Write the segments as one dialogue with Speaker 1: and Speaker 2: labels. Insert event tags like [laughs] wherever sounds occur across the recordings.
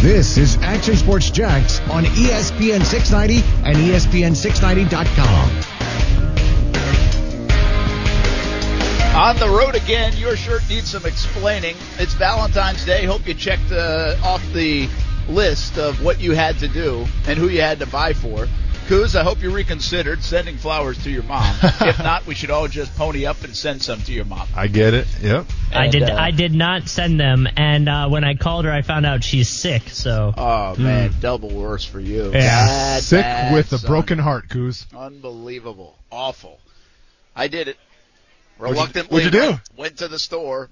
Speaker 1: This is Action Sports Jax on E ESPN 690 and E ESPN690.com.
Speaker 2: On the road again, your shirt needs some explaining. It's Valentine's Day. Hope you checked uh, off the list of what you had to do and who you had to buy for. Coos, I hope you reconsidered sending flowers to your mom. if not, we should all just pony up and send some to your mom.
Speaker 3: I get it. Yep.
Speaker 4: I
Speaker 2: And,
Speaker 4: did.
Speaker 2: uh,
Speaker 4: I did not send them, and uh, when I called her, I found out she's sick. So
Speaker 2: Oh man, double worse for you.
Speaker 4: Yeah.
Speaker 2: Bad,
Speaker 3: Sick
Speaker 2: bad,
Speaker 3: with a
Speaker 2: son.
Speaker 3: broken heart, Coos.
Speaker 2: Unbelievable. Awful. I did it. Reluctantly.
Speaker 3: what'd you do?
Speaker 2: went- Went to the store,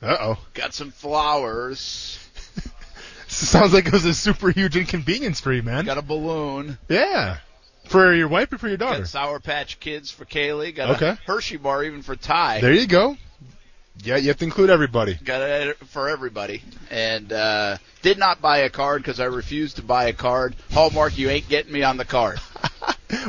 Speaker 3: Uh oh.
Speaker 2: got some flowers,
Speaker 3: [laughs] Sounds like it was a super huge inconvenience for you, man.
Speaker 2: got a balloon,
Speaker 3: yeah. For your wife or for your daughter?
Speaker 2: got Sour Patch Kids for Kaylee, got a
Speaker 3: Okay.
Speaker 2: Hershey bar even for Ty.
Speaker 3: There you go. Yeah, you have to include everybody.
Speaker 2: got it for everybody and uh did not buy a card because i refused to buy a card hallmark you ain't getting me on the card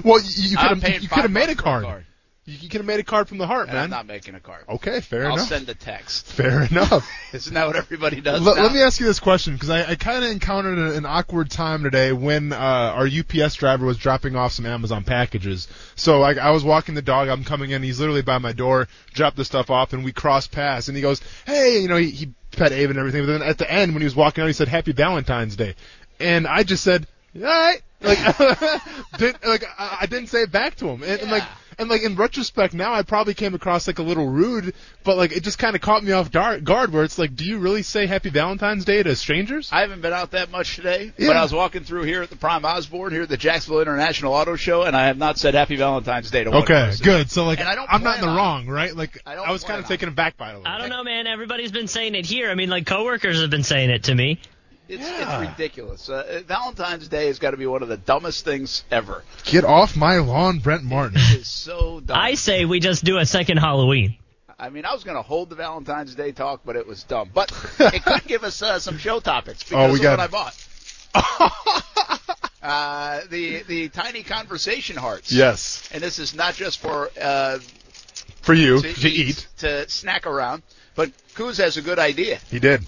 Speaker 3: Well, [laughs] you, you
Speaker 2: i'm
Speaker 3: could
Speaker 2: paying
Speaker 3: have you could
Speaker 2: five
Speaker 3: have made
Speaker 2: bucks
Speaker 3: a
Speaker 2: for
Speaker 3: card. You, you could have made a card from the heart,
Speaker 2: and
Speaker 3: man.
Speaker 2: i'm not making a card
Speaker 3: okay, fair
Speaker 2: i'll
Speaker 3: enough.
Speaker 2: send a text [laughs]
Speaker 3: [laughs] fair enough.
Speaker 2: isn't that what everybody does
Speaker 3: Let,
Speaker 2: now?
Speaker 3: let me ask you this question because I, I kind of encountered an, an awkward time today when uh, our UPS driver was dropping off some Amazon packages. So I, I was walking the dog. I'm coming in. He's literally by my door. Dropped the stuff off, and we crossed paths. And he goes, "Hey," you know, he, he pet Ava and everything. But then at the end, when he was walking out, he said, "Happy Valentine's Day," and I just said, "All right." Like, [laughs] didn't, like I, I didn't say it back to him, and, and like. And like in retrospect, now I probably came across like a little rude, but like it just kind of caught me off dar- guard. Where it's like, do you really say Happy Valentine's Day to strangers?
Speaker 2: I haven't been out that much today, but
Speaker 3: Yeah.
Speaker 2: I was walking through here at the Prime Osborne, here at the Jacksonville International Auto Show, and I have not said Happy Valentine's Day to one
Speaker 3: okay,
Speaker 2: person.
Speaker 3: good. So like,
Speaker 2: And I don't
Speaker 3: I'm not
Speaker 2: plan
Speaker 3: in the
Speaker 2: on it.
Speaker 3: wrong, right? Like,
Speaker 2: I
Speaker 3: I,
Speaker 2: don't
Speaker 3: was
Speaker 2: plan
Speaker 3: kind of
Speaker 2: on
Speaker 3: taken aback by it a little.
Speaker 4: I don't know, man. Everybody's been saying it here. I mean, like coworkers have been saying it to me.
Speaker 2: It's,
Speaker 3: Yeah.
Speaker 2: it's ridiculous. Uh, Valentine's Day has got to be one of the dumbest things ever.
Speaker 3: Get off my lawn,
Speaker 2: [laughs]
Speaker 3: Brent Martin.
Speaker 2: It's so dumb.
Speaker 4: I say we just do a second Halloween.
Speaker 2: I mean, I was going to hold the Valentine's Day talk, but it was dumb. But it could give us uh, some show topics because
Speaker 3: Oh, we
Speaker 2: of
Speaker 3: got
Speaker 2: what I
Speaker 3: it.
Speaker 2: bought.
Speaker 3: [laughs]
Speaker 2: uh, the the tiny conversation hearts.
Speaker 3: yes,
Speaker 2: And this is not just for uh,
Speaker 3: for you
Speaker 2: to, eat, to snack around, but Kuz has a good idea.
Speaker 3: He did.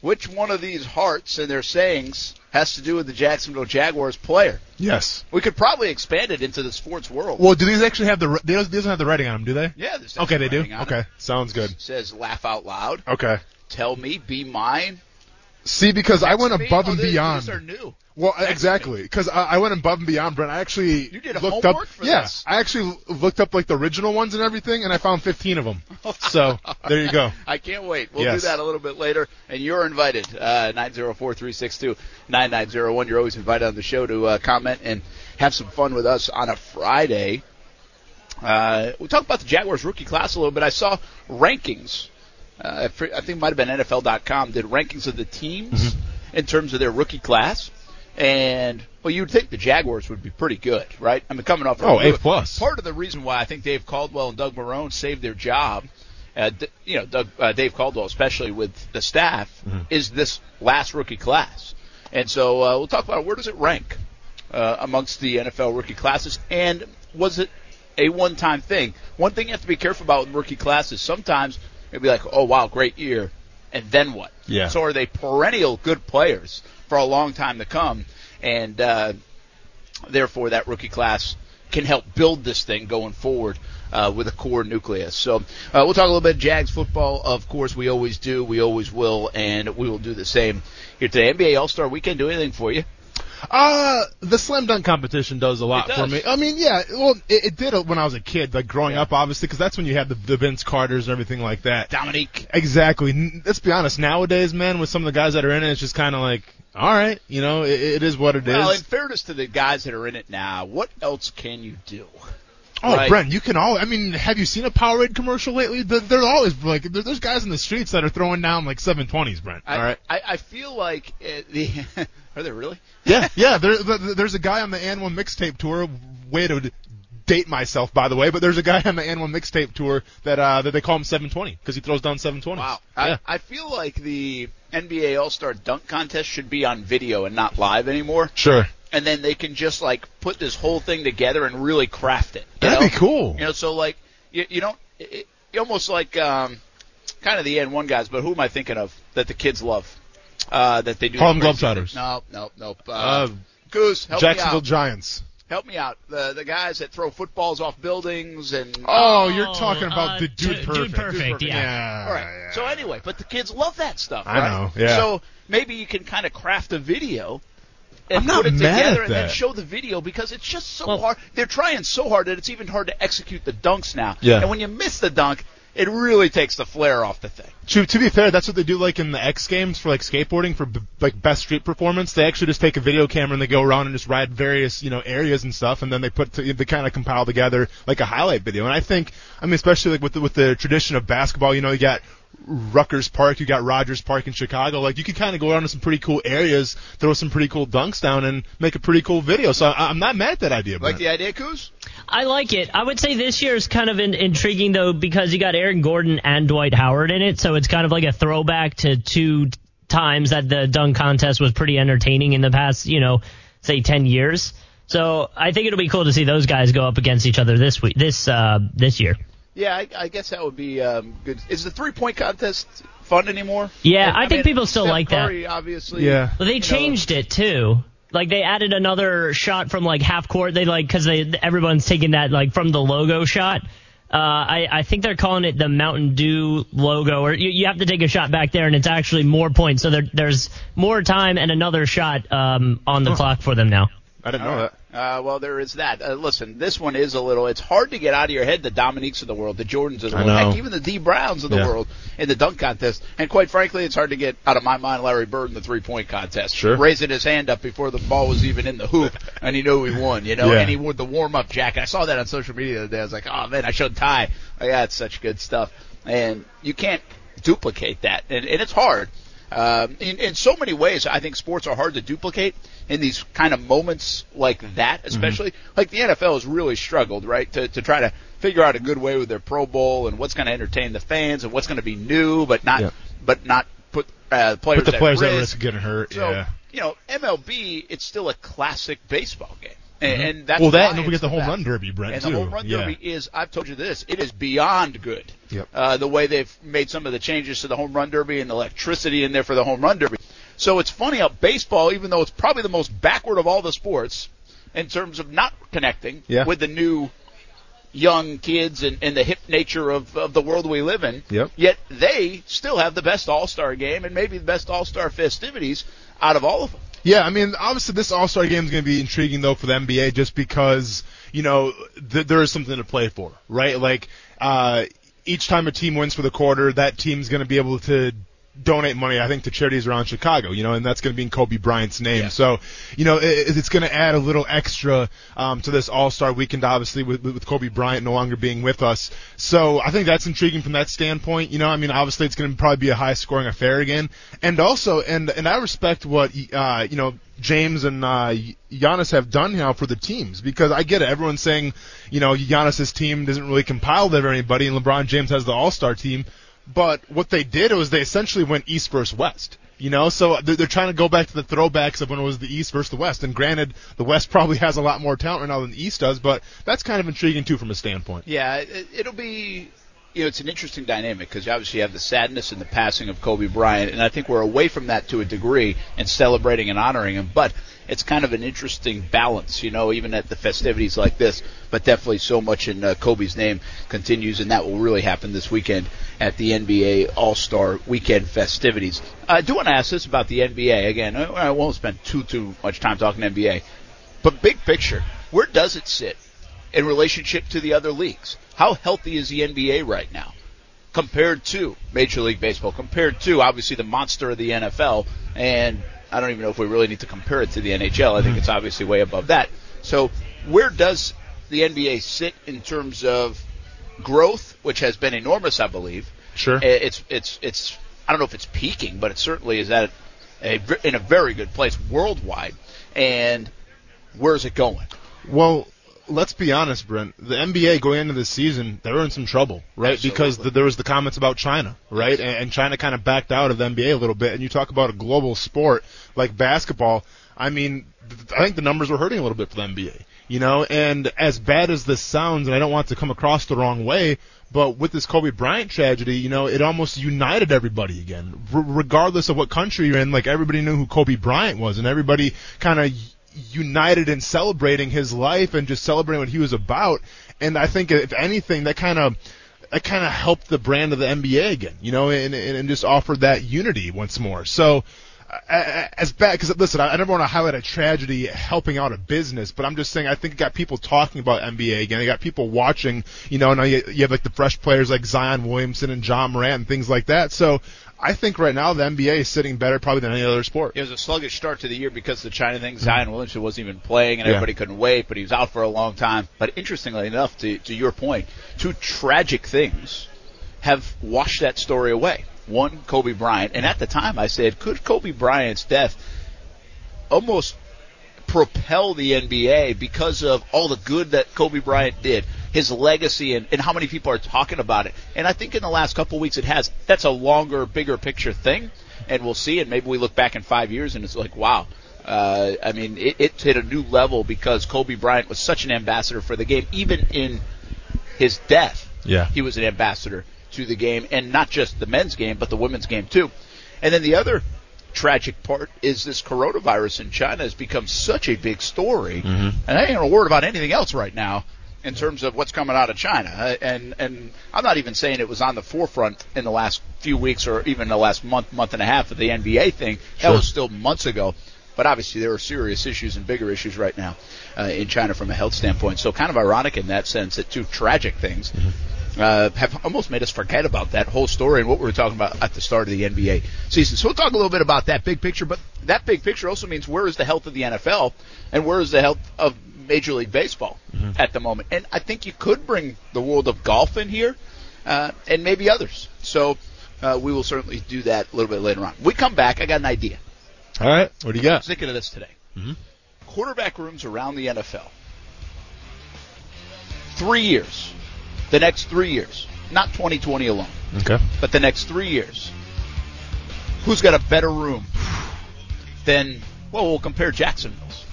Speaker 2: Which one of these hearts and their sayings has to do with the Jacksonville Jaguars player?
Speaker 3: Yes.
Speaker 2: We could probably expand it into the sports world.
Speaker 3: Well, do these actually have the? They don't, have the writing on them, do they?
Speaker 2: yeah. There's
Speaker 3: Okay, they do.
Speaker 2: writing on it.
Speaker 3: Okay, sounds good.
Speaker 2: It says laugh out loud.
Speaker 3: Okay.
Speaker 2: Tell me, be mine.
Speaker 3: See, because I went
Speaker 2: Text me.
Speaker 3: above
Speaker 2: Oh,
Speaker 3: and
Speaker 2: these-
Speaker 3: beyond.
Speaker 2: These are [laughs] new.
Speaker 3: Well, exactly, because I, I went above and beyond, Brent. I actually
Speaker 2: You did
Speaker 3: looked
Speaker 2: homework
Speaker 3: up.
Speaker 2: for
Speaker 3: yeah,
Speaker 2: this?
Speaker 3: I actually looked up like the original ones and everything, and I found 15
Speaker 2: [laughs]
Speaker 3: of them. So there you go.
Speaker 2: I can't wait. We'll
Speaker 3: Yes.
Speaker 2: do that a little bit later. And you're invited, uh, 904-362-9901. You're always invited on the show to uh, comment and have some fun with us on a Friday. Uh, we'll talk about the Jaguars rookie class a little bit. I saw rankings. Uh, I fr- I think it might have been NFL.com did rankings of the teams
Speaker 3: Mm-hmm.
Speaker 2: in terms of their rookie class. And, well, you'd think the Jaguars would be pretty good, right? I mean, coming off a
Speaker 3: Oh, A plus.
Speaker 2: Part of the reason why I think Dave Caldwell and Doug Marone saved their job, uh, D- you know, Doug, uh, Dave Caldwell especially with the staff,
Speaker 3: Mm-hmm.
Speaker 2: is this last rookie class. And so uh, we'll talk about where does it rank uh, amongst the NFL rookie classes, and was it a one-time thing? One thing you have to be careful about with rookie classes. Sometimes it'd be like, oh wow, great year, and then what?
Speaker 3: Yeah.
Speaker 2: So are they perennial good players for a long time to come? And uh, therefore that rookie class can help build this thing going forward uh, with a core nucleus. So uh, we'll talk a little bit Jags football. Of course, we always do, we always will, and we will do the same here today. NBA All Star Weekend, do anything for you?
Speaker 3: Uh, the slam dunk competition does a lot
Speaker 2: It does.
Speaker 3: for me. I mean, yeah, well, it, it did when I was a kid, like growing
Speaker 2: Yeah.
Speaker 3: up, obviously, because that's when you had the, the Vince Carter's and everything like that.
Speaker 2: Dominique.
Speaker 3: Exactly. N- Let's be honest. Nowadays, man, with some of the guys that are in it, it's just kind of like, all right, you know, it, it is what it is.
Speaker 2: Well, in fairness to the guys that are in it now, what else can you do?
Speaker 3: Oh,
Speaker 2: Right.
Speaker 3: Brent, you can all. I mean, have you seen a Powerade commercial lately? They're, they're always like, there- there's guys in the streets that are throwing down like 720s, Brent.
Speaker 2: I,
Speaker 3: all right.
Speaker 2: I, I feel like uh, the [laughs] are there really?
Speaker 3: Yeah, [laughs] yeah. There, there- there's a guy on the N One mixtape tour. Way to date myself, by the way. But there's a guy on the N One mixtape tour that uh, that they call him 720 because he throws down 720s.
Speaker 2: Wow.
Speaker 3: Yeah.
Speaker 2: I, I feel like the NBA All Star Dunk Contest should be on video and not live anymore.
Speaker 3: sure.
Speaker 2: and then they can just like put this whole thing together and really craft it. you
Speaker 3: That'd
Speaker 2: know?
Speaker 3: be cool.
Speaker 2: You know, so like you, you don't, it, you almost like um, kind of the N one guys, but who am I thinking of that the kids love? uh, that they do.
Speaker 3: Harlem Globetrotters.
Speaker 2: No, no, no. Uh,
Speaker 3: Uh,
Speaker 2: Goose, help
Speaker 3: Jacksonville
Speaker 2: me out.
Speaker 3: Giants.
Speaker 2: help me out. The the guys that throw footballs off buildings and
Speaker 3: Oh, you're talking
Speaker 4: uh,
Speaker 3: about the dude,
Speaker 4: Dude- Dude
Speaker 3: perfect.
Speaker 4: Perfect, yeah.
Speaker 2: All right.
Speaker 3: yeah.
Speaker 2: So anyway, but the kids love that stuff.
Speaker 3: I
Speaker 2: right?
Speaker 3: know, yeah.
Speaker 2: So maybe you can kind of craft a video. And
Speaker 3: I'm not
Speaker 2: put it
Speaker 3: mad
Speaker 2: together
Speaker 3: at
Speaker 2: and then
Speaker 3: that.
Speaker 2: show the video because it's just so
Speaker 4: Well-
Speaker 2: hard. They're trying so hard that it's even hard to execute the dunks now.
Speaker 3: Yeah.
Speaker 2: And when you miss the dunk, it really takes the flair off the thing.
Speaker 3: To, to be fair, that's what they do like in the X Games for like skateboarding for b- like best street performance. They actually just take a video camera and they go around and just ride various you know areas and stuff, and then they put to, they kind of compile together like a highlight video. And I think I mean especially like with the, with the tradition of basketball, you know, you got Rutgers Park, you got Rogers Park in Chicago. Like you can kind of go around to some pretty cool areas, throw some pretty cool dunks down, and make a pretty cool video. So I, I'm not mad at that idea.
Speaker 2: Like
Speaker 3: Brent.
Speaker 2: the idea, Coos?
Speaker 4: I like it. I would say this year is kind of in, intriguing though because you got Aaron Gordon and Dwight Howard in it, so it's kind of like a throwback to two t- times that the dunk contest was pretty entertaining in the past, you know, say ten years. So I think it'll be cool to see those guys go up against each other this week, this uh, this year.
Speaker 2: Yeah, I, I guess that would be um, good. Is the three point contest fun anymore?
Speaker 4: Yeah, I think people still
Speaker 2: Steph
Speaker 4: like that.
Speaker 2: Curry, Obviously,
Speaker 3: Yeah.
Speaker 4: Well, they changed it too. Like they added another shot from like half court. They like because they everyone's taking that like from the logo shot. Uh, I I think they're calling it the Mountain Dew logo, or you, you have to take a shot back there, and it's actually more points. So there, there's more time and another shot um, on the clock for them now.
Speaker 3: I didn't know that.
Speaker 2: Uh, well, there is that. Uh, listen, this one is a little. It's hard to get out of your head the Dominiques of the world, the Jordans of the
Speaker 3: I
Speaker 2: world,
Speaker 3: know.
Speaker 2: heck, even the D Browns of the
Speaker 3: Yeah.
Speaker 2: world in the dunk contest. And quite frankly, it's hard to get out of my mind Larry Bird in the three point contest.
Speaker 3: Sure.
Speaker 2: Raising his hand up before the ball was even in the hoop, and he knew he won, you know,
Speaker 3: Yeah.
Speaker 2: and he wore the warm up jacket. I saw that on social media the other day. I was like, oh man, I showed Ty. Like, yeah, it's such good stuff. And you can't duplicate that. And, and it's hard. Um, in, in so many ways, I think sports are hard to duplicate in these kind of moments like that,
Speaker 3: Mm-hmm.
Speaker 2: especially. Like the NFL has really struggled, right, to, to try to figure out a good way with their Pro Bowl and what's going to entertain the fans and what's going to be new, but not,
Speaker 3: Yeah.
Speaker 2: but not put, uh, players,
Speaker 3: Put the players
Speaker 2: at
Speaker 3: at risk of getting hurt.
Speaker 2: so
Speaker 3: yeah.
Speaker 2: you know, MLB, it's still a classic baseball game, and, and that's
Speaker 3: Mm-hmm. Well, that
Speaker 2: why
Speaker 3: and don't forget
Speaker 2: it's
Speaker 3: the home
Speaker 2: best.
Speaker 3: run derby, Brent.
Speaker 2: And
Speaker 3: too.
Speaker 2: the home run
Speaker 3: yeah.
Speaker 2: derby is, I've told you this, it is beyond good.
Speaker 3: Yep.
Speaker 2: Uh, the way they've made some of the changes to the home run derby and the electricity in there for the home run derby. So it's funny how baseball, even though it's probably the most backward of all the sports in terms of not connecting
Speaker 3: Yeah.
Speaker 2: with the new young kids and, and the hip nature of, of the world we live in.
Speaker 3: Yep.
Speaker 2: Yet they still have the best all star game and maybe the best all star festivities out of all of them.
Speaker 3: Yeah, I mean, obviously this All Star game is going to be intriguing though for the NBA, just because you know th- there is something to play for, right? Like uh, each time a team wins for the quarter, that team's going to be able to donate money, I think, to charities around Chicago, you know, and that's going to be in Kobe Bryant's name.
Speaker 2: Yeah.
Speaker 3: So, you know, it, it's going to add a little extra um, to this All Star weekend, obviously, with, with Kobe Bryant no longer being with us. So, I think that's intriguing from that standpoint. You know, I mean, obviously, it's going to probably be a high scoring affair again, and also, and and I respect what uh, you know. James and uh, Giannis have done now for the teams because I get it. Everyone's saying, you know, Giannis's team doesn't really compile there anybody, and LeBron James has the All Star team. But what they did was they essentially went East versus West. You know, so they're, they're trying to go back to the throwbacks of when it was the East versus the West. And granted, the West [laughs] probably has a lot more talent right now than the East does, but that's kind of intriguing too from a standpoint.
Speaker 2: Yeah, it, it'll be. You know, it's an interesting dynamic because obviously you have the sadness and the passing of Kobe Bryant, and I think we're away from that to a degree and celebrating and honoring him. But it's kind of an interesting balance, you know, even at the festivities like this. But definitely, so much in uh, Kobe's name continues, and that will really happen this weekend at the NBA All Star Weekend festivities. I do want to ask this about the NBA again. I, I won't spend too too much time talking NBA, but big picture, where does it sit in relationship to the other leagues? How healthy is the NBA right now compared to Major League Baseball, compared to obviously the monster of the NFL? And I don't even know if we really need to compare it to the NHL. I think it's obviously way above that. So where does the NBA sit in terms of growth, which has been enormous, I believe?
Speaker 3: Sure.
Speaker 2: I- It's it's it's I don't know if it's peaking, but it certainly is at a, v- in a very good place worldwide. And where's it going?
Speaker 3: Well, let's be honest, Brent. The NBA going into this season, they were in some trouble, right?
Speaker 2: Absolutely.
Speaker 3: Because th there was the comments about China, right? And, and China kind of backed out of the NBA a little bit. And you talk about a global sport like basketball. I mean, th- I think the numbers were hurting a little bit for the NBA, you know. And as bad as this sounds, and I don't want to come across the wrong way, but with this Kobe Bryant tragedy, you know, it almost united everybody again, R- regardless of what country you're in. Like everybody knew who Kobe Bryant was, and everybody kind of united in celebrating his life and just celebrating what he was about. And I think if anything, that kind of that kind of helped the brand of the NBA again, you know, and and, and just offered that unity once more. So. a- a- As bad, because listen, I I never want to highlight a tragedy helping out a business, but I'm just saying I think it got people talking about NBA again. It got people watching, you know. Now you, you have like the fresh players like Zion Williamson and John Morant and things like that. So I think right now the NBA is sitting better probably than any other sport.
Speaker 2: It was a sluggish start to the year because of the China thing. Zion Williamson wasn't even playing, and
Speaker 3: Yeah.
Speaker 2: everybody couldn't wait, but he was out for a long time. But interestingly enough, to, to your point, two tragic things have washed that story away. One, Kobe Bryant, and at the time I said, could Kobe Bryant's death almost propel the NBA because of all the good that Kobe Bryant did, his legacy, and, and how many people are talking about it. And I think in the last couple weeks it has. That's a longer, bigger picture thing, and we'll see. And maybe we look back in five years and it's like, wow. Uh, I mean, it, it hit a new level because Kobe Bryant was such an ambassador for the game, even in his death.
Speaker 3: Yeah.
Speaker 2: He was an ambassador to the game and not just the men's game, but the women's game too. And then the other tragic part is this coronavirus in China has become such a big story. And I ain't gonna worry about anything else right now in terms of what's coming out of China. Uh, And and I'm not even saying it was on the forefront in the last few weeks or even the last month, month and a half of the NBA thing. That was still months ago. But obviously, there are serious issues and bigger issues right now uh, in China from a health standpoint. So, kind of ironic in that sense that two tragic things uh, have almost made us forget about that whole story and what we were talking about at the start of the NBA season. So, we'll talk a little bit about that big picture, but that big picture also means where is the health of the NFL and where is the health of Major League Baseball at the moment? And I think you could bring the world of golf in here uh, and maybe others. So, uh, we will certainly do that a little bit later on. We come back, I got an idea
Speaker 3: All right, what do you got?
Speaker 2: was thinking of this today.
Speaker 3: Mm-hmm.
Speaker 2: Quarterback rooms around the NFL. Three years. The next three years. Not 2020 alone,
Speaker 3: Okay.
Speaker 2: but the next three years. Who's got a better room than, well, we'll compare Jacksonville's.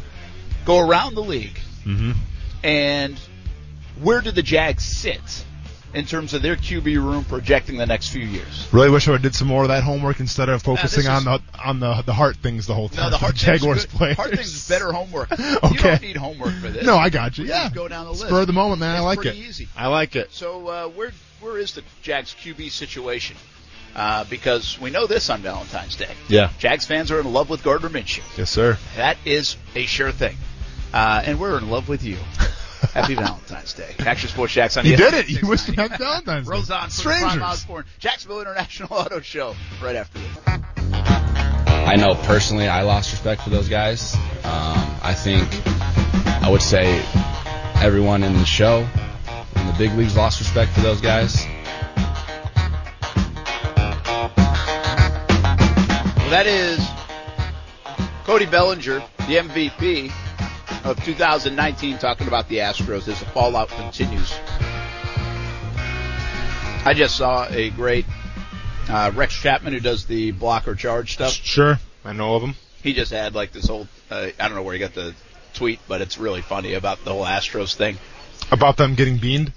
Speaker 2: Go around the league.
Speaker 3: Mm-hmm.
Speaker 2: And where do the Jags sit in terms of their QB room projecting the next few years?
Speaker 3: Really wish I did some more of that homework instead of focusing
Speaker 2: is-
Speaker 3: on the on the the heart things [laughs] the whole time. [laughs]
Speaker 2: No, the hard thing's
Speaker 3: Jaguars
Speaker 2: good.
Speaker 3: play.
Speaker 2: Hard things is better
Speaker 3: [laughs]
Speaker 2: homework. You
Speaker 3: Okay.
Speaker 2: don't need homework for this.
Speaker 3: No, I got you.
Speaker 2: We
Speaker 3: Yeah,
Speaker 2: just go down the list.
Speaker 3: Spur of the moment, man.
Speaker 2: It's
Speaker 3: I like it.
Speaker 2: pretty easy.
Speaker 3: I like it.
Speaker 2: So uh, where where is the Jags QB situation? Uh, because we know this on Valentine's Day.
Speaker 3: Yeah.
Speaker 2: Jags fans are in love with Gardner Minshew.
Speaker 3: Yes, sir.
Speaker 2: That is a sure thing. Uh, and we're in love with
Speaker 3: [laughs]
Speaker 2: you. Happy Valentine's Day. Action Sports Jacks on E
Speaker 3: You
Speaker 2: ESPN
Speaker 3: did it. You wished me
Speaker 2: 690.
Speaker 3: happy Valentine's Day.
Speaker 2: Rolls on for the Prime
Speaker 3: Strangers.
Speaker 2: Osborne. Jacksonville International [laughs] Auto Show right after this.
Speaker 5: I know personally I lost respect for those guys. Um, I think I would say everyone in the show, in the big leagues, lost respect for those guys.
Speaker 2: Well, that is Cody Bellinger, the MVP of 2019, talking about the Astros as the fallout continues. I just saw a great uh, Rex Chapman, who does the blocker charge stuff.
Speaker 3: Sure, I know of them.
Speaker 2: He just had like this whole uh, I don't know where he got the tweet, but it's really funny about the whole Astros thing.
Speaker 3: About them getting beaned.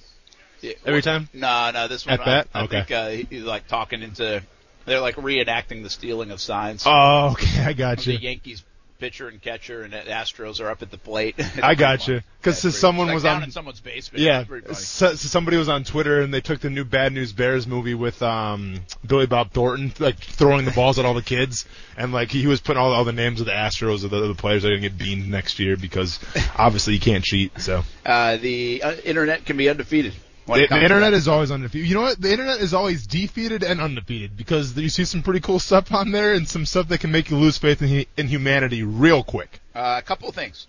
Speaker 2: Yeah,
Speaker 3: Every time?
Speaker 2: No, no. This one
Speaker 3: At bat?
Speaker 2: I, I
Speaker 3: Okay.
Speaker 2: think uh, he- he's like talking into. They're like reenacting the stealing of signs.
Speaker 3: Oh, okay, I got
Speaker 2: the
Speaker 3: you.
Speaker 2: Yankees pitcher and catcher and the Astros are up at the plate.
Speaker 3: I got you. Because
Speaker 2: [laughs] That's pretty-
Speaker 3: someone
Speaker 2: like
Speaker 3: was
Speaker 2: down
Speaker 3: on.
Speaker 2: in someone's basement.
Speaker 3: Yeah,
Speaker 2: It's pretty funny.
Speaker 3: so, so somebody was on Twitter and they took the new Bad News Bears movie with um, Billy Bob Thornton, like throwing the balls at all the kids, and like he was putting all, all the names of the Astros of the, of the players that are gonna get beamed next year because obviously you can't cheat. So
Speaker 2: Uh, the uh, internet can be undefeated. when
Speaker 3: the,
Speaker 2: it comes
Speaker 3: the
Speaker 2: to
Speaker 3: internet
Speaker 2: that.
Speaker 3: is always undefeated. You know what? The internet is always defeated and undefeated because you see some pretty cool stuff on there and some stuff that can make you lose faith in, hu- in humanity real quick.
Speaker 2: Uh, a couple of things.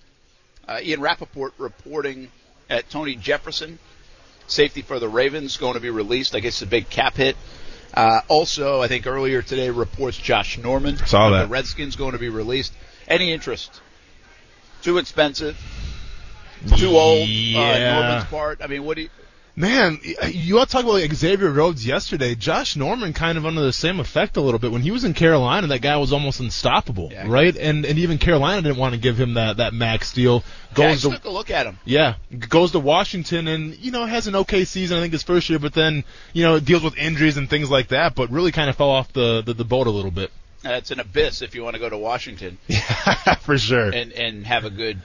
Speaker 2: Uh, Ian Rappaport reporting at Tony Jefferson, safety for the Ravens, going to be released. I guess a big cap hit. Uh, also, I think earlier today reports Josh Norman
Speaker 3: Saw
Speaker 2: of
Speaker 3: that.
Speaker 2: the Redskins going to be released. Any interest? Too expensive. Too old.
Speaker 3: Yeah.
Speaker 2: Uh, Norman's part. I mean, what do you?
Speaker 3: Man, uh, you all talk about like Xavier Rhodes yesterday. Josh Norman kind of under the same effect a little bit. When he was in Carolina, that guy was almost unstoppable,
Speaker 2: Yeah.
Speaker 3: right? And and even Carolina didn't want to give him that that max deal.
Speaker 2: Jax
Speaker 3: Goes to
Speaker 2: took a look at him.
Speaker 3: yeah, goes to Washington and you know has an okay season. I think his first year, but then you know deals with injuries and things like that. But really kind of fell off the the, the boat a little bit.
Speaker 2: Uh, it's an abyss if you want to go to Washington
Speaker 3: [laughs] For sure.
Speaker 2: and and have a good.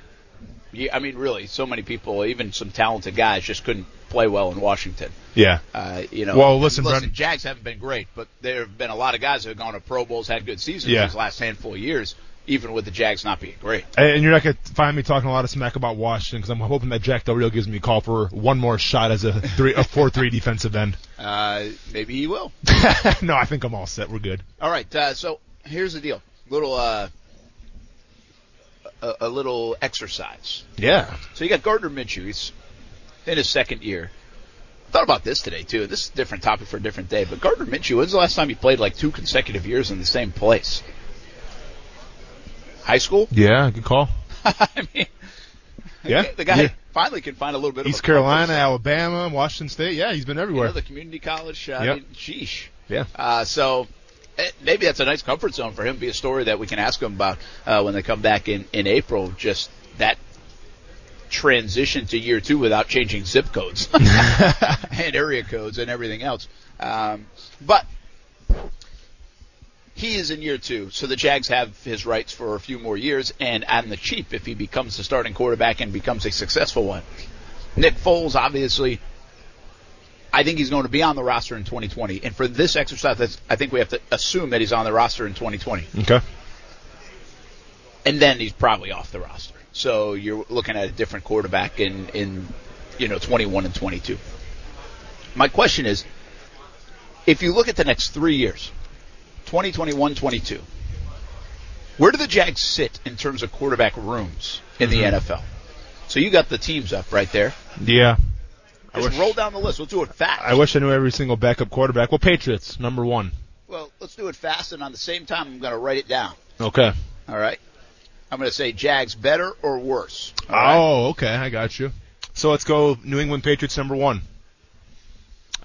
Speaker 2: Yeah, I mean, really, so many people, even some talented guys, just couldn't play well in Washington.
Speaker 3: yeah.
Speaker 2: Uh, you know,
Speaker 3: Well, listen, Brendan-
Speaker 2: Jags haven't been great, but there have been a lot of guys that have gone to Pro Bowls, had good seasons
Speaker 3: Yeah.
Speaker 2: these last handful of years, even with the Jags not being great.
Speaker 3: And you're not going to find me talking a lot of smack about Washington because I'm hoping that Jack Del Rio gives me a call for one more shot as a three, a four [laughs] three defensive end.
Speaker 2: Uh, maybe he
Speaker 3: [laughs]
Speaker 2: will.
Speaker 3: no, I think I'm all set. We're good.
Speaker 2: All right, uh, so here's the deal: little, uh, a, a little exercise.
Speaker 3: Yeah.
Speaker 2: So you got Gardner Minshew. He's in his second year. Thought about this today too. This is a different topic for a different day. But Gardner Minshew, when's the last time he played like two consecutive years in the same place? High school? [laughs]
Speaker 3: Yeah. Good call.
Speaker 2: I mean,
Speaker 3: Yeah.
Speaker 2: the guy
Speaker 3: Yeah.
Speaker 2: finally can find a little bit of
Speaker 3: East
Speaker 2: a
Speaker 3: Carolina, Alabama, Washington State. Yeah, he's
Speaker 2: you
Speaker 3: been
Speaker 2: know,
Speaker 3: everywhere.
Speaker 2: the community college. Uh,
Speaker 3: Yep.
Speaker 2: I mean, sheesh.
Speaker 3: Yeah.
Speaker 2: [laughs] Uh, so eh, maybe that's a nice comfort zone for him. Be a story that we can ask him about uh, when they come back in in April. Just that transition to year two without changing zip codes [laughs] and area codes and everything else. Um, but he is in year two, so the Jags have his rights for a few more years, and on the cheap if he becomes the starting quarterback and becomes a successful one. Nick Foles, obviously, I think he's going to be on the roster in 2020. And for this exercise, that's, I think we have to assume that he's on the roster in 2020.
Speaker 3: Okay.
Speaker 2: And then he's probably off the roster. So you're looking at a different quarterback in, in you know, 21 and 22. My question is, if you look at the next three years, 2021, 22, where do the Jags sit in terms of quarterback rooms in
Speaker 3: Mm-hmm.
Speaker 2: the NFL? So you got the teams up right there.
Speaker 3: Yeah.
Speaker 2: Just roll down the list. We'll do it fast.
Speaker 3: I wish I knew every single backup quarterback. Well, Patriots number one.
Speaker 2: Well, let's do it fast, and on the same time, I'm going to write it down.
Speaker 3: Okay.
Speaker 2: All right. I'm going to say Jags better or worse. All right?
Speaker 3: Oh, okay. I got you. So let's go New England Patriots number one.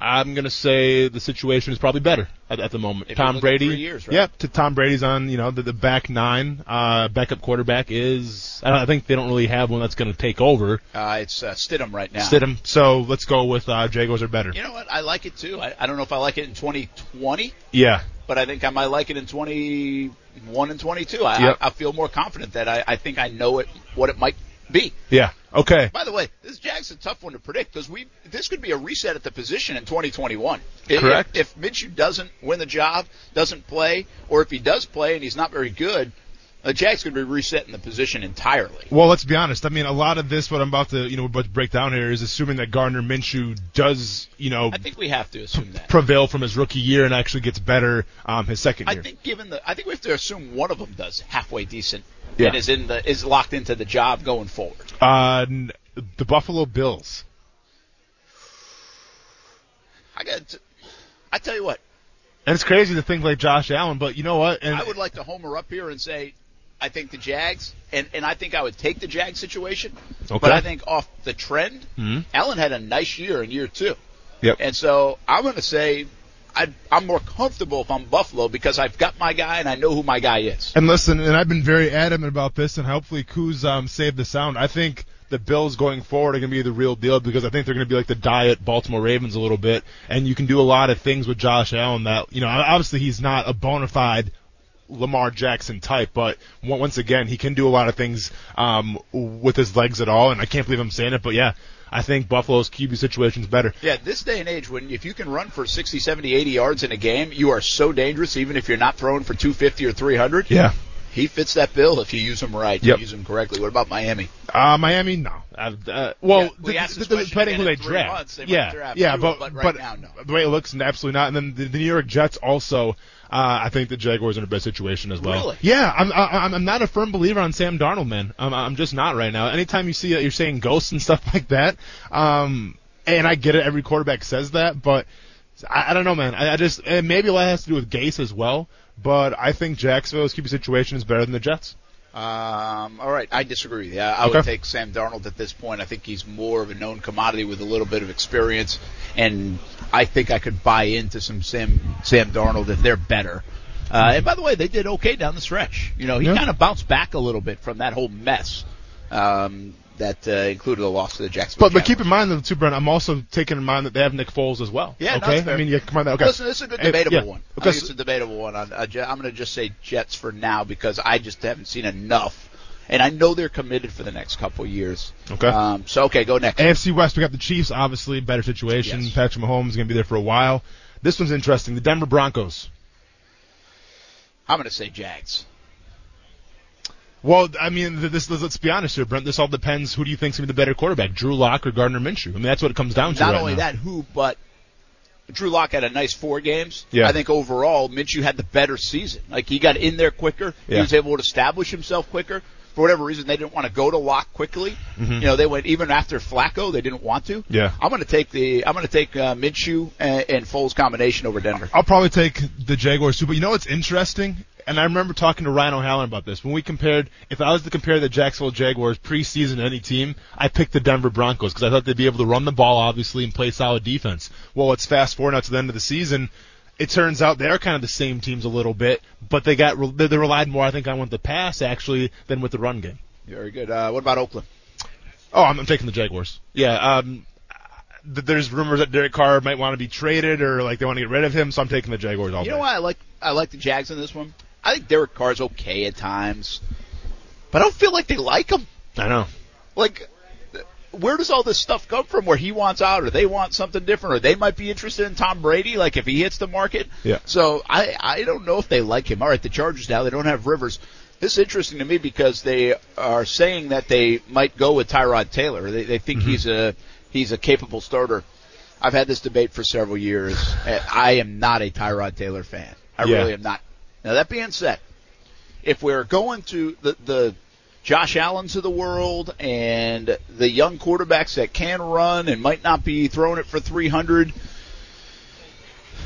Speaker 3: I'm gonna say the situation is probably better at, at the moment.
Speaker 2: If you look
Speaker 3: Tom
Speaker 2: at
Speaker 3: Brady.
Speaker 2: three years, right?
Speaker 3: Yep. To Tom Brady's on, you know, the, the back nine. Uh, backup quarterback is. I, don't, I think they don't really have one that's gonna take over.
Speaker 2: Uh, it's uh, Stidham right now.
Speaker 3: Oh. Stidham. So let's go with uh, Jaguars are better.
Speaker 2: You know what? I like it too. I, I don't know if I like it in 2020,
Speaker 3: Yeah.
Speaker 2: but I think I might like it in 21 and 22. I,
Speaker 3: Yep.
Speaker 2: I, I feel more confident that I, I think I know it what it might be.
Speaker 3: Yeah. Okay.
Speaker 2: By the way, this Jags a tough one to predict because we this could be a reset at the position in 2021. If-
Speaker 3: Correct.
Speaker 2: If, if Minshew doesn't win the job, doesn't play, or if he does play and he's not very good, the Jags could be reset in the position entirely.
Speaker 3: Well, let's be honest. I mean, a lot of this, what I'm about to, you know, about to break down here is assuming that Gardner Minshew does, you know,
Speaker 2: I think we have to assume that.
Speaker 3: prevail from his rookie year and actually gets better um, his second
Speaker 2: I
Speaker 3: year.
Speaker 2: think given the, I think we have to assume one of them does halfway decent
Speaker 3: Yeah.
Speaker 2: and is in the is locked into the job going forward.
Speaker 3: Uh, n- the Buffalo Bills.
Speaker 2: I got. to- I tell you what,
Speaker 3: And it's crazy to think like Josh Allen, but you know what? And
Speaker 2: I would like to homer up here and say, I think the Jags, and, and I think I would take the Jags situation.
Speaker 3: Okay. Mm-hmm.
Speaker 2: But I think off the trend, Allen had a nice year in year two.
Speaker 3: Yep.
Speaker 2: And so I'm going to say I, I'm more comfortable if I'm Buffalo because I've got my guy and I know who my guy is.
Speaker 3: And listen, and I've been very adamant about this, and hopefully Kuz um, saved the sound. I think the Bills going forward are going to be the real deal because I think they're going to be like the diet Baltimore Ravens a little bit, and you can do a lot of things with Josh Allen that you know. Obviously, he's not a bona fide Lamar Jackson type, but on- once again, he can do a lot of things um, with his legs at all. And I can't believe I'm saying it, but yeah, I think Buffalo's QB situation's better.
Speaker 2: Yeah, this day and age, when if you can run for 60, 70, 80 yards in a game, you are so dangerous, even if you're not throwing for 250 or 300.
Speaker 3: Yeah.
Speaker 2: He fits that bill if you use him right,
Speaker 3: Yep.
Speaker 2: you use him correctly. What about Miami?
Speaker 3: Uh, Miami, no. Uh, uh, well,
Speaker 2: Yeah, we asked this question
Speaker 3: depending who
Speaker 2: again
Speaker 3: they
Speaker 2: in three
Speaker 3: draft.
Speaker 2: months, they might
Speaker 3: yeah,
Speaker 2: draft
Speaker 3: yeah,
Speaker 2: two,
Speaker 3: but,
Speaker 2: but right now, no.
Speaker 3: the way it looks, absolutely not. And then the, the New York Jets also. Uh, I think the Jaguars are in a best situation as well.
Speaker 2: Really?
Speaker 3: Yeah, I'm I, I'm I'm not a firm believer on Sam Darnold, man. I'm I'm just not right now. Anytime you see that you're saying ghosts and [laughs] stuff like that, um, and I get it, every quarterback says that, but I, I don't know, man. I, I just and maybe a lot has to do with Gase as well, but I think Jacksonville's QB situation is better than the Jets.
Speaker 2: Um, all right, I disagree with you. I, I would
Speaker 3: Okay.
Speaker 2: take Sam Darnold at this point. I think he's more of a known commodity with a little bit of experience, and I think I could buy into some Sam Sam Darnold if they're better. Uh, and by the way, they did okay down the stretch. You know, he
Speaker 3: Yeah.
Speaker 2: kind of bounced back a little bit from that whole mess um, that uh, included a loss to the Jacksonville.
Speaker 3: But but keep
Speaker 2: Jaguars.
Speaker 3: in mind though too, Brent. I'm also taking in mind that they have Nick Foles as well.
Speaker 2: Yeah, no,
Speaker 3: okay.
Speaker 2: that's fair.
Speaker 3: I mean, yeah, come on. Okay.
Speaker 2: Listen, this is a good
Speaker 3: Hey,
Speaker 2: debatable
Speaker 3: yeah,
Speaker 2: one. I think
Speaker 3: Because
Speaker 2: it's a debatable one. On, uh, Je- I'm going to just say Jets for now because I just haven't seen enough, and I know they're committed for the next couple years.
Speaker 3: Okay.
Speaker 2: Um, so okay, go next.
Speaker 3: AFC West, we got the Chiefs, obviously better situation.
Speaker 2: Yes.
Speaker 3: Patrick Mahomes is going to be there for a while. This one's interesting. The Denver Broncos.
Speaker 2: I'm going to say Jags.
Speaker 3: Well, I mean, th- this let's be honest here, Brent. This all depends. Who do you think's going to be the better quarterback, Drew Lock or Gardner Minshew? I mean, that's what it comes down to.
Speaker 2: Not
Speaker 3: right
Speaker 2: only
Speaker 3: now.
Speaker 2: that, who but Drew Lock had a nice four games.
Speaker 3: Yeah.
Speaker 2: I think overall Minshew had the better season. Like he got in there quicker. He
Speaker 3: Yeah.
Speaker 2: was able to establish himself quicker. For whatever reason, they didn't want to go to Lock quickly. You know, they went even after Flacco. They didn't want to.
Speaker 3: Mm-hmm. Yeah.
Speaker 2: I'm going to take the I'm going to take uh, Minshew and, and Foles combination over Denver.
Speaker 3: I'll probably take the Jaguars too. But you know what's interesting? And I remember talking to Ryan O'Halloran about this. When we compared, if I was to compare the Jacksonville Jaguars preseason to any team, I picked the Denver Broncos because I thought they'd be able to run the ball, obviously, and play solid defense. Well, let's fast forward now to the end of the season. It turns out they're kind of the same teams a little bit, but they got re- they they relied more, I think, on with the pass actually than with the run game.
Speaker 2: Very good. Uh, what about Oakland?
Speaker 3: Oh, I'm, I'm taking the Jaguars. Yeah. Um, th- there's rumors that Derek Carr might want to be traded or like they want to get rid of him, so I'm taking the Jaguars all
Speaker 2: You
Speaker 3: day.
Speaker 2: know why I like I like the Jags in this one. I think Derek Carr's okay at times, but I don't feel like they like him.
Speaker 3: I know.
Speaker 2: like where does all this stuff come from where he wants out or they want something different or they might be interested in Tom Brady like if he hits the market.
Speaker 3: Yeah.
Speaker 2: So I I don't know if they like him. All right, the Chargers now they don't have Rivers. This is interesting to me because they are saying that they might go with Tyrod Taylor. They they think he's a he's a capable starter. I've had this debate for several years. and I am not a Tyrod Taylor fan. I
Speaker 3: Yeah.
Speaker 2: really am not. Now that being said, if we're going to the, the Josh Allen's of the world and the young quarterbacks that can run and might not be throwing it for 300,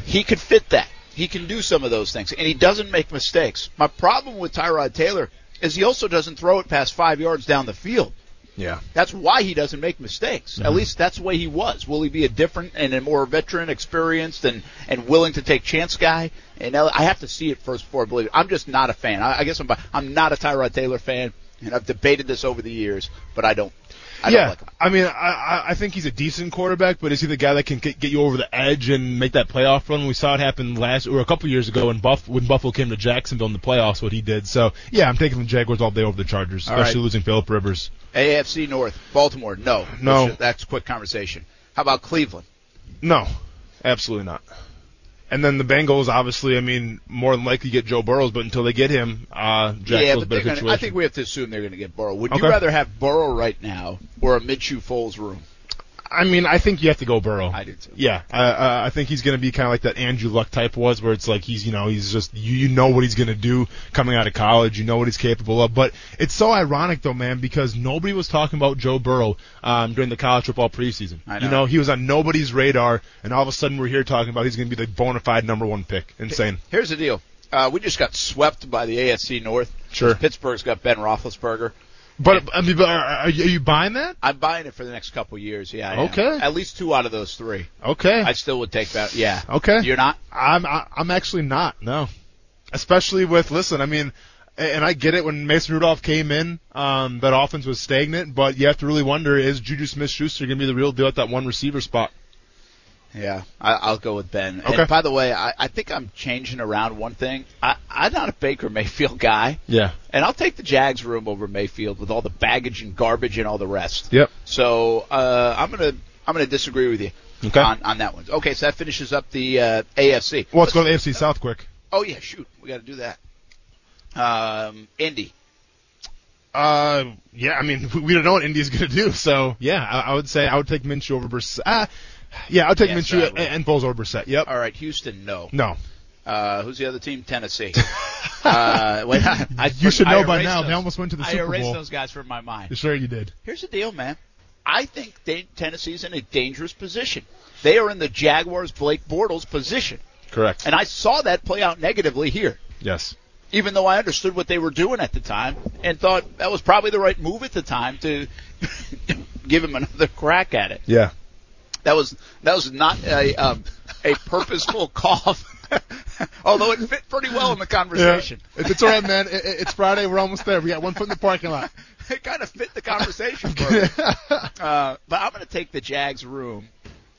Speaker 2: he could fit that. He can do some of those things, and he doesn't make mistakes. My problem with Tyrod Taylor is he also doesn't throw it past five yards down the field.
Speaker 3: Yeah. Mm-hmm.
Speaker 2: That's why he doesn't make mistakes. At least that's the way he was. Will he be a different and a more veteran, experienced, and and willing to take chance guy? And now I have to see it first before I believe it. I'm just not a fan. I, I guess I'm bi- I'm not a Tyrod Taylor fan, and I've debated this over the years, but I don't. I
Speaker 3: yeah,
Speaker 2: don't like him.
Speaker 3: I mean, I- I I think he's a decent quarterback, but is he the guy that can get, get you over the edge and make that playoff run? We saw it happen last or a couple years ago when Buff when Buffalo came to Jacksonville in the playoffs, what he did. So yeah, I'm taking the Jaguars all day over the Chargers,
Speaker 2: All
Speaker 3: especially
Speaker 2: right.
Speaker 3: losing Philip Rivers.
Speaker 2: AFC North, Baltimore. No,
Speaker 3: No.
Speaker 2: That's, that's quick conversation. How about Cleveland?
Speaker 3: No, absolutely not. And then the Bengals, obviously, I mean, more than likely get Joe Burrows, but until they get him, uh, Jacksonville's
Speaker 2: yeah, but
Speaker 3: better
Speaker 2: they're
Speaker 3: situation.
Speaker 2: gonna, I think we have to assume they're going to get Burrow. Would you
Speaker 3: Okay.
Speaker 2: rather have Burrow right now or a Minshew Foles room?
Speaker 3: I mean, I think you have to go Burrow.
Speaker 2: I do too.
Speaker 3: Yeah, uh, uh, I think he's going to be kind of like that Andrew Luck type was, where it's like he's, you know, he's just you, you know what he's going to do coming out of college, you know what he's capable of. But it's so ironic though, man, because nobody was talking about Joe Burrow um, during the college football preseason.
Speaker 2: I
Speaker 3: You
Speaker 2: know.
Speaker 3: know, he was on nobody's radar, and all of a sudden we're here talking about he's going to be the bona fide number one pick. Insane.
Speaker 2: Here's the deal. Uh, we just got swept by the AFC North.
Speaker 3: Sure.
Speaker 2: Pittsburgh's got Ben Roethlisberger.
Speaker 3: But I mean, but are, are you are you buying that?
Speaker 2: I'm buying it for the next couple years. Yeah. I am.
Speaker 3: Okay.
Speaker 2: At least two out of those three.
Speaker 3: Okay.
Speaker 2: I still would take that. Yeah.
Speaker 3: Okay.
Speaker 2: You're not.
Speaker 3: I'm I- I'm actually not. No, especially with listen. I mean, a- and I get it when Mason Rudolph came in, um, that offense was stagnant. But you have to really wonder: is Juju Smith-Schuster going to be the real deal at that one receiver spot?
Speaker 2: Yeah. I, I'll go with Ben.
Speaker 3: Okay.
Speaker 2: And by the way, I, I think I'm changing around one thing. I, I'm not a Baker Mayfield guy,
Speaker 3: Yeah.
Speaker 2: and I'll take the Jags room over Mayfield with all the baggage and garbage and all the rest.
Speaker 3: Yep.
Speaker 2: So uh, I'm gonna I'm gonna disagree with you
Speaker 3: Okay.
Speaker 2: on on that one. Okay. So that finishes up the uh, AFC.
Speaker 3: Well, let's go to the AFC South quick.
Speaker 2: Oh yeah, shoot, we got to do that. Um, Indy.
Speaker 3: Uh, yeah. I mean, [laughs] we, we don't know what Indy's going to do. So yeah, I, I would say I would take Minshew over Brissett. Uh, yeah, I would take
Speaker 2: Yes, I
Speaker 3: Minshew
Speaker 2: would.
Speaker 3: and, and Foles over Brissett. Yep.
Speaker 2: All right, Houston. No.
Speaker 3: No.
Speaker 2: Uh, who's the other team?
Speaker 3: [laughs]
Speaker 2: Tennessee. uh, wait, I, I-
Speaker 3: You should
Speaker 2: I
Speaker 3: know by
Speaker 2: erased
Speaker 3: now,
Speaker 2: those.
Speaker 3: they almost went to the
Speaker 2: I
Speaker 3: Super
Speaker 2: erased
Speaker 3: Bowl.
Speaker 2: those guys from my mind.
Speaker 3: Sure, you did.
Speaker 2: Here's the deal, man. I think they, Tennessee's in a dangerous position. They are in the Jaguars' Blake Bortles position,
Speaker 3: Correct.
Speaker 2: and I saw that play out negatively here.
Speaker 3: yes.
Speaker 2: even though I understood what they were doing at the time and thought that was probably the right move at the time to [laughs] give him another crack at it.
Speaker 3: Yeah.
Speaker 2: That was that was not a um, a purposeful [laughs] cough, although it fit pretty well in the conversation.
Speaker 3: If it's all right, man, i- i- it's Friday. We're almost there. We got one foot in the parking lot.
Speaker 2: It kind of fit the conversation. Bro. Uh, but I'm going to take the Jags room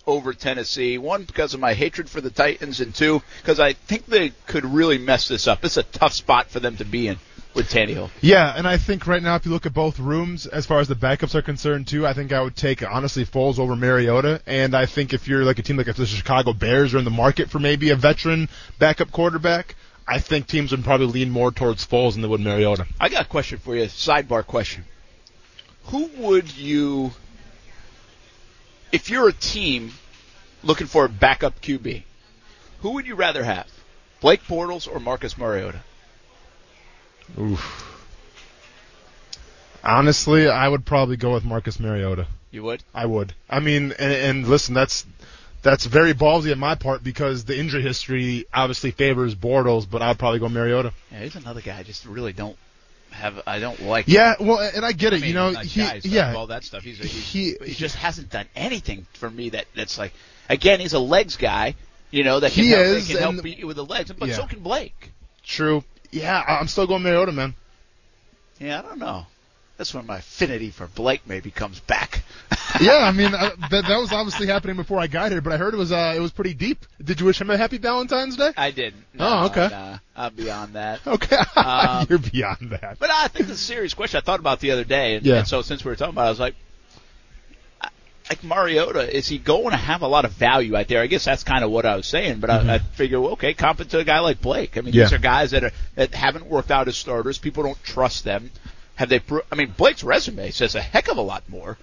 Speaker 2: over Tennessee. One because of my hatred for the Titans, and two because I think they could really mess this up. It's a tough spot for them to be in with Tannehill.
Speaker 3: Yeah, and I think right now, if you look at both rooms, as far as the backups are concerned, too, I think I would take honestly Foles over Mariota. And I think if you're like a team like if the Chicago Bears are in the market for maybe a veteran backup quarterback, I think teams would probably lean more towards Foles than they would Mariota.
Speaker 2: I got a question for you. Sidebar question. Who would you, if you're a team looking for a backup QB, who would you rather have, Blake Bortles or Marcus Mariota?
Speaker 3: Oof. Honestly, I would probably go with Marcus Mariota.
Speaker 2: You would.
Speaker 3: I would. I mean, and, and listen, that's that's very ballsy on my part because the injury history obviously favors Bortles, but I'd probably go Mariota.
Speaker 2: Yeah, he's another guy I just really don't have. I don't like.
Speaker 3: Yeah, well, and I get it.
Speaker 2: I mean,
Speaker 3: you know,
Speaker 2: like
Speaker 3: he,
Speaker 2: guys, like,
Speaker 3: yeah,
Speaker 2: all that stuff. He's a,
Speaker 3: he-
Speaker 2: he, he just hasn't done anything for me that that's like. Again, he's a legs guy. You know that can
Speaker 3: He
Speaker 2: help, that
Speaker 3: is,
Speaker 2: can help
Speaker 3: and-
Speaker 2: beat you with the legs, but
Speaker 3: Yeah.
Speaker 2: so can Blake.
Speaker 3: true. Yeah, I- I'm still going Mariota, man.
Speaker 2: Yeah, I don't know. That's when my affinity for Blake maybe comes back. [laughs]
Speaker 3: Yeah, I mean, I, that, that was obviously happening before I got here, but I heard it was uh, it was pretty deep. Did you wish him a happy Valentine's Day? [laughs]
Speaker 2: I didn't.
Speaker 3: Oh, okay.
Speaker 2: Nah, I'm beyond that.
Speaker 3: Okay, [laughs]
Speaker 2: Um,
Speaker 3: you're beyond that.
Speaker 2: But I think the serious question I thought about the other day, and,
Speaker 3: Yeah.
Speaker 2: and so since we were talking about, it, I was like, I- like Mariota, is he going to have a lot of value out there? I guess that's kind of what I was saying. But I, I figure, well, okay, comp it to a guy like Blake. I mean,
Speaker 3: Mm-hmm. Yeah.
Speaker 2: these are guys that are that haven't worked out as starters. People don't trust them. Have they? Pro- I mean, Blake's resume says a heck of a lot more.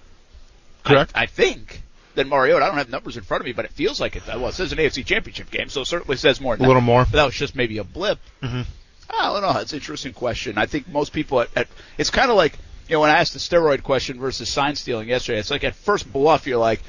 Speaker 2: I-
Speaker 3: Correct.
Speaker 2: I, think. Than Mariota, I don't have numbers in front of me, but it feels like it. Well, it says an AFC Championship game, so it certainly says more. Than
Speaker 3: A little
Speaker 2: that.
Speaker 3: more. Mm-hmm.
Speaker 2: But that was just maybe a blip. Oh, I don't know. It's an interesting question. I think most people at, at it's kind of like you know when I asked the steroid question versus sign stealing yesterday. It's like at first bluff you're like,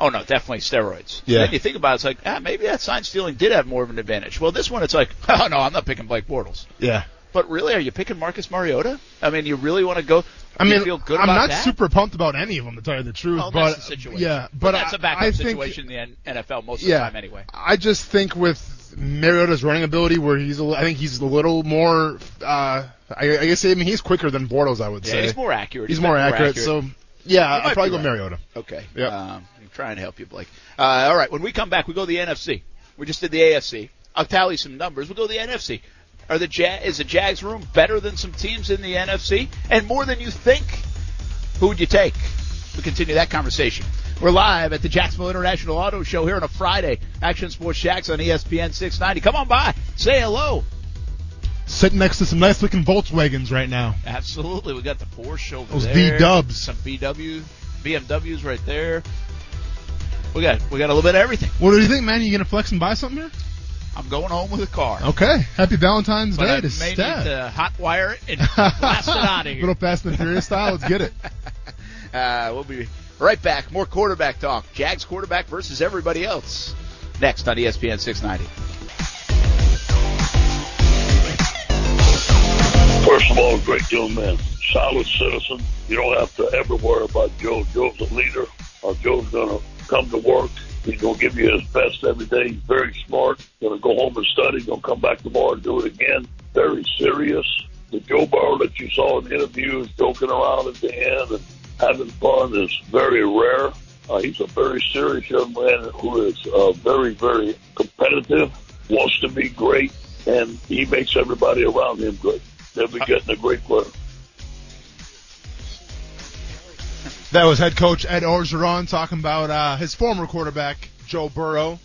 Speaker 2: oh no, definitely steroids.
Speaker 3: Yeah.
Speaker 2: Then you think about it, it's like ah maybe that sign stealing did have more of an advantage. Well, this one it's like [laughs] oh no, I'm not picking Blake Bortles.
Speaker 3: yeah.
Speaker 2: But really, are you picking Marcus Mariota? I mean, you really want to go?
Speaker 3: I mean,
Speaker 2: you feel good
Speaker 3: I'm
Speaker 2: about
Speaker 3: not
Speaker 2: that?
Speaker 3: super pumped about any of them, to tell you the truth.
Speaker 2: Well,
Speaker 3: but
Speaker 2: that's the situation.
Speaker 3: yeah, but,
Speaker 2: that's
Speaker 3: I-
Speaker 2: a backup
Speaker 3: I think,
Speaker 2: situation in the NFL most of
Speaker 3: yeah,
Speaker 2: the time anyway.
Speaker 3: I just think with Mariota's running ability, where he's, a li- I think he's a little more. Uh, I, I guess I mean he's quicker than Bortles. I would
Speaker 2: Yeah,
Speaker 3: say
Speaker 2: he's more accurate.
Speaker 3: He's more accurate, So yeah,
Speaker 2: might
Speaker 3: I'll probably
Speaker 2: be
Speaker 3: go
Speaker 2: right.
Speaker 3: Mariota.
Speaker 2: Okay.
Speaker 3: Yep.
Speaker 2: Um, I'm trying to help you, Blake. Uh, all right. When we come back, we go to the NFC. We just did the AFC. I'll tally some numbers. We'll go to the NFC. Are the ja- is the Jags room better than some teams in the NFC and more than you think? Who would you take? We continue that conversation. We're live at the Jacksonville International Auto Show here on a Friday. Action Sports Jacks on E ESPN 690. Come on by. Say hello.
Speaker 3: Sitting next to some nice looking Volkswagens right now.
Speaker 2: Absolutely. We got the Porsche over
Speaker 3: Those
Speaker 2: there.
Speaker 3: V-dubs.
Speaker 2: Some BW, BMWs right there. We got we got a little bit of everything.
Speaker 3: What do you think, man? You gonna flex and buy something here?
Speaker 2: I'm going home with a car.
Speaker 3: Okay. Happy Valentine's
Speaker 2: But
Speaker 3: Day
Speaker 2: I
Speaker 3: to
Speaker 2: may
Speaker 3: Steph. [laughs]
Speaker 2: need to hot wire it [laughs] and blast it out of here.
Speaker 3: Little Fast and the Furious style. Let's get it.
Speaker 2: [laughs] Uh, we'll be right back. More quarterback talk. Jags quarterback versus everybody else. Next on E ESPN 690.
Speaker 6: First of all, great young man, solid citizen. You don't have to ever worry about Joe. Joe's a leader. Or Joe's gonna come to work. He's gonna give you his best every day. He's very smart. Gonna go home and study. Gonna come back tomorrow and do it again. Very serious. The Joe Burrow that you saw in interviews, joking around at the end and having fun is very rare. Uh, he's a very serious young man who is uh, very, very competitive. Wants to be great, and he makes everybody around him great. They'll be getting a great player.
Speaker 3: That was head coach Ed Orgeron talking about uh, his former quarterback Joe Burrow.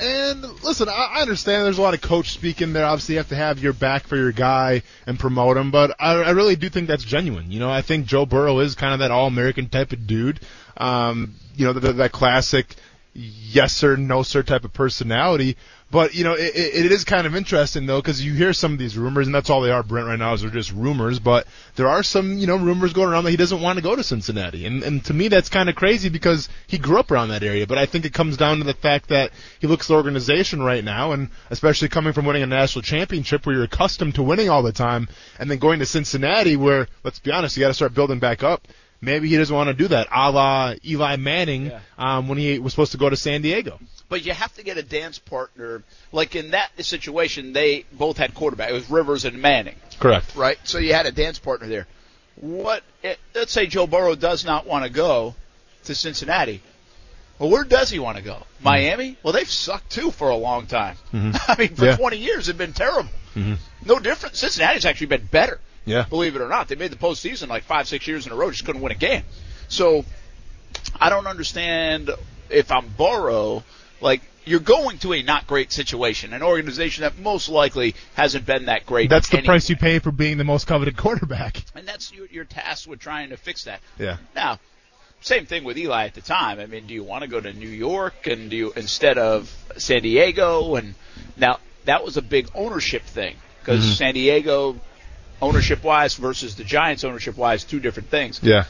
Speaker 3: And listen, I, I understand there's a lot of coach speak in there. Obviously, you have to have your back for your guy and promote him. But I, I really do think that's genuine. You know, I think Joe Burrow is kind of that all-American type of dude. Um, you know, that that classic yes sir, no sir type of personality. But you know, it, it, it is kind of interesting though, because you hear some of these rumors, and that's all they are, Brent. Right now, is they're just rumors. But there are some, you know, rumors going around that he doesn't want to go to Cincinnati, and and to me, that's kind of crazy because he grew up around that area. But I think it comes down to the fact that he looks at the organization right now, and especially coming from winning a national championship where you're accustomed to winning all the time, and then going to Cincinnati where, let's be honest, you got to start building back up. Maybe he doesn't want to do that, a la Eli Manning um, when he was supposed to go to San Diego.
Speaker 2: but you have to get a dance partner. Like in that situation, they both had quarterback. It was Rivers and Manning,
Speaker 3: Correct.
Speaker 2: right? So you had a dance partner there. What? eh, Let's say Joe Burrow does not want to go to Cincinnati. Well, where does he want to go?
Speaker 3: Mm-hmm.
Speaker 2: Miami? Well, they've sucked too for a long time. [laughs] I mean, for
Speaker 3: Yeah. Mm-hmm.
Speaker 2: 20 years, they've been terrible. No different. Cincinnati's actually been better.
Speaker 3: Yeah.
Speaker 2: Believe it or not, they made the postseason like five, six years in a row. Just couldn't win a game. So I don't understand if I'm Burrow, like you're going to a not great situation, an organization that most likely hasn't been that great.
Speaker 3: That's the
Speaker 2: anyway.
Speaker 3: price you pay for being the most coveted [laughs] quarterback.
Speaker 2: and that's your, your task with trying to fix that.
Speaker 3: Yeah.
Speaker 2: Now, same thing with Eli at the time. I mean, do you want to go to New York and do you, instead of San Diego? And now that was a big ownership thing because
Speaker 3: Mm-hmm.
Speaker 2: San Diego ownership wise versus the Giants ownership wise, two different things.
Speaker 3: Yeah.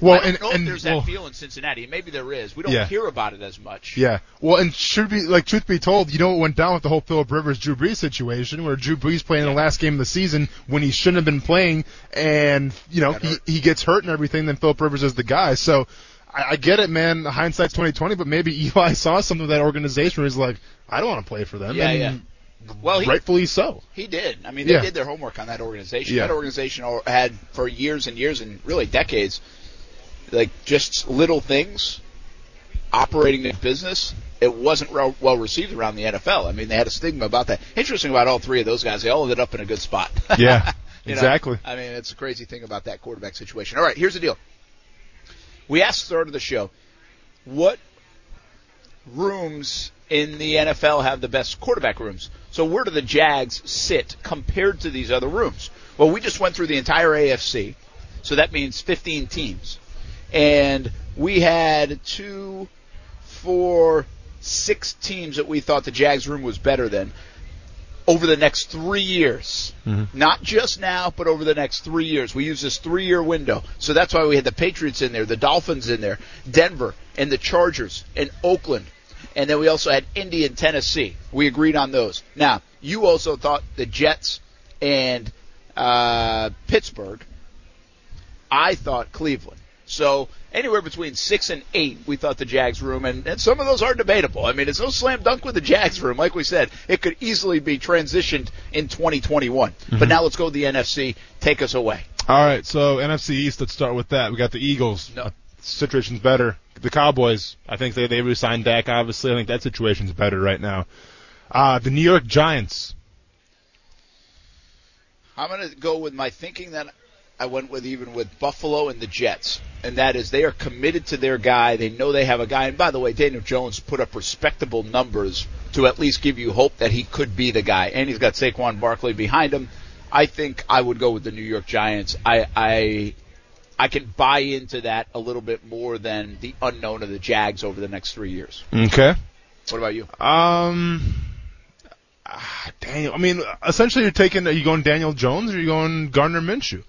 Speaker 3: Well,
Speaker 2: I don't
Speaker 3: and,
Speaker 2: know
Speaker 3: and
Speaker 2: if there's
Speaker 3: well,
Speaker 2: that feel in Cincinnati. Maybe there is. We don't
Speaker 3: Yeah.
Speaker 2: hear about it as much.
Speaker 3: Yeah. Well, and should be like truth be told, you know what went down with the whole Philip Rivers Drew Brees situation, where Drew Brees playing the last game of the season when he shouldn't have been playing, and you know he, he gets hurt and everything. Then Philip Rivers is the guy. So I, I get it, man. Hindsight's twenty twenty, but maybe [laughs] Eli saw something of that organization where he's like, I don't want to play for them.
Speaker 2: Yeah,
Speaker 3: and
Speaker 2: Well, he,
Speaker 3: rightfully so.
Speaker 2: he did. I mean, they
Speaker 3: Yeah.
Speaker 2: did their homework on that organization.
Speaker 3: Yeah.
Speaker 2: That organization al- had for years and years and really decades, like just little things operating their business. It wasn't re- well received around the NFL. I mean, they had a stigma about that. Interesting about all three of those guys. They all ended up in a good spot. [laughs]
Speaker 3: Yeah.
Speaker 2: [laughs] You know,
Speaker 3: exactly.
Speaker 2: I mean, it's a crazy thing about that quarterback situation. All right, here's the deal. We asked at the start of the show, what rooms in the NFL have the best quarterback rooms? So where do the Jags sit compared to these other rooms? Well, we just went through the entire AFC, so that means 15 teams, and we had two, four, six teams that we thought the Jags room was better than over the next three years. Not just now, but over the next three years. We use this three year window. So that's why we had the Patriots in there, the Dolphins in there, Denver, and the Chargers, and Oakland. And then we also had Indy and Tennessee. We agreed on those. Now, you also thought the Jets and uh, Pittsburgh. I thought Cleveland. So anywhere between six and eight, we thought the Jags room, and, and some of those are debatable. I mean, it's no slam dunk with the Jags room. Like we said, it could easily be transitioned in 2021. But now let's go to the NFC. Take us away.
Speaker 3: All right, so NFC East. Let's start with that. We got the Eagles.
Speaker 2: No.
Speaker 3: Uh, situation's better. The Cowboys. I think they they re-signed Dak. Obviously, I think that situation's better right now. Uh the New York Giants.
Speaker 2: I'm going to go with my thinking that I went with even with Buffalo and the Jets, and that is they are committed to their guy. They know they have a guy. And by the way, Daniel Jones put up respectable numbers to at least give you hope that he could be the guy. And he's got Saquon Barkley behind him. I think I would go with the New York Giants. I I I can buy into that a little bit more than the unknown of the Jags over the next three years.
Speaker 3: Okay.
Speaker 2: What about you?
Speaker 3: Um. ah, Daniel. I mean, essentially, you're taking. Are you going Daniel Jones or are you going Gardner Minshew?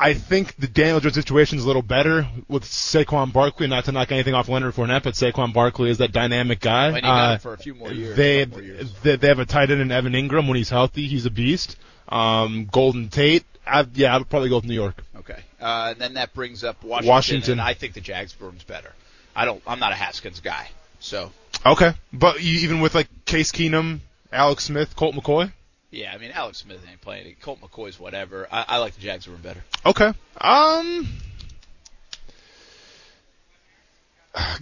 Speaker 3: I think the Daniel Jones situation's a little better with Saquon Barkley. Not to knock anything off Leonard Fournette, but Saquon Barkley is that dynamic guy.
Speaker 2: And you got
Speaker 3: Uh,
Speaker 2: him for a few more years.
Speaker 3: They,
Speaker 2: couple more years.
Speaker 3: they they have a tight end in Evan Ingram when he's healthy. He's a beast. Um, Golden Tate. I, yeah, I would probably go with New York.
Speaker 2: Okay, uh, and then that brings up Washington.
Speaker 3: Washington.
Speaker 2: and I think the Jags room's better. I don't. I'm not a Haskins guy, so
Speaker 3: Okay, but you, even with like Case Keenum, Alex Smith, Colt McCoy.
Speaker 2: yeah. I mean, Alex Smith ain't playing. Colt McCoy's whatever. I, I like the Jags room better.
Speaker 3: Okay. Um.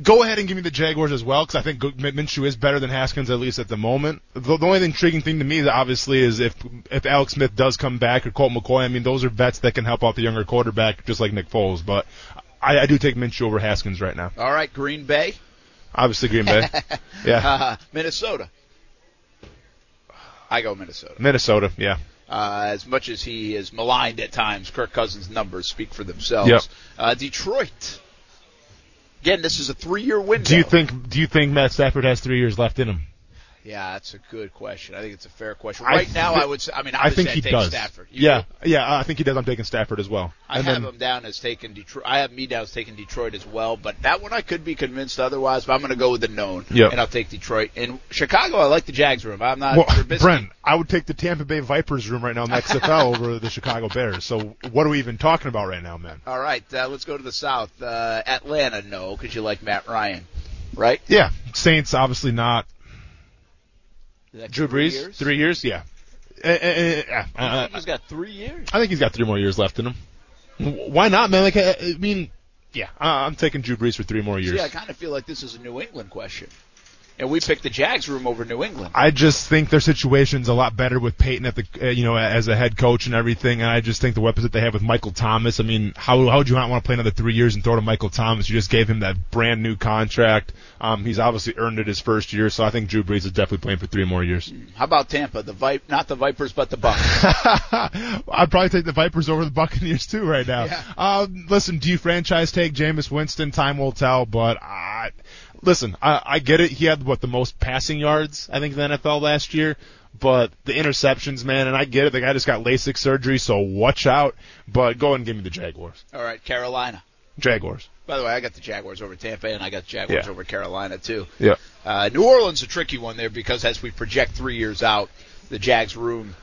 Speaker 3: Go ahead and give me the Jaguars as well, because I think Go- Min- Minshew is better than Haskins at least at the moment. The, the only intriguing thing to me, obviously, is if if Alex Smith does come back or Colt McCoy. I mean, those are vets that can help out the younger quarterback, just like Nick Foles. But I, I do take Minshew over Haskins right now.
Speaker 2: All right, Green Bay,
Speaker 3: Obviously,
Speaker 2: [laughs]
Speaker 3: Green Bay. yeah,
Speaker 2: uh, Minnesota. I go Minnesota.
Speaker 3: Minnesota. Yeah.
Speaker 2: Uh, as much as he is maligned at times, Kirk Cousins' numbers speak for themselves.
Speaker 3: Yep.
Speaker 2: Uh, Detroit. Again, this is a three-year window.
Speaker 3: Do you think Do you think Matt Stafford has three years left in him?
Speaker 2: Yeah, that's a good question. I think it's a fair question.
Speaker 3: I
Speaker 2: Right now,
Speaker 3: thi-
Speaker 2: I would. Say, I mean,
Speaker 3: I
Speaker 2: obviously,
Speaker 3: think he
Speaker 2: take
Speaker 3: does.
Speaker 2: Stafford. You
Speaker 3: yeah,
Speaker 2: do?
Speaker 3: yeah, I think he does. I'm taking Stafford as well.
Speaker 2: I have him down as taking Detroit. I have me down as taking Detroit as well, but that one I could be convinced otherwise. But I'm going to go with the known,
Speaker 3: Yep.
Speaker 2: and I'll take Detroit. In Chicago, I like the Jags room. I'm not.
Speaker 3: Well,
Speaker 2: Trubisky-
Speaker 3: Brent, I would take the Tampa Bay Vipers room right now in the [laughs] XFL over the Chicago Bears. So what are we even talking about right now, man?
Speaker 2: All right, uh, let's go to the South. Uh, Atlanta, no, because you like Matt Ryan, right?
Speaker 3: Yeah, Saints obviously not.
Speaker 2: Is that
Speaker 3: Drew
Speaker 2: three
Speaker 3: Brees,
Speaker 2: years?
Speaker 3: three years, yeah. Eh, eh, eh, yeah.
Speaker 2: I
Speaker 3: Uh,
Speaker 2: think he's got three years.
Speaker 3: I think he's got three more years left in him. W- Why not, man? Like, uh, I, I mean, yeah, I- I'm taking Drew Brees for three more years.
Speaker 2: Yeah, I kind of feel like this is a New England question, and we picked the Jags room over New England.
Speaker 3: I just think their situation's a lot better with Peyton at the, uh, you know, as a head coach and everything. And I just think the weapons that they have with Michael Thomas. I mean, how how would you not want to play another three years and throw to Michael Thomas? You just gave him that brand new contract. Um, he's obviously earned it his first year, so I think Drew Brees is definitely playing for three more years.
Speaker 2: How about Tampa? The Vip, not the Vipers, but the Bucks.
Speaker 3: [laughs] I'd probably take the Vipers over the Buccaneers too right now.
Speaker 2: Yeah.
Speaker 3: Um, listen, do you franchise take Jameis Winston? Time will tell, but I, listen, I, I get it. He had what the most passing yards I think in the NFL last year, but the interceptions, man, and I get it. The guy just got LASIK surgery, so watch out. But go ahead and give me the Jaguars.
Speaker 2: All right, Carolina.
Speaker 3: Jaguars.
Speaker 2: By the way, I got the Jaguars over Tampa, and I got the Jaguars
Speaker 3: Yeah.
Speaker 2: over Carolina too.
Speaker 3: Yeah.
Speaker 2: Uh, New Orleans a tricky one there because as we project three years out, the Jags room,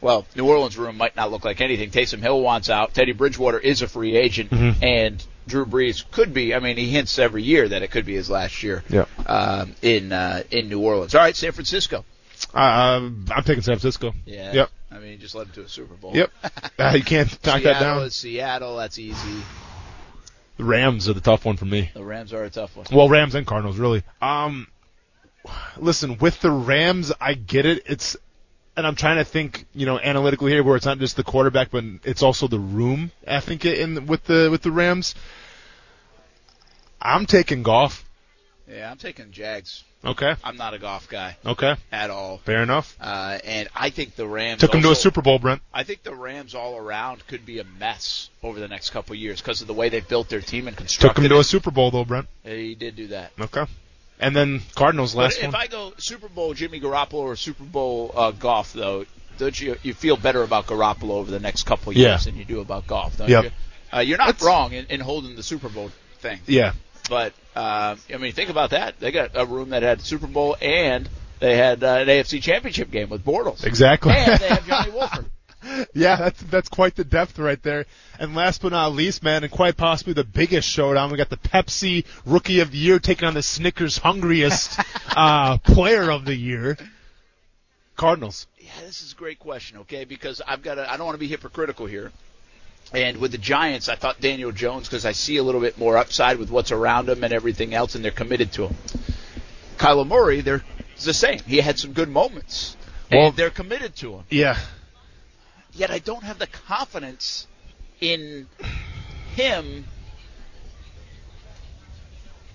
Speaker 2: well, New Orleans room might not look like anything. Taysom Hill wants out. Teddy Bridgewater is a free agent,
Speaker 3: Mm-hmm.
Speaker 2: and Drew Brees could be. I mean, he hints every year that it could be his last year.
Speaker 3: Yeah.
Speaker 2: Um, in uh, in New Orleans. All right, San Francisco.
Speaker 3: Uh, I'm taking San Francisco.
Speaker 2: Yeah.
Speaker 3: Yep.
Speaker 2: I mean, just led him to a Super Bowl. [laughs]
Speaker 3: Yep. Uh, you can't knock
Speaker 2: Seattle
Speaker 3: that down.
Speaker 2: is Seattle. That's easy.
Speaker 3: The Rams are the tough one for me.
Speaker 2: The Rams are a tough one.
Speaker 3: Well, Rams and Cardinals, really. Um, listen, with the Rams, I get it. It's, and I'm trying to think, you know, analytically here, where it's not just the quarterback, but it's also the room. I think in with the with the Rams, I'm taking golf.
Speaker 2: Yeah, I'm taking Jags.
Speaker 3: Okay,
Speaker 2: I'm not a golf guy
Speaker 3: okay,
Speaker 2: at all.
Speaker 3: fair enough.
Speaker 2: Uh, and I think the Rams
Speaker 3: Took him to a
Speaker 2: also-
Speaker 3: Super Bowl, Brent.
Speaker 2: I think the Rams all around could be a mess over the next couple of years because of the way they built their team and
Speaker 3: Took
Speaker 2: constructed.
Speaker 3: him to a Super Bowl though, Brent.
Speaker 2: it. He did do that.
Speaker 3: Okay, and then Cardinals
Speaker 2: But
Speaker 3: last
Speaker 2: if
Speaker 3: one.
Speaker 2: I go Super Bowl Jimmy Garoppolo or Super Bowl uh, Golf, though, don't you you feel better about Garoppolo over the next couple of
Speaker 3: Yeah.
Speaker 2: years than you do about Golf? Don't
Speaker 3: Yep.
Speaker 2: you? Uh, you're not
Speaker 3: That's-
Speaker 2: wrong in, in holding the Super Bowl thing,
Speaker 3: yeah,
Speaker 2: but uh, I mean, think about that. They got a room that had Super Bowl and they had uh, an AFC Championship game with Bortles,
Speaker 3: exactly.
Speaker 2: and they have Johnny Wolford.
Speaker 3: Yeah, that's that's quite the depth right there. And last but not least, man, and quite possibly the biggest showdown, we got the Pepsi Rookie of the Year taking on the Snickers Hungriest uh, Player of the Year, Cardinals.
Speaker 2: Yeah, this is a great question, okay? Because I've got to, I don't want to be hypocritical here. And with the Giants, I thought Daniel Jones because I see a little bit more upside with what's around him and everything else, and they're committed to him. Kyler Murray, they're it's the same. He had some good moments, and
Speaker 3: Well-
Speaker 2: they're committed to him.
Speaker 3: Yeah,
Speaker 2: Yet I don't have the confidence in him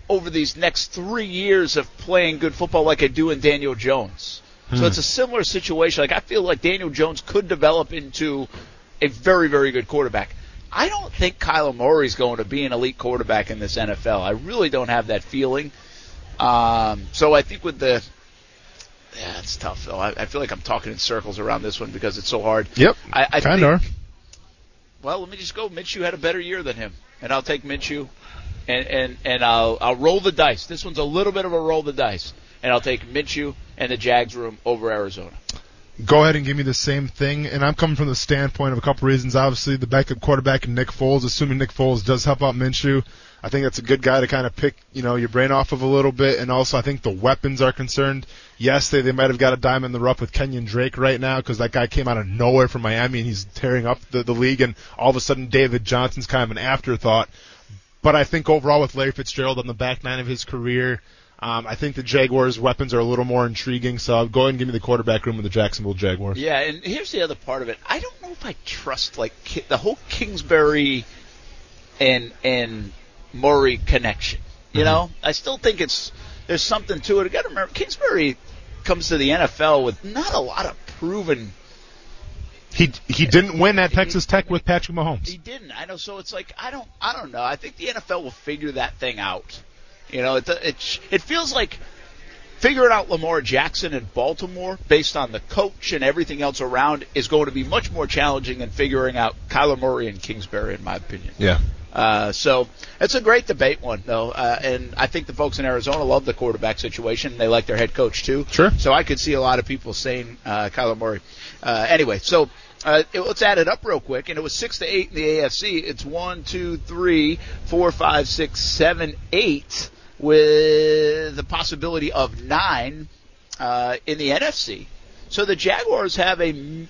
Speaker 2: over these next three years of playing good football like I do in Daniel Jones. So it's a similar situation. Like I feel like Daniel Jones could develop into a very, very good quarterback. I don't think Kyler Murray's going to be an elite quarterback in this NFL. I really don't have that feeling. Um, so I think with the yeah, it's tough though. I, I feel like I'm talking in circles around this one because it's so hard.
Speaker 3: Yep.
Speaker 2: I, I
Speaker 3: kind
Speaker 2: think
Speaker 3: of.
Speaker 2: well, let me just go. Minshew had a better year than him, and I'll take Minshew, and and and I'll I'll roll the dice. This one's a little bit of a roll the dice, and I'll take Minshew and the Jags room over Arizona.
Speaker 3: Go ahead and give me the same thing, and I'm coming from the standpoint of a couple reasons. Obviously, the backup quarterback and Nick Foles, assuming Nick Foles does help out Minshew, I think that's a good guy to kind of pick, you know, your brain off of a little bit. And also, I think the weapons are concerned. Yes, they, they might have got a dime in the rough with Kenyon Drake right now because that guy came out of nowhere from Miami and he's tearing up the, the league. And all of a sudden, David Johnson's kind of an afterthought. But I think overall with Larry Fitzgerald on the back nine of his career, um, I think the Jaguars' weapons are a little more intriguing. So I'll go ahead and give me the quarterback room with the Jacksonville Jaguars.
Speaker 2: Yeah, and here's the other part of it. I don't know if I trust like Ki- the whole Kingsbury and and Murray connection. You know, I still think it's there's something to it. You got to remember Kingsbury comes to the NFL with not a lot of proven.
Speaker 3: He he didn't win at Texas Tech with Patrick
Speaker 2: He
Speaker 3: Mahomes.
Speaker 2: didn't. I know. So it's like I don't. I don't know. I think the NFL will figure that thing out. You know, it it it feels like figuring out Lamar Jackson in Baltimore based on the coach and everything else around is going to be much more challenging than figuring out Kyler Murray and Kingsbury, in my opinion.
Speaker 3: Yeah.
Speaker 2: Uh, so it's a great debate one though, uh, and I think the folks in Arizona love the quarterback situation. They like their head coach too.
Speaker 3: Sure.
Speaker 2: So I could see a lot of people saying uh, Kyler Murray. Uh, anyway, so uh, it- let's add it up real quick. And it was six to eight in the AFC. It's one, two, three, four, five, six, seven, eight, with the possibility of nine uh, in the NFC. So the Jaguars have a, m-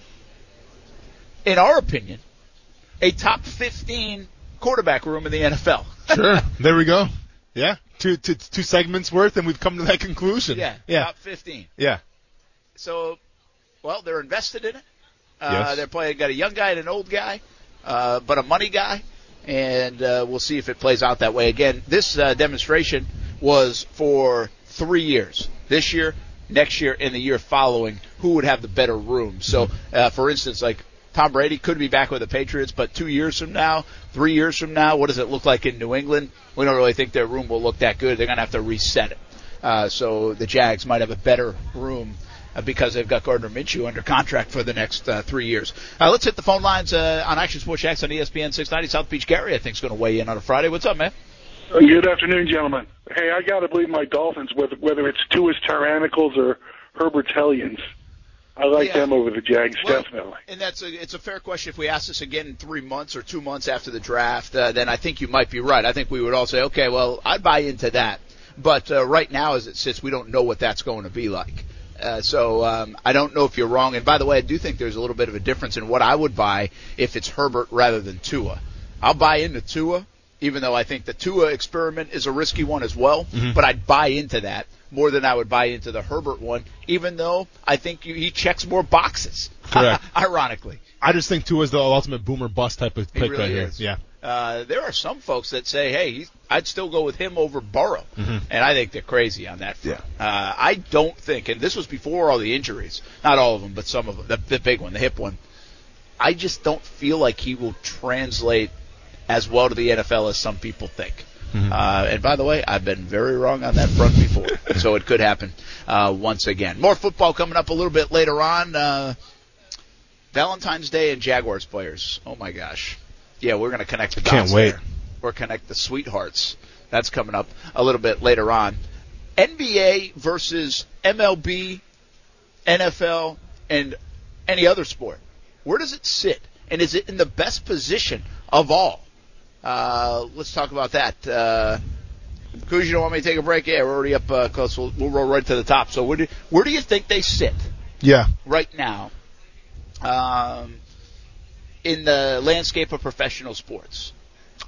Speaker 2: in our opinion, a top 15 quarterback room in the NFL.
Speaker 3: Sure. There we go. Yeah. Two, two, two segments worth, and we've come to that conclusion.
Speaker 2: yeah,
Speaker 3: Yeah.
Speaker 2: top 15.
Speaker 3: Yeah.
Speaker 2: So, well, they're invested in it. Uh,
Speaker 3: Yes.
Speaker 2: They're playing got a young guy and an old guy, uh, but a money guy, and uh, we'll see if it plays out that way again. This uh, demonstration was for three years: this year, next year, and the year following. Who would have the better room? So, uh, for instance, like Tom Brady could be back with the Patriots, but two years from now, three years from now, what does it look like in New England? We don't really think their room will look that good. They're going to have to reset it. Uh, so the Jags might have a better room uh, because they've got Gardner Minshew under contract for the next uh, three years. Uh, let's hit the phone lines uh, on Action Sports Jacks on ESPN 690. South Beach Gary, I think, is going to weigh in on a Friday. What's up, man?
Speaker 7: Uh, Good afternoon, gentlemen. Hey, I gotta believe my Dolphins, whether whether it's Tua's Tyrannicals or Herbert's Hellions. I like
Speaker 2: Yeah.
Speaker 7: them over the Jags,
Speaker 2: Well,
Speaker 7: definitely.
Speaker 2: And that's a it's a fair question. If we ask this again in three months or two months after the draft, uh, then I think you might be right. I think we would all say, okay, well, I'd buy into that. But uh, right now, as it sits, we don't know what that's going to be like. Uh, so um, I don't know if you're wrong. And by the way, I do think there's a little bit of a difference in what I would buy if it's Herbert rather than Tua. I'll buy into Tua, even though I think the Tua experiment is a risky one as well. But I'd buy into that more than I would buy into the Herbert one, even though I think you, he checks more boxes. [laughs]
Speaker 3: Correct.
Speaker 2: Ironically,
Speaker 3: I just think Tua's the ultimate boomer bust type of
Speaker 2: he
Speaker 3: pick
Speaker 2: really
Speaker 3: right
Speaker 2: is.
Speaker 3: here. Yeah.
Speaker 2: Uh, there are some folks that say, "Hey, he's, I'd still go with him over Burrow," and I think they're crazy on that. Front. Uh, I don't think, and this was before all the injuries. Not all of them, but some of them. The, the big one, the hip one. I just don't feel like he will translate as well to the NFL as some people think. Uh, and by the way, I've been very wrong on that front before, so it could happen uh, once again. More football coming up a little bit later on. Uh, Valentine's Day and Jaguars players. Oh my gosh. Yeah, we're going to connect the dots.
Speaker 3: Can't wait.
Speaker 2: there. Or connect the sweethearts. That's coming up a little bit later on. NBA versus MLB, NFL, and any other sport. Where does it sit? And is it in the best position of all? Uh, let's talk about that. Uh, Kuz, you don't want me to take a break? Yeah, we're already up uh, close. We'll, we'll roll right to the top. So where do, where do you think they sit?
Speaker 3: Yeah.
Speaker 2: right now um, in the landscape of professional sports.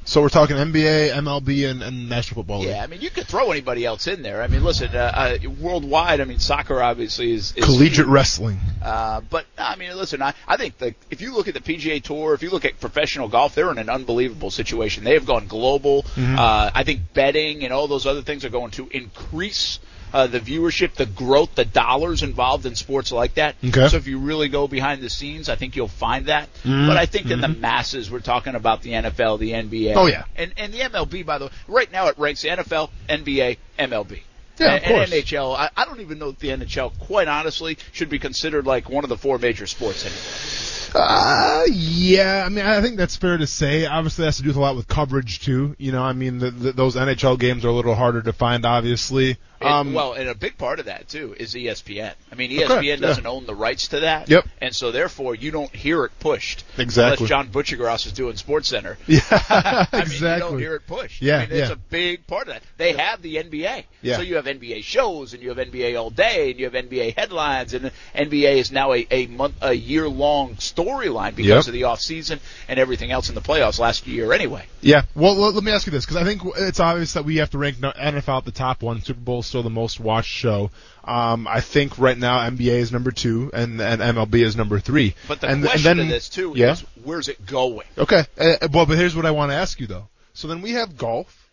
Speaker 3: So we're talking NBA, MLB, and, and National Football League.
Speaker 2: Yeah, I mean, you could throw anybody else in there. I mean, listen, uh, uh, worldwide, I mean, soccer obviously is, is
Speaker 3: Collegiate
Speaker 2: huge.
Speaker 3: wrestling.
Speaker 2: Uh, but no, I mean, listen, I, I think the, if you look at the PGA Tour, if you look at professional golf, they're in an unbelievable situation. They have gone global.
Speaker 3: Mm-hmm.
Speaker 2: Uh, I think betting and all those other things are going to increase uh, the viewership, the growth, the dollars involved in sports like that.
Speaker 3: Okay. Mm-hmm.
Speaker 2: So if you really go behind the scenes, I think you'll find that. But I think in the masses, we're talking about the NFL, the NBA.
Speaker 3: Oh, yeah.
Speaker 2: And, and the MLB, by the way, right now it ranks the NFL, NBA, MLB.
Speaker 3: Yeah,
Speaker 2: And-
Speaker 3: of
Speaker 2: and
Speaker 3: course.
Speaker 2: NHL. I, I don't even know if the NHL, quite honestly, should be considered like one of the four major sports anymore.
Speaker 3: Uh, yeah, I mean, I think that's fair to say. Obviously, it has to do with a lot with coverage too. You know, I mean, the, the, those NHL games are a little harder to find, obviously.
Speaker 2: And-
Speaker 3: Um,
Speaker 2: well, and a big part of that too is E ESPN. I mean, E
Speaker 3: course,
Speaker 2: ESPN doesn't
Speaker 3: yeah.
Speaker 2: own the rights to that.
Speaker 3: Yep.
Speaker 2: And so therefore, you don't hear it pushed.
Speaker 3: Exactly.
Speaker 2: Unless John Butchergrass is doing Sports Center.
Speaker 3: [laughs] yeah,
Speaker 2: I mean, you
Speaker 3: exactly.
Speaker 2: don't hear it pushed.
Speaker 3: Yeah,
Speaker 2: I mean, it's
Speaker 3: yeah.
Speaker 2: a big part of that. They have the NBA.
Speaker 3: Yeah.
Speaker 2: So you have NBA shows and you have NBA all day and you have NBA headlines and NBA is now a, a month, a year long storyline because
Speaker 3: Yep.
Speaker 2: of the off season and everything else in the playoffs last year anyway.
Speaker 3: Yeah. Well, let, let me ask you this because I think it's obvious that we have to rank no- NFL at the top one. Super Bowl is still the most watched show. Um, I think right now NBA is number two and and MLB is number three.
Speaker 2: But the
Speaker 3: and,
Speaker 2: question
Speaker 3: and then,
Speaker 2: to this too
Speaker 3: yeah.
Speaker 2: is where's it going?
Speaker 3: Okay. Uh, uh, well, but here's what I want to ask you though. So then we have golf,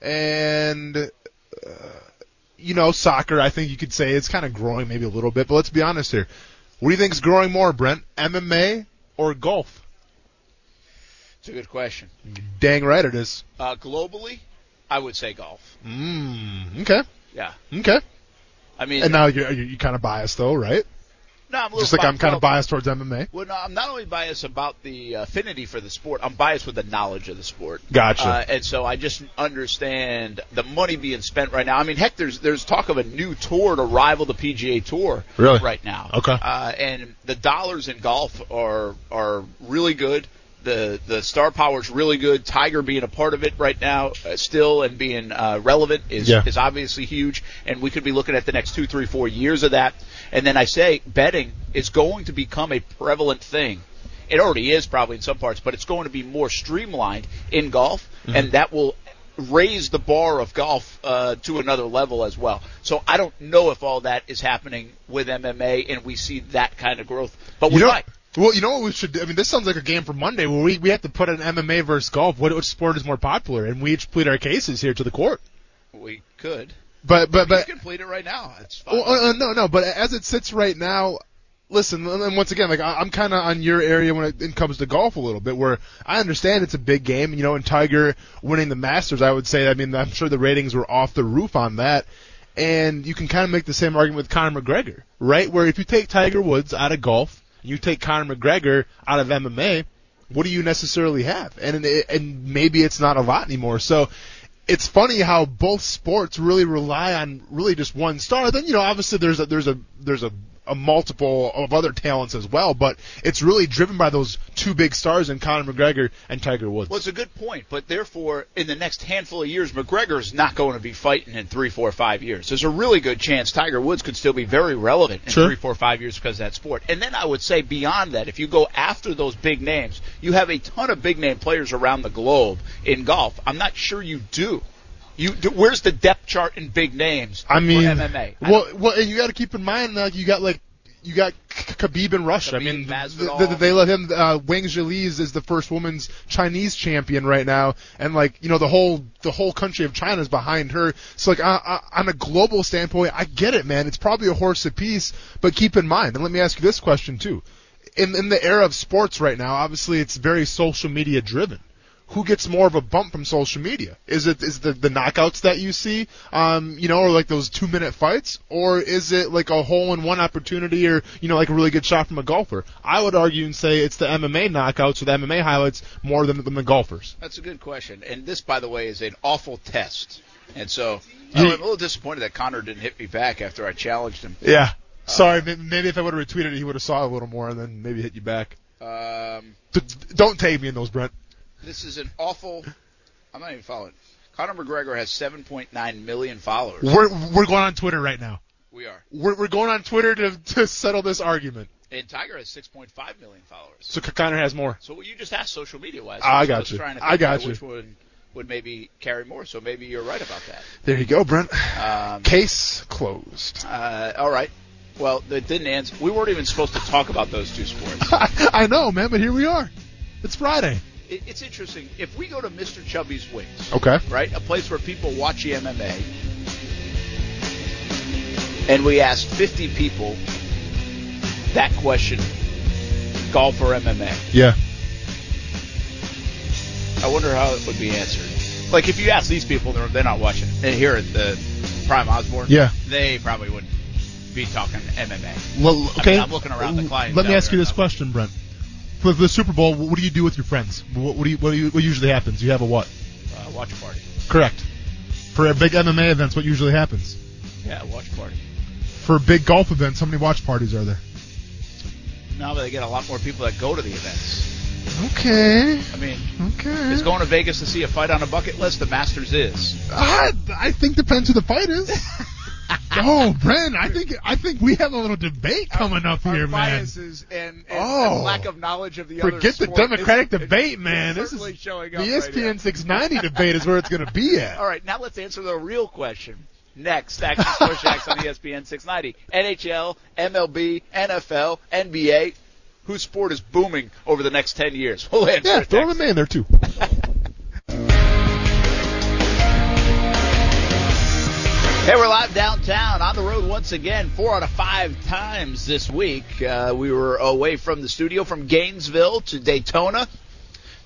Speaker 3: and uh, you know soccer. I think you could say it's kind of growing maybe a little bit, but let's be honest here. What do you think is growing more, Brent? MMA or golf?
Speaker 2: It's a good question.
Speaker 3: Dang right it is.
Speaker 2: Uh, globally, I would say golf.
Speaker 3: Mm, okay.
Speaker 2: Yeah.
Speaker 3: Okay.
Speaker 2: I mean,
Speaker 3: And now you're, you're, you're kind of biased, though, right?
Speaker 2: no, I'm a little
Speaker 3: Just like I'm kind
Speaker 2: well,
Speaker 3: of biased towards MMA.
Speaker 2: Well, no, I'm not only biased about the affinity for the sport, I'm biased with the knowledge of the sport.
Speaker 3: Gotcha.
Speaker 2: Uh, and so I just understand the money being spent right now. I mean, heck, there's there's talk of a new tour to rival the PGA Tour
Speaker 3: Really?
Speaker 2: right now.
Speaker 3: Okay.
Speaker 2: Uh, and the dollars in golf are are really good. The the star power's really good. Tiger being a part of it right now, uh, still and being uh, relevant is
Speaker 3: Yeah.
Speaker 2: is obviously huge, and we could be looking at the next two, three, four years of that. And then I say betting is going to become a prevalent thing. It already is probably in some parts, but it's going to be more streamlined in golf,
Speaker 3: Mm-hmm.
Speaker 2: and that will raise the bar of golf uh, to another level as well. So I don't know if all that is happening with MMA, and we see that kind of growth. But
Speaker 3: You
Speaker 2: we're
Speaker 3: know,
Speaker 2: right.
Speaker 3: Well, you know what we should do? I mean, this sounds like a game for Monday where we, we have to put an MMA versus golf. What, which sport is more popular? And we each plead our cases here to the court.
Speaker 2: We could.
Speaker 3: But, but,
Speaker 2: You
Speaker 3: but,
Speaker 2: can plead it right now. It's fine.
Speaker 3: well, uh, uh, no, no, but as it sits right now, listen, and and once again, like, I, I'm kind of on your area when it, it comes to golf a little bit where I understand it's a big game, you know, and Tiger winning the Masters, I would say, I mean, I'm sure the ratings were off the roof on that. And you can kind of make the same argument with Conor McGregor, right? Where if you take Tiger Woods out of golf, you take Conor McGregor out of MMA, what do you necessarily have? And and- and maybe it's not a lot anymore. So it's funny how both sports really rely on really just one star. Then you know, obviously there's a there's a there's a a multiple of other talents as well, but it's really driven by those two big stars in Conor McGregor and Tiger Woods.
Speaker 2: Well, it's a good point, but therefore, in the next handful of years, McGregor's not going to be fighting in three, four, five years. There's a really good chance Tiger Woods could still be very relevant in
Speaker 3: Sure.
Speaker 2: three, four, five years because of that sport. And then I would say beyond that, if you go after those big names, you have a ton of big name players around the globe in golf. I'm not sure you do. You do, where's the depth chart in big names?
Speaker 3: I mean,
Speaker 2: for MMA. I
Speaker 3: Well, well, and you got to keep in mind that you got like you got K- Khabib and Russia. I
Speaker 2: Khabib,
Speaker 3: mean, th-
Speaker 2: Masvidal.
Speaker 3: th- they let him. Uh, Wang Zhili's is the first woman's Chinese champion right now, and like you know the whole the whole country of China is behind her. So like I, I, on a global standpoint, I get it, man. It's probably a horse apiece, but keep in mind. And let me ask you this question too. In, in the era of sports right now, obviously it's very social media driven who gets more of a bump from social media? Is it is it the the knockouts that you see, um, you know, or like those two minute fights, or is it like a hole in one opportunity, or you know, like a really good shot from a golfer? I would argue and say it's the MMA knockouts or the MMA highlights more than, than the golfers.
Speaker 2: That's a good question. And this, by the way, is an awful test. And so
Speaker 3: You-
Speaker 2: I'm a little disappointed that Connor didn't hit me back after I challenged him.
Speaker 3: Yeah. Sorry, may- maybe if I would have retweeted, it, he would have saw it a little more and then maybe hit you back.
Speaker 2: Um,
Speaker 3: D- d- don't take me in those, Brent.
Speaker 2: this is an awful. I'm not even following. Conor McGregor has 7.9 million followers.
Speaker 3: We're we're going on Twitter right now.
Speaker 2: We are.
Speaker 3: We're we're going on Twitter to to settle this argument.
Speaker 2: And Tiger has 6.5 million followers.
Speaker 3: So Connor has more.
Speaker 2: So what you just asked social media wise.
Speaker 3: I got you.
Speaker 2: Trying to
Speaker 3: I
Speaker 2: think
Speaker 3: got
Speaker 2: about
Speaker 3: you.
Speaker 2: Which one would maybe carry more? So maybe you're right about that.
Speaker 3: There you go, Brent.
Speaker 2: Um,
Speaker 3: Case closed.
Speaker 2: uh, all right. Well, it didn't answer. We weren't even supposed to talk about those two sports.
Speaker 3: [laughs] I know, man, but here we are. It's Friday.
Speaker 2: it, it's interesting. If we go to Mr. Chubby's Wings,
Speaker 3: Okay.
Speaker 2: right? A place where people watch the MMA. And we asked 50 people that question golf or MMA.
Speaker 3: Yeah.
Speaker 2: I wonder how it would be answered. Like, if you ask these people, they're, they're not watching. And here at the Prime Osborne,
Speaker 3: Yeah.
Speaker 2: they probably wouldn't be talking MMA.
Speaker 3: Well,
Speaker 2: I
Speaker 3: okay.
Speaker 2: mean, I'm looking around the clients
Speaker 3: Let me
Speaker 2: out
Speaker 3: ask you
Speaker 2: there.
Speaker 3: this question, Brent. For the Super Bowl, what do you do with your friends? What, what do you what, do you, what usually happens? You have a what?
Speaker 2: Uh, watch party.
Speaker 3: Correct. For a big MMA events, what usually happens?
Speaker 2: Yeah, watch party.
Speaker 3: For big golf events, how many watch parties are there?
Speaker 2: Now they get a lot more people that go to the events.
Speaker 3: Okay.
Speaker 2: I mean,
Speaker 3: Okay.
Speaker 2: is going to Vegas to see a fight on a bucket list? The Masters is.
Speaker 3: I, Ah, I think depends who the
Speaker 2: [laughs]
Speaker 3: fight is. oh, Brent, I think I think we have a little debate coming up
Speaker 2: our
Speaker 3: here, man.
Speaker 2: biases and, and,
Speaker 3: Oh.
Speaker 2: and lack of knowledge of the other
Speaker 3: Forget the
Speaker 2: sport.
Speaker 3: Democratic
Speaker 2: It's-
Speaker 3: debate,
Speaker 2: it's
Speaker 3: man. This
Speaker 2: certainly
Speaker 3: is
Speaker 2: showing
Speaker 3: the E
Speaker 2: up right here.
Speaker 3: ESPN 690 debate is where it's going to be
Speaker 2: [laughs]
Speaker 3: at.
Speaker 2: All right, now let's answer the real question. Next, Action Sports
Speaker 3: [laughs]
Speaker 2: Jacks on E ESPN 690. NHL, MLB, NFL, NBA. Whose sport is booming over the next 10 years? We'll answer
Speaker 3: Yeah,
Speaker 2: it
Speaker 3: throw
Speaker 2: next.
Speaker 3: him in there too.
Speaker 2: Hey, we're live downtown on the road once again. Four out of five times this week. Uh, we were away from the studio from Gainesville to Daytona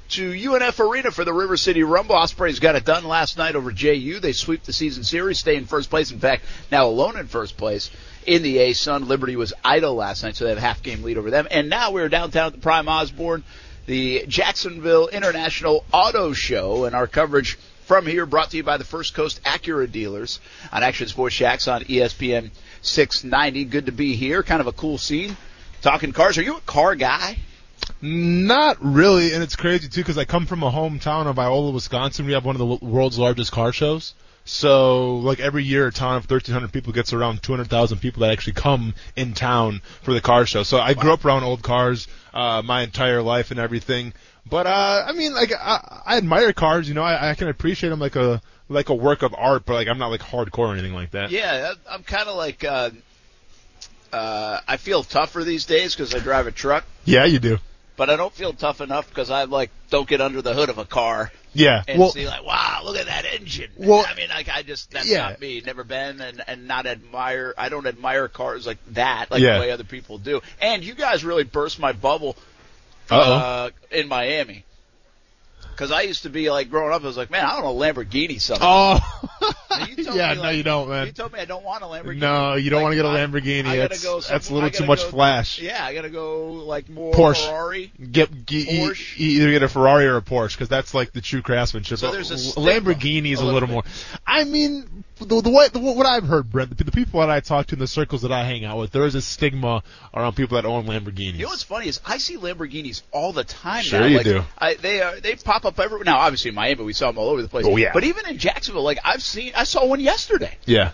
Speaker 2: to UNF Arena for the River City Rumble. Ospreys got it done last night over JU. They sweep the season series, stay in first place. In fact, now alone in first place in the A Sun. Liberty was idle last night, so they have a half game lead over them. And now we're downtown at the Prime Osborne, the Jacksonville International Auto Show, and our coverage from here brought to you by the First Coast Acura dealers on Action Sports Shacks on E ESPN 690. Good to be here. Kind of a cool scene. Talking cars. Are you a car guy?
Speaker 3: Not really, and it's crazy too because I come from a hometown of Iola, Wisconsin. We have one of the l- world's largest car shows. So, like every year, a town of 1,300 people gets around 200,000 people that actually come in town for the car show. So I grew up around old cars uh, my entire life and everything. But uh, I mean, like I, I admire cars. You know, I, I can appreciate them like a like a work of art, but like I'm not like hardcore or anything like that.
Speaker 2: Yeah, I- I'm kind of like. Uh, uh, I feel tougher these days because I drive a truck,
Speaker 3: Yeah, you do.
Speaker 2: but I don't feel tough enough because I like don't get under the hood of a car
Speaker 3: Yeah.
Speaker 2: and
Speaker 3: well,
Speaker 2: see like, wow, look at that engine.
Speaker 3: Well-
Speaker 2: I mean, like I just that's
Speaker 3: Yeah.
Speaker 2: not me. Never been, and and not admire. I don't admire cars like that, like
Speaker 3: Yeah.
Speaker 2: the way other people do. And you guys really burst my bubble
Speaker 3: Uh-oh.
Speaker 2: uh, in Miami. Because I used to be like growing up, I was like, man, I want a Lamborghini something.
Speaker 3: oh. [laughs]
Speaker 2: Now, you told
Speaker 3: yeah,
Speaker 2: me,
Speaker 3: no,
Speaker 2: like-
Speaker 3: you don't, man.
Speaker 2: You told me I don't want a Lamborghini.
Speaker 3: No, you don't
Speaker 2: Like,
Speaker 3: want to get a
Speaker 2: I-
Speaker 3: Lamborghini.
Speaker 2: I gotta
Speaker 3: that's
Speaker 2: go
Speaker 3: that's a
Speaker 2: some-
Speaker 3: little
Speaker 2: I
Speaker 3: too
Speaker 2: gotta
Speaker 3: much
Speaker 2: go-
Speaker 3: flash.
Speaker 2: Yeah, I gotta go like more
Speaker 3: Porsche.
Speaker 2: Ferrari.
Speaker 3: Get, get e-
Speaker 2: Porsche.
Speaker 3: e- either get a Ferrari or a Porsche because that's like the true craftsmanship.
Speaker 2: So there's a
Speaker 3: L-
Speaker 2: stigma,
Speaker 3: Lamborghini is
Speaker 2: a
Speaker 3: a little
Speaker 2: little
Speaker 3: more. I mean, the, the way the, what I've heard, Brent, the, the people that I talk to in the circles that I hang out with, there is a stigma around people that own Lamborghinis.
Speaker 2: You know what's funny is I see Lamborghinis all the time.
Speaker 3: Sure
Speaker 2: now.
Speaker 3: you
Speaker 2: like,
Speaker 3: do.
Speaker 2: I, they are they pop up everywhere. Now, obviously in Miami, we saw them all over the place.
Speaker 3: Oh, yeah.
Speaker 2: But even in Jacksonville, like I've seen, I saw one yesterday,
Speaker 3: yeah.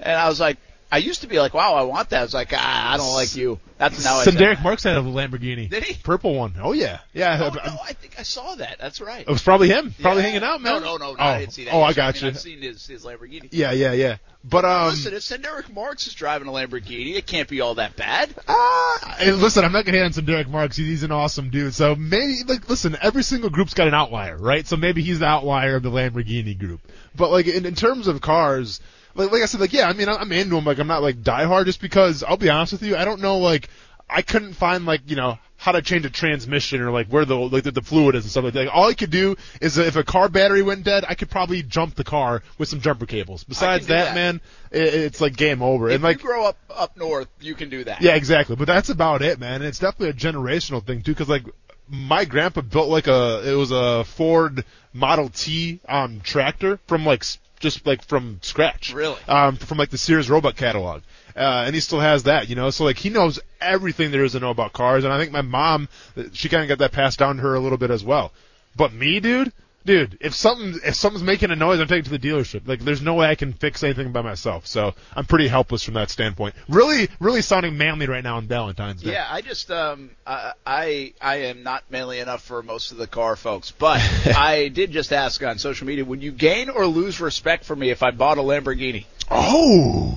Speaker 2: and I was like, I used to be like, wow, I want that. I was like, ah, I don't like you. That's now. I
Speaker 3: Some
Speaker 2: said
Speaker 3: Derek
Speaker 2: that.
Speaker 3: Marks had a Lamborghini.
Speaker 2: Did he?
Speaker 3: Purple one. Oh yeah. Yeah.
Speaker 2: Oh,
Speaker 3: I- I- [laughs]
Speaker 2: no, I think I saw that. That's right.
Speaker 3: it was probably him. Oh, Probably
Speaker 2: Yeah.
Speaker 3: hanging out, man.
Speaker 2: No, no, no, no
Speaker 3: oh.
Speaker 2: I didn't see that.
Speaker 3: Oh, I
Speaker 2: yet.
Speaker 3: got
Speaker 2: mean,
Speaker 3: you.
Speaker 2: I've seen his, his Lamborghini.
Speaker 3: yeah, yeah, yeah. But um.
Speaker 2: Listen, if Cedric Marks is driving a Lamborghini, it can't be all that bad.
Speaker 3: Ah, hey, listen, I'm not gonna hate on some Derek Marks. He- He's an awesome dude. So maybe, like, listen, every single group's got an outlier, right? So maybe he's the outlier of the Lamborghini group. But like, in, in terms of cars, like, like I said, like, yeah, I mean, I- I'm into them. Like, I'm not like diehard just because. I'll be honest with you, I don't know. Like, I couldn't find like, you know. How to change a transmission or like where the like the, the fluid is and stuff like that. Like, all I could do is if a car battery went dead, I could probably jump the car with some jumper cables. Besides
Speaker 2: do
Speaker 3: that,
Speaker 2: that.
Speaker 3: man, it, it's like game over.
Speaker 2: If
Speaker 3: and like
Speaker 2: you grow up up north, you can do that.
Speaker 3: yeah, exactly. But that's about it, man. It's definitely a generational thing too, because like my grandpa built like a it was a Ford Model T um tractor from like s- just like from scratch.
Speaker 2: Really?
Speaker 3: Um, from like the Sears robot catalog. Uh, and he still has that, you know. So like he knows everything there is to know about cars, and I think my mom, uh, she kind of got that passed down to her a little bit as well. But me, dude, dude, if something if something's making a noise, I'm taking it to the dealership. Like there's no way I can fix anything by myself. So I'm pretty helpless from that standpoint. Really, really sounding manly right now on Valentine's Day.
Speaker 2: Yeah, I just um I I I am not manly enough for most of the car folks,
Speaker 3: [laughs]
Speaker 2: but I did just ask on social media: Would you gain or lose respect for me if I bought a Lamborghini?
Speaker 3: Oh,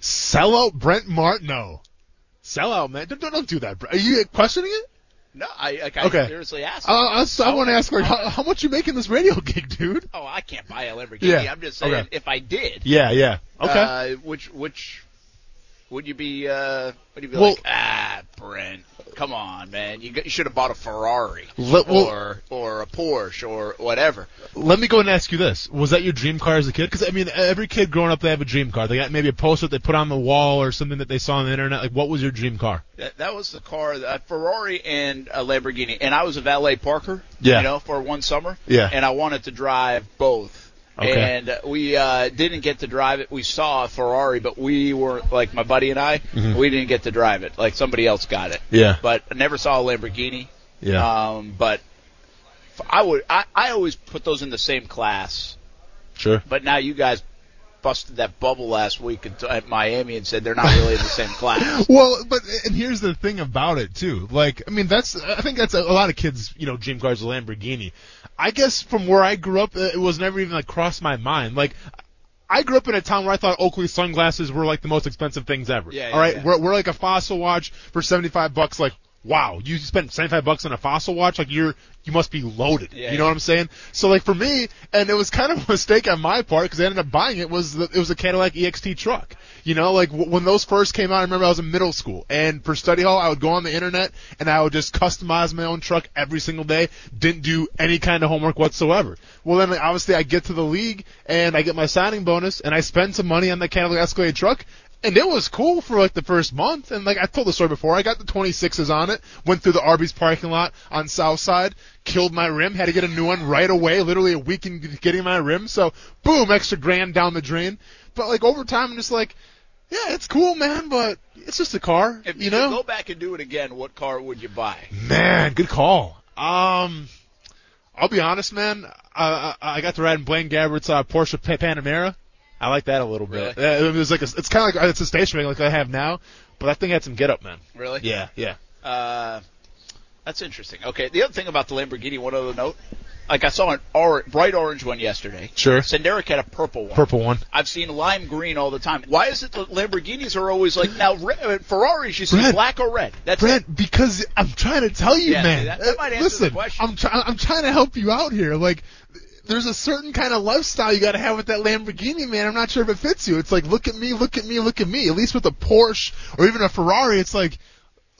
Speaker 3: sell out Brent Martineau. Sell out, man. Don't, don't, don't do that. Brent. Are you questioning it?
Speaker 2: No, I like, I
Speaker 3: Okay.
Speaker 2: seriously asked.
Speaker 3: Uh, I, s- I want to ask, like, how, how much you making this radio gig, dude?
Speaker 2: oh, I can't buy a Lamborghini.
Speaker 3: Yeah,
Speaker 2: I'm just saying,
Speaker 3: okay.
Speaker 2: if I did,
Speaker 3: Yeah, yeah. Okay.
Speaker 2: uh, which which would you be? Uh, would you be
Speaker 3: Well-
Speaker 2: like? Ah, Brent, come on, man. You, got- you should have bought a Ferrari
Speaker 3: Let- well-
Speaker 2: or or a Porsche or whatever.
Speaker 3: Let me go and ask you this: Was that your dream car as a kid? Because I mean, every kid growing up, they have a dream car. They got maybe a poster that they put on the wall or something that they saw on the internet. Like, what was your dream car?
Speaker 2: That, that was the car, that, a Ferrari and a Lamborghini, and I was a valet parker.
Speaker 3: Yeah.
Speaker 2: You know, for one summer.
Speaker 3: Yeah.
Speaker 2: And I wanted to drive both.
Speaker 3: Okay.
Speaker 2: And uh, we uh, didn't get to drive it. We saw a Ferrari, but we weren't like my buddy and I.
Speaker 3: Mm-hmm.
Speaker 2: We didn't get to drive it. Like somebody else got it.
Speaker 3: Yeah.
Speaker 2: But I never saw a Lamborghini.
Speaker 3: Yeah.
Speaker 2: Um, but f- I would. I, I always put those in the same class.
Speaker 3: sure.
Speaker 2: But now you guys busted that bubble last week at, at Miami and said they're not really in the
Speaker 3: [laughs]
Speaker 2: same class.
Speaker 3: [laughs] Well, but and here's the thing about it too. Like, I mean, that's I think that's a, a lot of kids, you know, dream cars, a Lamborghini. I guess from where I grew up, uh, it was never even like crossed my mind. Like, I grew up in a town where I thought Oakley sunglasses were like the most expensive things ever.
Speaker 2: Yeah, yeah,
Speaker 3: All right,
Speaker 2: yeah.
Speaker 3: We're, we're like a fossil watch for seventy five bucks. Like, wow, you spent 75 bucks on a fossil watch, like you're you must be loaded.
Speaker 2: Yeah,
Speaker 3: you know
Speaker 2: yeah.
Speaker 3: what I'm saying? So like for me, and it was kind of a mistake on my part because I ended up buying it was the, it was a Cadillac EXT truck. You know, like w- when those first came out, I remember I was in middle school, and for study hall, I would go on the internet and I would just customize my own truck every single day. Didn't do any kind of homework whatsoever. Well, then obviously I get to the league and I get my signing bonus, and I spend some money on the Cadillac Escalade truck, and it was cool for like the first month. And like I told the story before, I got the 26s on it, went through the Arby's parking lot on South Side, killed my rim, had to get a new one right away, literally a week in getting my rim. So boom, extra grand down the drain. But like over time, I'm just like, yeah, it's cool, man, but it's just a car,
Speaker 2: If you,
Speaker 3: you
Speaker 2: could
Speaker 3: know?
Speaker 2: go back and do it again, what car would you buy?
Speaker 3: Man, good call. Um, I'll be honest, man. I I, I got to ride in Blaine Gabbert's uh, Porsche Pa- Panamera. I like that a little bit.
Speaker 2: Really?
Speaker 3: Uh, it was like a, it's kind of like it's a station wagon like I have now, but that thing had some get up, man.
Speaker 2: Really?
Speaker 3: Yeah, yeah.
Speaker 2: Uh, that's interesting. Okay, the other thing about the Lamborghini, one other note. Like I saw an or- bright orange one yesterday.
Speaker 3: Sure.
Speaker 2: Senderic had a purple one.
Speaker 3: Purple one.
Speaker 2: I've seen lime green all the time. Why is it that Lamborghinis are always like now re- Ferraris? You see
Speaker 3: Red.
Speaker 2: black or red. That's it.
Speaker 3: Brent, because I'm trying to tell you,
Speaker 2: Yeah, see,
Speaker 3: man.
Speaker 2: that- that might answer the
Speaker 3: Listen,
Speaker 2: question.
Speaker 3: I'm trying. I'm trying to help you out here. Like, there's a certain kind of lifestyle you got to have with that Lamborghini, man. I'm not sure if it fits you. It's like, look at me, look at me, look at me. At least with a Porsche or even a Ferrari, it's like.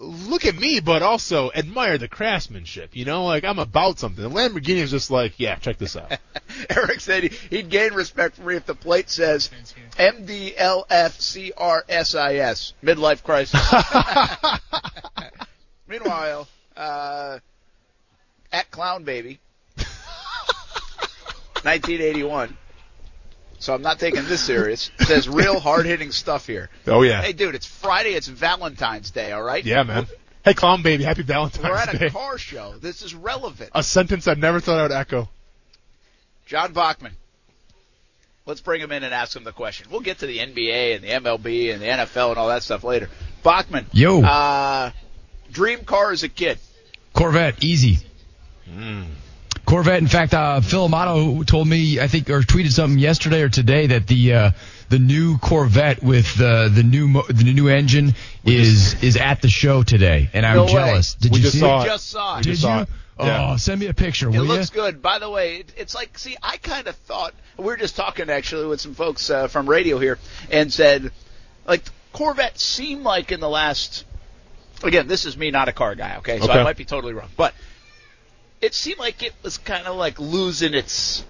Speaker 3: Look at me, but also admire the craftsmanship. You know, like I'm about something. The Lamborghini is just like, yeah, check this out.
Speaker 2: [laughs] Eric said he- he'd gain respect for me if the plate says MDLFCRSIS, midlife
Speaker 3: [laughs]
Speaker 2: crisis. [laughs] Meanwhile, uh, at Clown
Speaker 3: [laughs]
Speaker 2: Baby, 1981. So I'm not taking this serious. Says real hard hitting stuff here.
Speaker 3: [laughs] oh yeah,
Speaker 2: Hey, dude, it's Friday. It's Valentine's Day. All right.
Speaker 3: yeah, man. Hey, clown baby, happy
Speaker 2: We're
Speaker 3: Valentine's
Speaker 2: at
Speaker 3: Day.
Speaker 2: a car show. This is relevant.
Speaker 3: a sentence I never thought I would echo.
Speaker 2: John Bachman. Let's bring him in and ask him the question. We'll get to the NBA and the MLB and the NFL and all that stuff later. Bachman.
Speaker 8: Yo.
Speaker 2: Uh, dream car as a kid.
Speaker 8: Corvette, easy.
Speaker 3: Hmm.
Speaker 8: Corvette. In fact, uh, Phil Amato told me, I think, or tweeted something yesterday or today that the uh, the new Corvette with uh, the new mo- the new engine is is at the show today, and I'm
Speaker 2: No way.
Speaker 8: jealous. Did
Speaker 3: We
Speaker 8: you
Speaker 3: just
Speaker 8: see
Speaker 3: saw
Speaker 8: it?
Speaker 3: it.
Speaker 2: Just saw it.
Speaker 8: Did
Speaker 3: just saw
Speaker 8: you?
Speaker 3: it. Yeah.
Speaker 8: Oh, send me a picture,
Speaker 2: It
Speaker 8: will
Speaker 2: looks
Speaker 8: you?
Speaker 2: good. By the way, it, it's like, see, I kind of thought, we were just talking actually with some folks uh, from radio here and said, like, Corvette seemed like in the last, again, this is me, not a car guy, okay? So
Speaker 3: Okay.
Speaker 2: I might be totally wrong. But it seemed like it was kind of like losing its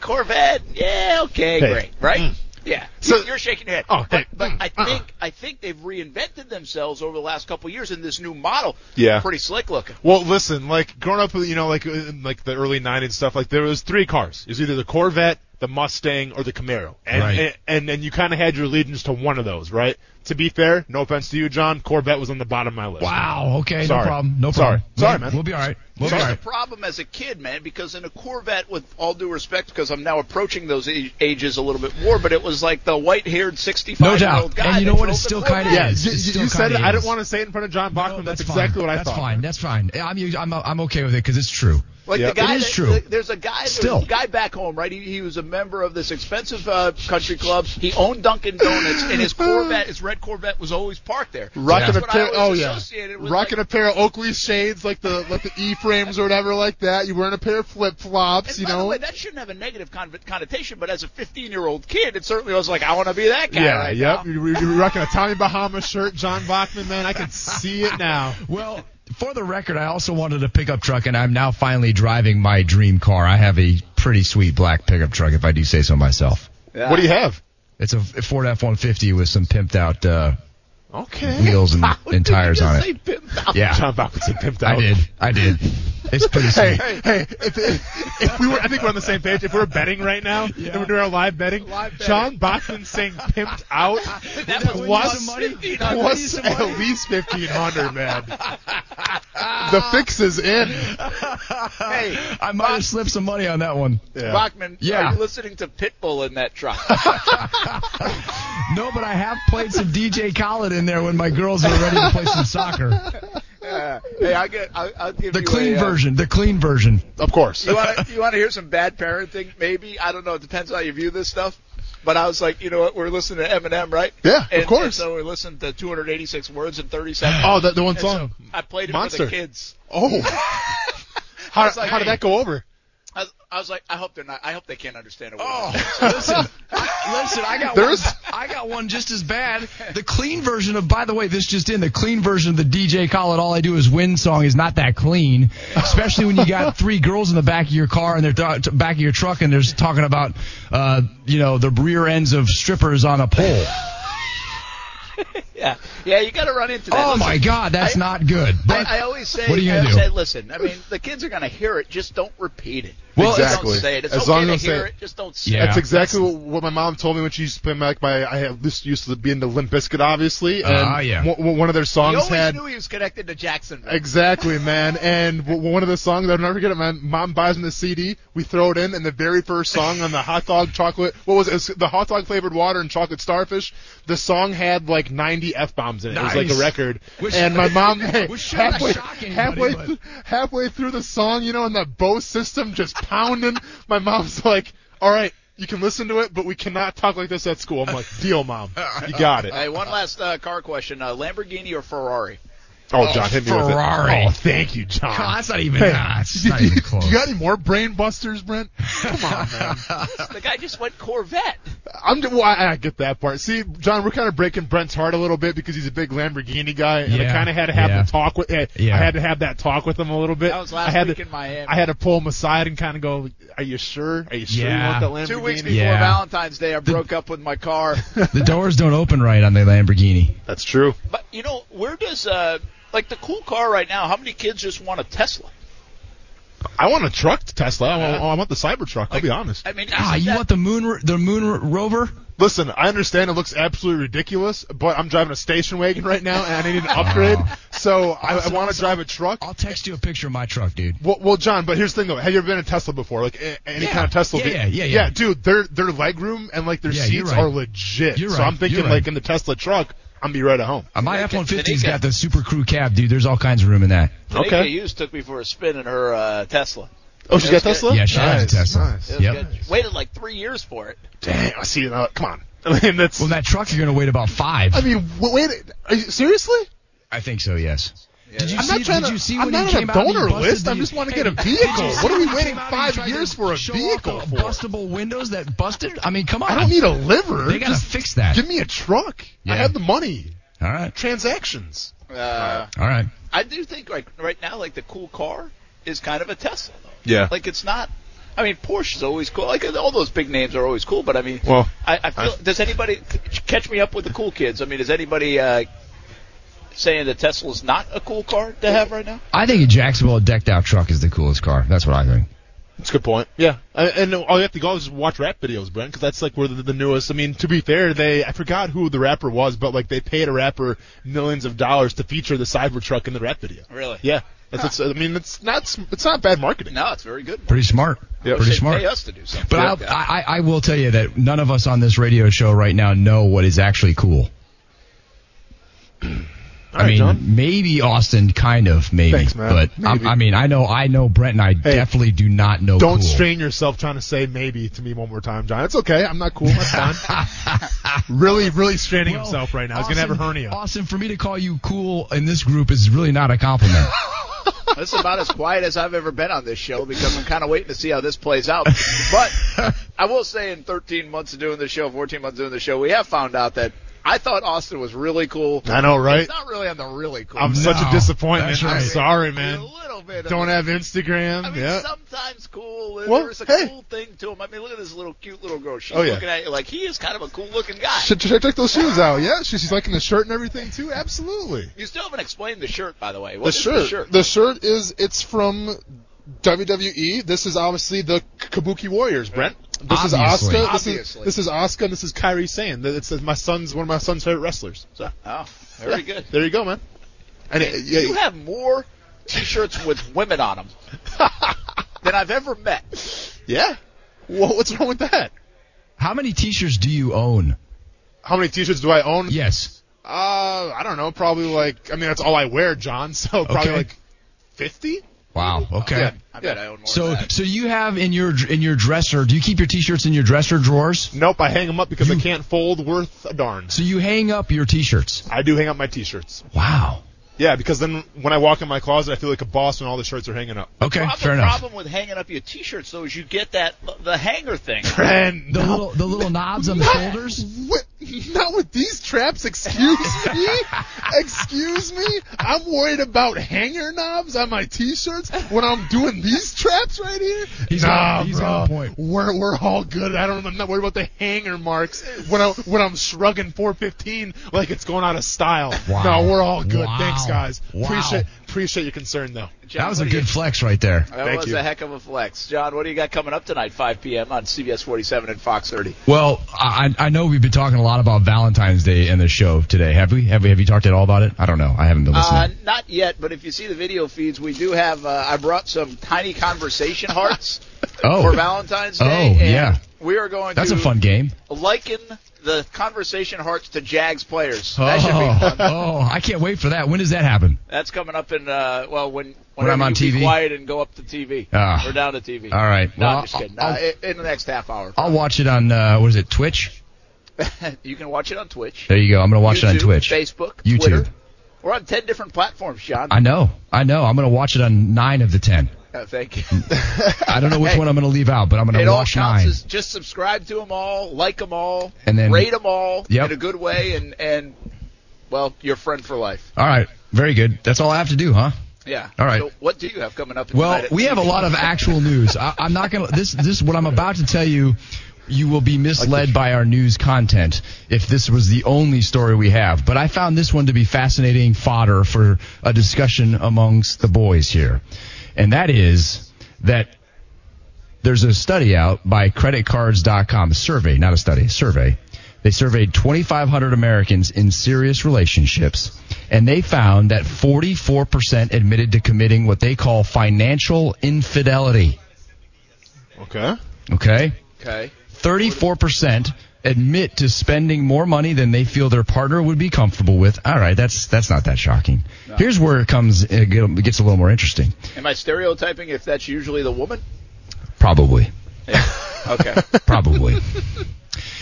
Speaker 2: Corvette. Yeah, okay,
Speaker 3: Hey.
Speaker 2: great, right?
Speaker 3: Mm.
Speaker 2: Yeah,
Speaker 3: So-
Speaker 2: so, you're shaking your head.
Speaker 3: Oh,
Speaker 2: but,
Speaker 3: hey,
Speaker 2: but
Speaker 3: mm,
Speaker 2: I
Speaker 3: uh-uh.
Speaker 2: think I think they've reinvented themselves over the last couple of years in this new model.
Speaker 3: Yeah.
Speaker 2: pretty slick looking.
Speaker 3: Well, listen, like growing up, you know, like in, like the early '90s stuff, like there was three cars. It was either the Corvette, the Mustang, or the Camaro, and
Speaker 8: Right.
Speaker 3: and, and and you kind of had your allegiance to one of those, right? To be fair, no offense to you, John, Corvette was on the bottom of my list.
Speaker 8: Wow. Okay.
Speaker 3: Sorry.
Speaker 8: No problem. No
Speaker 3: Sorry.
Speaker 8: problem.
Speaker 3: Sorry, man.
Speaker 8: We'll be all right. We'll
Speaker 2: Here's
Speaker 8: be all
Speaker 2: the
Speaker 8: right.
Speaker 2: problem as a kid, man, because in a Corvette, with all due respect, because I'm now approaching those a- ages a little bit more, but it was like the white-haired 65
Speaker 8: No doubt.
Speaker 2: year old guy.
Speaker 8: And you
Speaker 2: that
Speaker 8: know what?
Speaker 2: drove
Speaker 8: It's
Speaker 2: the
Speaker 8: still
Speaker 2: Corvette.
Speaker 8: kinda
Speaker 3: Yeah,
Speaker 8: Yes,
Speaker 3: you,
Speaker 8: it
Speaker 3: you-
Speaker 8: still
Speaker 3: you said
Speaker 8: kinda
Speaker 3: it. I
Speaker 8: is.
Speaker 3: didn't want to say it in front of John Bachman.
Speaker 8: No,
Speaker 3: that's,
Speaker 8: fine.
Speaker 3: exactly what I
Speaker 8: that's
Speaker 3: thought.
Speaker 8: fine. That's fine. I'm us- I'm I'm okay with it because it's true.
Speaker 2: Like
Speaker 3: Yep.
Speaker 2: the guy,
Speaker 8: It is
Speaker 2: that-
Speaker 8: true.
Speaker 2: the- there's a guy, there's
Speaker 8: Still.
Speaker 2: a guy back home, right? He, he was a member of this expensive uh, country club. He owned Dunkin' Donuts,
Speaker 8: [laughs]
Speaker 2: and his Corvette, his red Corvette, was always parked there.
Speaker 3: Rocking
Speaker 2: That's
Speaker 3: a
Speaker 2: what I
Speaker 3: pair, oh
Speaker 2: always
Speaker 3: yeah,
Speaker 2: associated with,
Speaker 3: rocking
Speaker 2: like-
Speaker 3: a pair of Oakley shades, like the like the E frames or whatever, like that. You wearing a pair of flip flops,
Speaker 2: And
Speaker 3: you
Speaker 2: by
Speaker 3: know?
Speaker 2: the way, that shouldn't have a negative con- connotation, but as a 15 year old kid, it certainly was like, I want to be that guy.
Speaker 3: yeah,
Speaker 2: right
Speaker 3: yep.
Speaker 2: now.
Speaker 3: You're, you're rocking a Tommy Bahama shirt, John Bachman, man. I can see it now.
Speaker 8: Well, for the record, I also wanted a pickup truck, and I'm now finally driving my dream car. I have a pretty sweet black pickup truck, if I do say so myself.
Speaker 3: What
Speaker 2: [laughs]
Speaker 3: do you have?
Speaker 8: It's a Ford F-150 with some pimped out uh,
Speaker 3: Okay.
Speaker 8: wheels
Speaker 3: [laughs]
Speaker 8: and, and tires on it.
Speaker 3: John
Speaker 8: Yeah,
Speaker 3: Bachman said pimped out.
Speaker 8: I did. I did. It's pretty sweet.
Speaker 3: Hey, hey, hey, if, if, if we were, I think we're on the same page. If we we're betting right [laughs] now, and we're doing our live betting, John Bachman saying pimped [laughs] out
Speaker 2: That was
Speaker 3: plus,
Speaker 2: some money.
Speaker 3: plus at least 1500 man. the fix
Speaker 8: [laughs]
Speaker 3: is in.
Speaker 2: Hey,
Speaker 8: I might have slipped some money on that one.
Speaker 3: Yeah.
Speaker 2: Bachman,
Speaker 8: Yeah.
Speaker 2: are you listening to Pitbull in that truck?
Speaker 8: No, but I have played some DJ Khaled in there when my girls were ready to play some soccer.
Speaker 2: [laughs] Yeah. hey, I get, I'll, I'll give
Speaker 8: The
Speaker 2: you
Speaker 8: clean
Speaker 2: a, uh,
Speaker 8: version. The clean version.
Speaker 3: [laughs] Of course.
Speaker 2: You want to you want to hear some bad parenting? Maybe I don't know. It depends how you view this stuff. But I was like, you know what? We're listening to Eminem, right?
Speaker 3: Yeah, of
Speaker 2: And- and
Speaker 3: course.
Speaker 2: so we listened to 286 words in 30 seconds.
Speaker 3: Oh, that the one
Speaker 2: And so
Speaker 3: song.
Speaker 2: I played it for
Speaker 3: Monster.
Speaker 2: the kids.
Speaker 3: Oh, how,
Speaker 2: was like,
Speaker 3: how did that go over?
Speaker 2: I was, I was like, I hope they're not. I hope they can't understand a word.
Speaker 8: listen, I, listen, I got
Speaker 3: There's-
Speaker 8: one. I got one just as [laughs] bad. The clean version of, by the way, this just in, the clean version of the DJ Call It All I Do Is Win song is not that clean, especially when you [laughs] got three girls in the back of your car and they're th- t- back of your truck and they're just talking about, uh, you know, the rear ends of strippers on a pole.
Speaker 2: Yeah, yeah. You got to run into
Speaker 8: [laughs]
Speaker 2: that.
Speaker 8: Oh
Speaker 2: Listen,
Speaker 8: my God, that's
Speaker 2: I-
Speaker 8: not good. But
Speaker 2: I, I always say,
Speaker 8: what are you
Speaker 2: I
Speaker 8: gonna
Speaker 2: always
Speaker 8: do?
Speaker 2: say, listen. I mean, the kids are going to hear it. Just don't repeat it.
Speaker 8: Well,
Speaker 2: Just
Speaker 3: exactly.
Speaker 2: Don't say it. It's
Speaker 3: As
Speaker 2: okay
Speaker 3: long as
Speaker 2: to
Speaker 3: don't say
Speaker 2: hear
Speaker 3: it.
Speaker 2: it. Just don't say
Speaker 8: Yeah.
Speaker 2: it.
Speaker 3: That's exactly what, what my mom told me when she used to play back my. I had- used used to be into Limp Bizkit, obviously. And
Speaker 8: Ah, yeah.
Speaker 3: One, one- one of their
Speaker 2: You
Speaker 3: songs
Speaker 2: always
Speaker 3: Uh-huh, had.
Speaker 2: knew he was connected to Jacksonville.
Speaker 3: Exactly, man. And w- one of the songs I'll never forget. it, My mom buys me the CD. We throw it in, and the very first song on the hot dog chocolate. What was it? It was the hot dog flavored water and chocolate starfish. The song had like 90 f bombs in it. It was like
Speaker 8: Nice.
Speaker 3: a record.
Speaker 8: Which-
Speaker 3: and my
Speaker 8: [laughs]
Speaker 3: mom
Speaker 8: which should not
Speaker 3: halfway
Speaker 8: shock anybody,
Speaker 3: halfway
Speaker 8: but-
Speaker 3: th- halfway through the song, you know, and that Bose system just pounding. My mom's like, "All right." You can listen to it, but we cannot talk like this at school. I'm like, deal, mom. You
Speaker 2: [laughs]
Speaker 3: got it.
Speaker 2: Hey, one last uh, car question: uh, Lamborghini or Ferrari?
Speaker 3: Oh, John, hit me with it.
Speaker 8: Ferrari.
Speaker 3: Oh, thank you, John.
Speaker 8: God, that's not even,
Speaker 3: Hey,
Speaker 8: nah, it's
Speaker 3: you-
Speaker 8: not even
Speaker 3: [laughs] you-
Speaker 8: close.
Speaker 3: You got any more brain busters, Brent? Come on, man.
Speaker 2: The guy just went Corvette.
Speaker 3: I'm just, well, I, I get that part. See, John, we're kind of breaking Brent's heart a little bit because he's a big Lamborghini guy, and I
Speaker 8: Yeah,
Speaker 3: kind of had to have
Speaker 8: yeah.
Speaker 3: the talk with. eh,
Speaker 8: Yeah.
Speaker 3: I had to have that talk with him a little bit.
Speaker 2: That was last
Speaker 3: I had
Speaker 2: week
Speaker 3: to,
Speaker 2: in Miami.
Speaker 3: I had to pull him aside and kind of go, "Are you sure? Are you sure
Speaker 8: Yeah.
Speaker 3: you want that Lamborghini?"
Speaker 2: Two weeks before
Speaker 8: Yeah.
Speaker 2: Valentine's Day, I broke up with my [laughs] car.
Speaker 8: the doors don't open right on the Lamborghini.
Speaker 3: That's true.
Speaker 2: but you know, where does uh, like the cool car right now? How many kids just want a Tesla?
Speaker 3: I want a truck, Tesla. I want, I want the Cybertruck. I'll
Speaker 2: Like,
Speaker 3: be honest.
Speaker 2: I mean,
Speaker 8: Ah,
Speaker 2: isn't
Speaker 8: you
Speaker 2: that-
Speaker 8: want the moon, ro- the moon ro- rover?
Speaker 3: Listen, I understand it looks absolutely ridiculous, but I'm driving a station wagon right now, and I need
Speaker 8: [laughs]
Speaker 3: an upgrade. So I, I want to drive a truck.
Speaker 8: I'll text you a picture of my truck, dude.
Speaker 3: Well, well, John, but here's the thing though. Have you ever been in a Tesla before? Like a- any
Speaker 8: Yeah.
Speaker 3: kind of Tesla?
Speaker 8: Yeah,
Speaker 3: ve-
Speaker 8: yeah, yeah, yeah.
Speaker 3: dude, their their legroom and like their
Speaker 8: Yeah, you're
Speaker 3: seats
Speaker 8: right.
Speaker 3: are legit.
Speaker 8: You're
Speaker 3: so
Speaker 8: right.
Speaker 3: I'm thinking
Speaker 8: You're right.
Speaker 3: like in the Tesla truck, I'm be right at home.
Speaker 8: Uh, my
Speaker 2: They
Speaker 8: F
Speaker 2: can-
Speaker 8: one
Speaker 2: they
Speaker 8: fifty's
Speaker 2: can-
Speaker 8: got the super crew cab, dude. There's all kinds of room in that.
Speaker 2: Tanika
Speaker 3: Okay.
Speaker 2: Hughes took me for a spin in her uh, Tesla.
Speaker 3: Oh, she got
Speaker 2: That's good.
Speaker 3: Tesla?
Speaker 8: Yeah, she has a
Speaker 3: Nice,
Speaker 8: Tesla.
Speaker 3: Nice.
Speaker 2: It was
Speaker 8: Yep.
Speaker 2: good. Waited like three years for it.
Speaker 3: Damn, I see. Uh, come on, [laughs] I mean that's.
Speaker 8: Well, that truck you're gonna wait about five.
Speaker 3: I mean, w- wait, are you, seriously?
Speaker 8: I think so. Yes. Did you
Speaker 3: I'm
Speaker 8: see,
Speaker 3: not trying
Speaker 8: did
Speaker 3: to.
Speaker 8: you see
Speaker 3: I'm
Speaker 8: when
Speaker 3: not
Speaker 8: he
Speaker 3: on
Speaker 8: came
Speaker 3: a
Speaker 8: out and he
Speaker 3: donor
Speaker 8: busted
Speaker 3: list.
Speaker 8: the-
Speaker 3: I just want to
Speaker 8: Hey,
Speaker 3: get a
Speaker 8: did you
Speaker 3: vehicle.
Speaker 8: see
Speaker 3: What are
Speaker 8: when
Speaker 3: we
Speaker 8: he
Speaker 3: waiting
Speaker 8: came out and he
Speaker 3: five
Speaker 8: tried to
Speaker 3: years for a
Speaker 8: show off
Speaker 3: vehicle
Speaker 8: the
Speaker 3: for?
Speaker 8: Bustable windows that busted. I mean, come on.
Speaker 3: I don't need a liver.
Speaker 8: They gotta
Speaker 3: Just
Speaker 8: fix that.
Speaker 3: Give me a truck.
Speaker 8: Yeah.
Speaker 3: I have the money.
Speaker 8: all right.
Speaker 3: Transactions.
Speaker 2: Uh,
Speaker 8: All right.
Speaker 2: I do think like right now, like the cool car is kind of a Tesla. Though.
Speaker 3: Yeah.
Speaker 2: Like it's not. I mean, Porsche is always cool. Like all those big names are always cool. But I mean,
Speaker 3: Well,
Speaker 2: I, I feel. does anybody c- catch me up with the cool kids? I mean, is anybody uh, saying that Tesla's not a cool car to have right now?
Speaker 8: I think a Jacksonville decked out truck is the coolest car. That's what I think.
Speaker 3: That's a good point. Yeah, Uh, and all you have to go is just watch rap videos, Brent, because that's like where the, the newest. I mean, to be fair, they I forgot who the rapper was, but like they paid a rapper millions of dollars to feature the Cybertruck in the rap video.
Speaker 2: Really?
Speaker 3: Yeah, that's, it's, I mean, it's not s- it's not bad marketing.
Speaker 2: No, it's very good.
Speaker 8: Pretty smart.
Speaker 3: Yep.
Speaker 8: Pretty
Speaker 2: They
Speaker 8: smart.
Speaker 2: pay us to do something.
Speaker 8: But I'll, I, I I will tell you that none of us on this radio show right now know what is actually cool. I
Speaker 3: All right,
Speaker 8: mean,
Speaker 3: John.
Speaker 8: maybe Austin, kind of, maybe.
Speaker 3: Thanks, man.
Speaker 8: But
Speaker 3: Maybe.
Speaker 8: I, I mean, I know, I know Brent, and I definitely do not know.
Speaker 3: Don't
Speaker 8: cool.
Speaker 3: strain yourself trying to say maybe to me one more time, John. It's okay. I'm not cool. That's fine. really, really straining
Speaker 8: Well,
Speaker 3: himself right now. He's gonna have
Speaker 8: Austin-
Speaker 3: a hernia.
Speaker 8: Austin, for me to call you cool in this group is really not a
Speaker 3: [laughs]
Speaker 8: compliment.
Speaker 2: This is about as quiet as I've ever been on this show because I'm kind of waiting to see how this plays out. But I will say, in 13 months of doing the show, 14 months of doing the show, we have found out that I thought Austin was really cool.
Speaker 3: I know, right?
Speaker 2: He's not really on the really cool.
Speaker 3: I'm
Speaker 2: side.
Speaker 3: such a
Speaker 8: No,
Speaker 3: disappointment.
Speaker 8: that's
Speaker 3: I'm
Speaker 8: right.
Speaker 3: sorry, man.
Speaker 2: A little bit. of-
Speaker 3: Don't have Instagram.
Speaker 2: I mean,
Speaker 3: yeah.
Speaker 2: sometimes cool.
Speaker 3: Well,
Speaker 2: There's a
Speaker 3: hey.
Speaker 2: cool thing to him. I mean, look at this little cute little girl. She's
Speaker 3: Oh, yeah.
Speaker 2: looking at you like he is kind of a cool looking guy.
Speaker 3: Should, should I check those shoes out? Yeah, she's, she's liking the shirt and everything too. Absolutely.
Speaker 2: You still haven't explained the shirt, by the way.
Speaker 3: The
Speaker 2: What is
Speaker 3: shirt,
Speaker 2: The shirt.
Speaker 3: is it's from WWE. This is obviously the Kabuki Warriors, Brent. This
Speaker 8: Obviously.
Speaker 3: is Asuka. This is,
Speaker 2: Obviously.
Speaker 3: this is Asuka. And this is Kyrie Sane. That- It's my son's one of my son's favorite wrestlers. So
Speaker 2: Oh, very good.
Speaker 3: there you go, man. And it, yeah,
Speaker 2: You have more T-shirts with women on
Speaker 3: [laughs]
Speaker 2: them than I've ever met.
Speaker 3: yeah. Wha- what's wrong with that?
Speaker 8: How many T-shirts do you own?
Speaker 3: How many T-shirts do I own?
Speaker 8: Yes.
Speaker 3: Uh, I don't know. Probably like I mean that's all I wear, John. [laughs] So probably
Speaker 8: Okay.
Speaker 3: like fifty.
Speaker 8: Wow. Okay.
Speaker 2: Yeah, I bet I own more.
Speaker 8: So
Speaker 2: than that.
Speaker 8: so you have in your in your dresser? Do you keep your t-shirts in your dresser drawers?
Speaker 3: Nope, I hang them up because I can't fold worth a darn.
Speaker 8: So you hang up your t-shirts.
Speaker 3: I do hang up my t-shirts.
Speaker 8: Wow.
Speaker 3: Yeah, because then when I walk in my closet, I feel like a boss when all the shirts are hanging up.
Speaker 8: Okay.
Speaker 2: Problem-
Speaker 8: fair enough.
Speaker 2: problem with hanging up your T-shirts though is you get that the hanger thing.
Speaker 3: And
Speaker 8: The little the little knobs
Speaker 3: [laughs]
Speaker 8: on the shoulders.
Speaker 3: What? Not with these traps. Excuse me. Excuse me. I'm worried about hanger knobs on my t-shirts when I'm doing these traps right here.
Speaker 8: He's
Speaker 3: nah,
Speaker 8: on- he's
Speaker 3: bro.
Speaker 8: on point.
Speaker 3: We're we're all good. I don't. I'm not worried about the hanger marks when I when I'm shrugging 415 like it's going out of style.
Speaker 8: Wow.
Speaker 3: No, we're all good.
Speaker 8: Wow.
Speaker 3: Thanks, guys.
Speaker 8: Wow.
Speaker 3: Appreciate appreciate your concern though.
Speaker 2: John,
Speaker 8: That was a
Speaker 2: what do
Speaker 8: good
Speaker 2: You,
Speaker 8: flex right there.
Speaker 2: that
Speaker 3: Thank
Speaker 2: was
Speaker 3: you.
Speaker 2: a heck of a flex, John. What do you got coming up tonight, 5 p.m. on CBS 47 and Fox 30?
Speaker 8: Well, I, I know we've been talking a lot about Valentine's Day in the show today. Have we? Have we? Have you talked at all about it? I don't know. I haven't been listening.
Speaker 2: Uh, not yet, but if you see the video feeds, we do have. Uh, I brought some tiny conversation hearts
Speaker 8: [laughs] Oh.
Speaker 2: for Valentine's Day.
Speaker 8: Oh,
Speaker 2: and
Speaker 8: yeah.
Speaker 2: We are going
Speaker 8: That's
Speaker 2: to
Speaker 8: a fun game.
Speaker 2: liken the conversation hearts to Jags players. That should be
Speaker 8: Oh,
Speaker 2: fun.
Speaker 8: [laughs] oh, I can't wait for that. When does that happen?
Speaker 2: That's coming up in uh, well when
Speaker 8: When I'm
Speaker 2: whenever
Speaker 8: on
Speaker 2: you
Speaker 8: TV?
Speaker 2: Be quiet and go up to TV
Speaker 8: Ah.
Speaker 2: or down to TV.
Speaker 8: All right.
Speaker 2: No,
Speaker 8: Well,
Speaker 2: I'm just kidding.
Speaker 8: I'll-
Speaker 2: Uh, i- in the next half hour, [laughs]
Speaker 8: I'll watch it on uh, what is it? Twitch.
Speaker 2: you can watch it on Twitch.
Speaker 8: There you go. I'm gonna watch it on
Speaker 2: YouTube,
Speaker 8: Twitch.
Speaker 2: Facebook,
Speaker 8: YouTube.
Speaker 2: Twitter. We're on ten different platforms, Sean.
Speaker 8: I know. I know. I'm gonna watch it on nine of the ten.
Speaker 2: Uh, thank you.
Speaker 8: Mm. I don't know which
Speaker 2: Hey.
Speaker 8: one I'm gonna leave out, but I'm gonna
Speaker 2: It all
Speaker 8: watch
Speaker 2: counts
Speaker 8: nine.
Speaker 2: as just subscribe to them all, like them all,
Speaker 8: And then-
Speaker 2: rate them all
Speaker 8: Yep.
Speaker 2: in a good way, and and well, your friend for life.
Speaker 8: All right. Very good. That's all I have to do, huh?
Speaker 2: Yeah.
Speaker 8: All right.
Speaker 2: So what do you have coming up?
Speaker 8: Well,
Speaker 2: tonight at
Speaker 8: we have a
Speaker 2: TV?
Speaker 8: lot of actual news. I, I'm not gonna. This this what I'm about to tell you. You will be misled by our news content if this was the only story we have. But I found this one to be fascinating fodder for a discussion amongst the boys here, and that is that there's a study out by creditcards.com a survey not a study a survey they surveyed 2500 americans in serious relationships and they found that 44% admitted to committing what they call financial infidelity
Speaker 3: Okay.
Speaker 8: okay
Speaker 2: Okay.
Speaker 8: 34% admit to spending more money than they feel their partner would be comfortable with all right that's that's not that shocking here's where it comes it gets a little more interesting
Speaker 2: Am I stereotyping if that's usually the woman?
Speaker 8: probably
Speaker 2: Okay.
Speaker 8: probably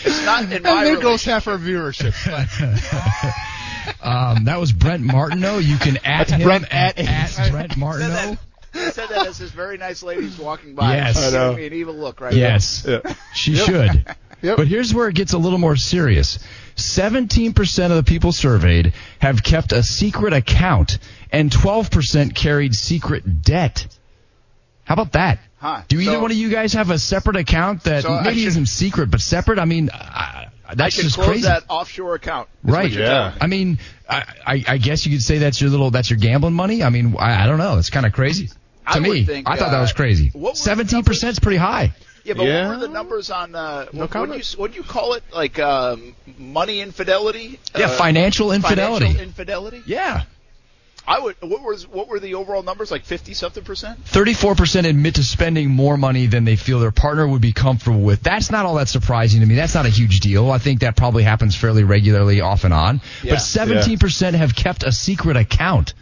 Speaker 2: it's not in my
Speaker 3: And there
Speaker 2: relationship.
Speaker 3: goes half our viewership.
Speaker 8: [laughs] Um, that was Brent Martineau. You can at him
Speaker 3: Brent at-
Speaker 8: Brent Martineau.
Speaker 2: He said that as this very nice lady's walking by.
Speaker 8: Yes.
Speaker 2: She's
Speaker 8: I
Speaker 3: know.
Speaker 2: giving me an evil look right
Speaker 8: Yes, she
Speaker 2: [laughs]
Speaker 8: should.
Speaker 3: Yep.
Speaker 8: But here's where it gets a little more serious. 17% of the people surveyed have kept a secret account, and 12% carried secret debt. How about that?
Speaker 2: Huh.
Speaker 8: Do either
Speaker 2: So-
Speaker 8: one of you guys have a separate account that
Speaker 2: So I
Speaker 8: maybe
Speaker 2: should-
Speaker 8: isn't secret, but separate? I mean, uh,
Speaker 2: I
Speaker 8: that's
Speaker 2: should
Speaker 8: just
Speaker 2: close
Speaker 8: crazy.
Speaker 2: that offshore account. is
Speaker 8: Right.
Speaker 2: what you're
Speaker 3: Yeah.
Speaker 2: telling me.
Speaker 8: I mean, I, I, I guess you could say that's your little that's your gambling money. I mean, I, I don't know. It's kind of crazy to
Speaker 2: I would
Speaker 8: me.
Speaker 2: think,
Speaker 8: I thought that
Speaker 2: uh,
Speaker 8: was crazy.
Speaker 2: what was the
Speaker 8: Seventeen percent is pretty high.
Speaker 2: Yeah, but
Speaker 3: Yeah.
Speaker 2: what were the numbers on? Uh, no what do
Speaker 3: comment.
Speaker 2: you what do you call it? Like um, money infidelity?
Speaker 8: Yeah,
Speaker 2: Uh,
Speaker 8: financial infidelity.
Speaker 2: Financial infidelity.
Speaker 8: yeah,
Speaker 2: I would. What was what were the overall numbers? Like fifty something percent.
Speaker 8: thirty-four percent admit to spending more money than they feel their partner would be comfortable with. That's not all that surprising to me. That's not a huge deal. I think that probably happens fairly regularly, off and on.
Speaker 2: Yeah.
Speaker 8: But seventeen percent have kept a secret account,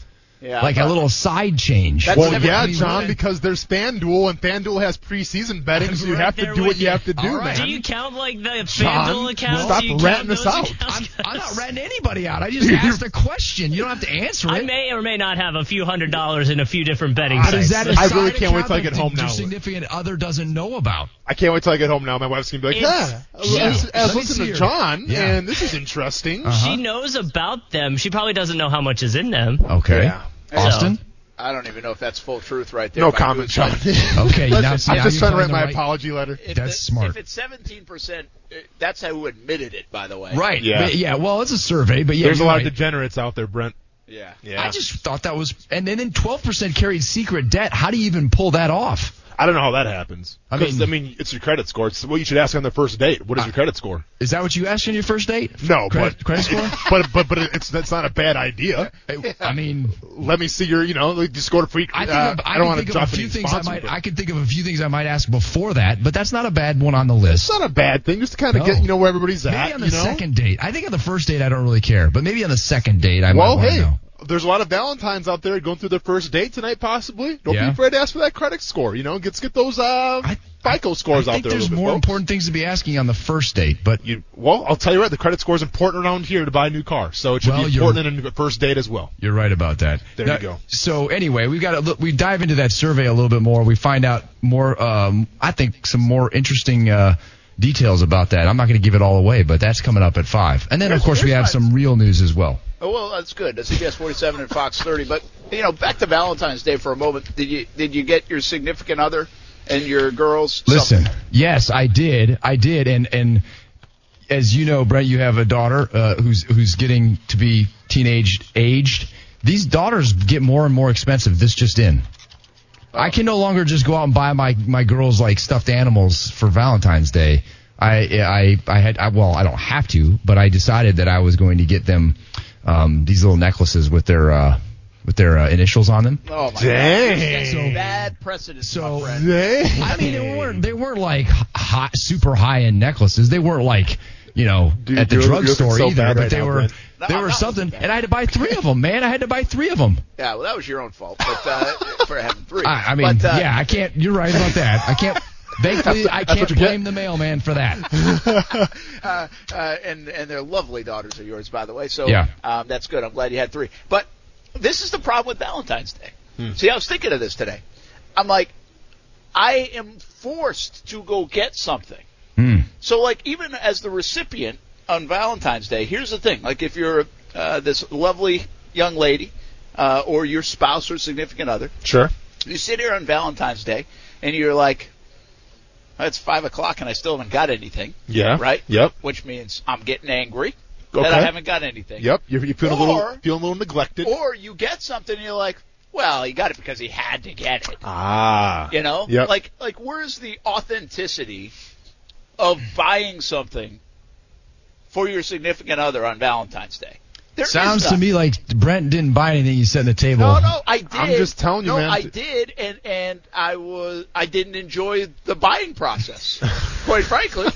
Speaker 2: Yeah.
Speaker 3: Uh-huh.
Speaker 8: like a little side change.
Speaker 2: That's
Speaker 3: Well, [laughs]
Speaker 2: Never-
Speaker 3: yeah,
Speaker 2: I mean,
Speaker 3: John,
Speaker 2: really-
Speaker 3: because there's FanDuel, and FanDuel has preseason betting, so you
Speaker 4: right
Speaker 3: have
Speaker 4: there
Speaker 3: to do
Speaker 4: with
Speaker 3: what you
Speaker 4: you.
Speaker 3: have to do,
Speaker 8: All right.
Speaker 4: Do
Speaker 3: man.
Speaker 4: you count like the
Speaker 3: John,
Speaker 4: FanDuel accounts?
Speaker 3: stop
Speaker 4: Do you
Speaker 3: ratting
Speaker 4: count
Speaker 3: us
Speaker 4: those
Speaker 3: out.
Speaker 8: I'm,
Speaker 4: accounts?
Speaker 8: I'm not renting anybody out. I just asked a question. You don't have to answer it.
Speaker 4: [laughs] I may or may not have a few hundred dollars in a few different betting
Speaker 3: How
Speaker 4: sites.
Speaker 3: does that- I really can't wait till I
Speaker 8: account
Speaker 3: get
Speaker 8: that
Speaker 3: home
Speaker 8: Your
Speaker 3: now.
Speaker 8: significant other doesn't know about.
Speaker 3: I can't wait till I get home now. My wife's gonna be like,
Speaker 4: It's-
Speaker 3: "Yeah, I
Speaker 4: Yeah.
Speaker 3: was, I
Speaker 8: Let me
Speaker 3: was
Speaker 8: see
Speaker 3: listening to
Speaker 8: her.
Speaker 3: John,
Speaker 8: Yeah.
Speaker 3: and this is interesting."
Speaker 8: Uh,
Speaker 4: She knows about them. She probably doesn't know how much is in them.
Speaker 3: Oh,
Speaker 8: Uh-huh. Okay.
Speaker 3: Yeah.
Speaker 8: Austin.
Speaker 2: I don't even know if that's full truth right there.
Speaker 3: No
Speaker 2: If I do,
Speaker 3: comment,
Speaker 2: it's
Speaker 3: [laughs] John.
Speaker 2: like-
Speaker 8: Okay. now,
Speaker 3: I'm
Speaker 8: now
Speaker 3: just
Speaker 8: you're
Speaker 3: trying to write
Speaker 8: finding
Speaker 3: my
Speaker 8: the right-
Speaker 3: apology letter.
Speaker 2: If
Speaker 8: That's
Speaker 2: the-
Speaker 8: smart.
Speaker 2: If it's seventeen percent, uh, that's who admitted it. By the way.
Speaker 8: Right.
Speaker 3: Yeah.
Speaker 8: Yeah. yeah. Well, it's a survey, but yeah.
Speaker 3: There's a
Speaker 8: you're
Speaker 3: lot of
Speaker 8: right.
Speaker 3: degenerates out there, Brent.
Speaker 2: Yeah.
Speaker 3: Yeah,
Speaker 8: I just thought that was, and then in 12% carried secret debt. How do you even pull that off?
Speaker 3: I don't know how that happens.
Speaker 8: I
Speaker 3: 'Cause,
Speaker 8: mean-
Speaker 3: I mean, it's your credit score. It's what you should ask on the first date. What is your credit score?
Speaker 8: Is that what you asked on your first date?
Speaker 3: No,
Speaker 8: Credit,
Speaker 3: but
Speaker 8: credit
Speaker 3: [laughs]
Speaker 8: score?
Speaker 3: but but but it's that's not a bad idea.
Speaker 8: I mean,
Speaker 3: Let me see your, you know, like, just go to free.
Speaker 8: I, think
Speaker 3: uh,
Speaker 8: of, I,
Speaker 3: I
Speaker 8: can
Speaker 3: don't want
Speaker 8: think
Speaker 3: to
Speaker 8: of
Speaker 3: drop
Speaker 8: a few
Speaker 3: any
Speaker 8: things I
Speaker 3: sponsors,
Speaker 8: might.
Speaker 3: but-
Speaker 8: I could think of a few things I might ask before that, but that's not a bad one on the list.
Speaker 3: It's not a bad thing, just to kind of
Speaker 8: No.
Speaker 3: get you know where everybody's at.
Speaker 8: Maybe on the
Speaker 3: you know?
Speaker 8: second date. I think on the first date I don't really care, but maybe on the second date I
Speaker 3: Well,
Speaker 8: might want to
Speaker 3: hey,
Speaker 8: know.
Speaker 3: there's a lot of Valentines out there going through their first date tonight, possibly. Don't
Speaker 8: Yeah.
Speaker 3: be afraid to ask for that credit score. You know, let's get those uh,
Speaker 8: I-
Speaker 3: FICO scores
Speaker 8: I
Speaker 3: out
Speaker 8: think
Speaker 3: there. a
Speaker 8: there's
Speaker 3: little bit,
Speaker 8: more
Speaker 3: folks.
Speaker 8: important things to be asking on the first date, but
Speaker 3: You, well, I'll tell you what, the credit score is important around here to buy a new car, so it should
Speaker 8: Well,
Speaker 3: be
Speaker 8: you're-
Speaker 3: important in a first date as well.
Speaker 8: You're right about that.
Speaker 3: There you go.
Speaker 8: So anyway, we got a, li- we dive into that survey a little bit more. We find out more. Um, I think some more interesting uh, details about that. I'm not going to give it all away, but that's coming up at five. And then of course we have some real news as well.
Speaker 2: Oh, well, that's good. That's CBS 47 and Fox 30. But you know, back to Valentine's Day for a moment. Did you did you get your significant other and your girls?
Speaker 8: Listen,
Speaker 2: something?
Speaker 8: yes, I did, I did, and and as you know, Brett, you have a daughter uh, who's who's getting to be teenage aged. These daughters get more and more expensive. This just in. I can no longer just go out and buy my my girls like stuffed animals for Valentine's Day. I I I had I, well I don't have to, but I decided that I was going to get them um, these little necklaces with their uh, with their uh, initials on them.
Speaker 2: Oh my
Speaker 3: Dang.
Speaker 2: God. That's bad precedent,
Speaker 8: So-
Speaker 2: my friend.
Speaker 3: Dang.
Speaker 8: I mean, they weren't they weren't like hot, super high end necklaces. They weren't like you know
Speaker 3: Dude,
Speaker 8: at the
Speaker 3: you're- you're looking
Speaker 8: drugstore
Speaker 3: so
Speaker 8: either.
Speaker 3: bad
Speaker 8: But
Speaker 3: right
Speaker 8: they
Speaker 3: now,
Speaker 8: were
Speaker 3: Brent.
Speaker 8: they
Speaker 2: No,
Speaker 8: were
Speaker 2: no.
Speaker 8: something, and I had to buy three of them. Man, I had to buy three of them.
Speaker 2: Yeah, well, that was your own fault. But uh, [laughs] for having three.
Speaker 8: I, I mean,
Speaker 2: But, uh,
Speaker 8: yeah, I can't. You're right about that. I can't. Thankfully, I
Speaker 3: That's what
Speaker 8: can't
Speaker 3: you get.
Speaker 8: blame the mailman for that.
Speaker 2: uh, uh, and and they're lovely daughters of yours, by the way. So
Speaker 8: Yeah.
Speaker 2: um, that's good. I'm glad you had three. But this is the problem with Valentine's Day. See, I was thinking of this today. I'm like, I am forced to go get something.
Speaker 8: Hmm.
Speaker 2: So, like, even as the recipient on Valentine's Day, here's the thing: like, if you're uh, this lovely young lady, uh, or your spouse or significant other,
Speaker 3: Sure.
Speaker 2: you sit here on Valentine's Day and you're like, "Oh, it's five o'clock and I still haven't got anything.
Speaker 3: Yeah.
Speaker 2: Right?
Speaker 3: Yep.
Speaker 2: Which means I'm getting angry that
Speaker 3: Okay.
Speaker 2: I haven't got anything.
Speaker 3: Yep. You're, you're feeling a
Speaker 2: Or-
Speaker 3: little feeling a little neglected.
Speaker 2: Or you get something and you're like, well, he got it because he had to get it.
Speaker 3: ah.
Speaker 2: You know?
Speaker 3: Yep.
Speaker 2: Like, like where's the authenticity of buying something for your significant other on Valentine's Day? There is
Speaker 8: Sounds to uh,
Speaker 2: none.
Speaker 8: me like Brent didn't buy anything. He set on the table.
Speaker 2: No, no, I did.
Speaker 3: I'm just telling you,
Speaker 2: no,
Speaker 3: man.
Speaker 2: I did, and and I was I didn't enjoy the buying
Speaker 3: [laughs]
Speaker 2: process, quite frankly.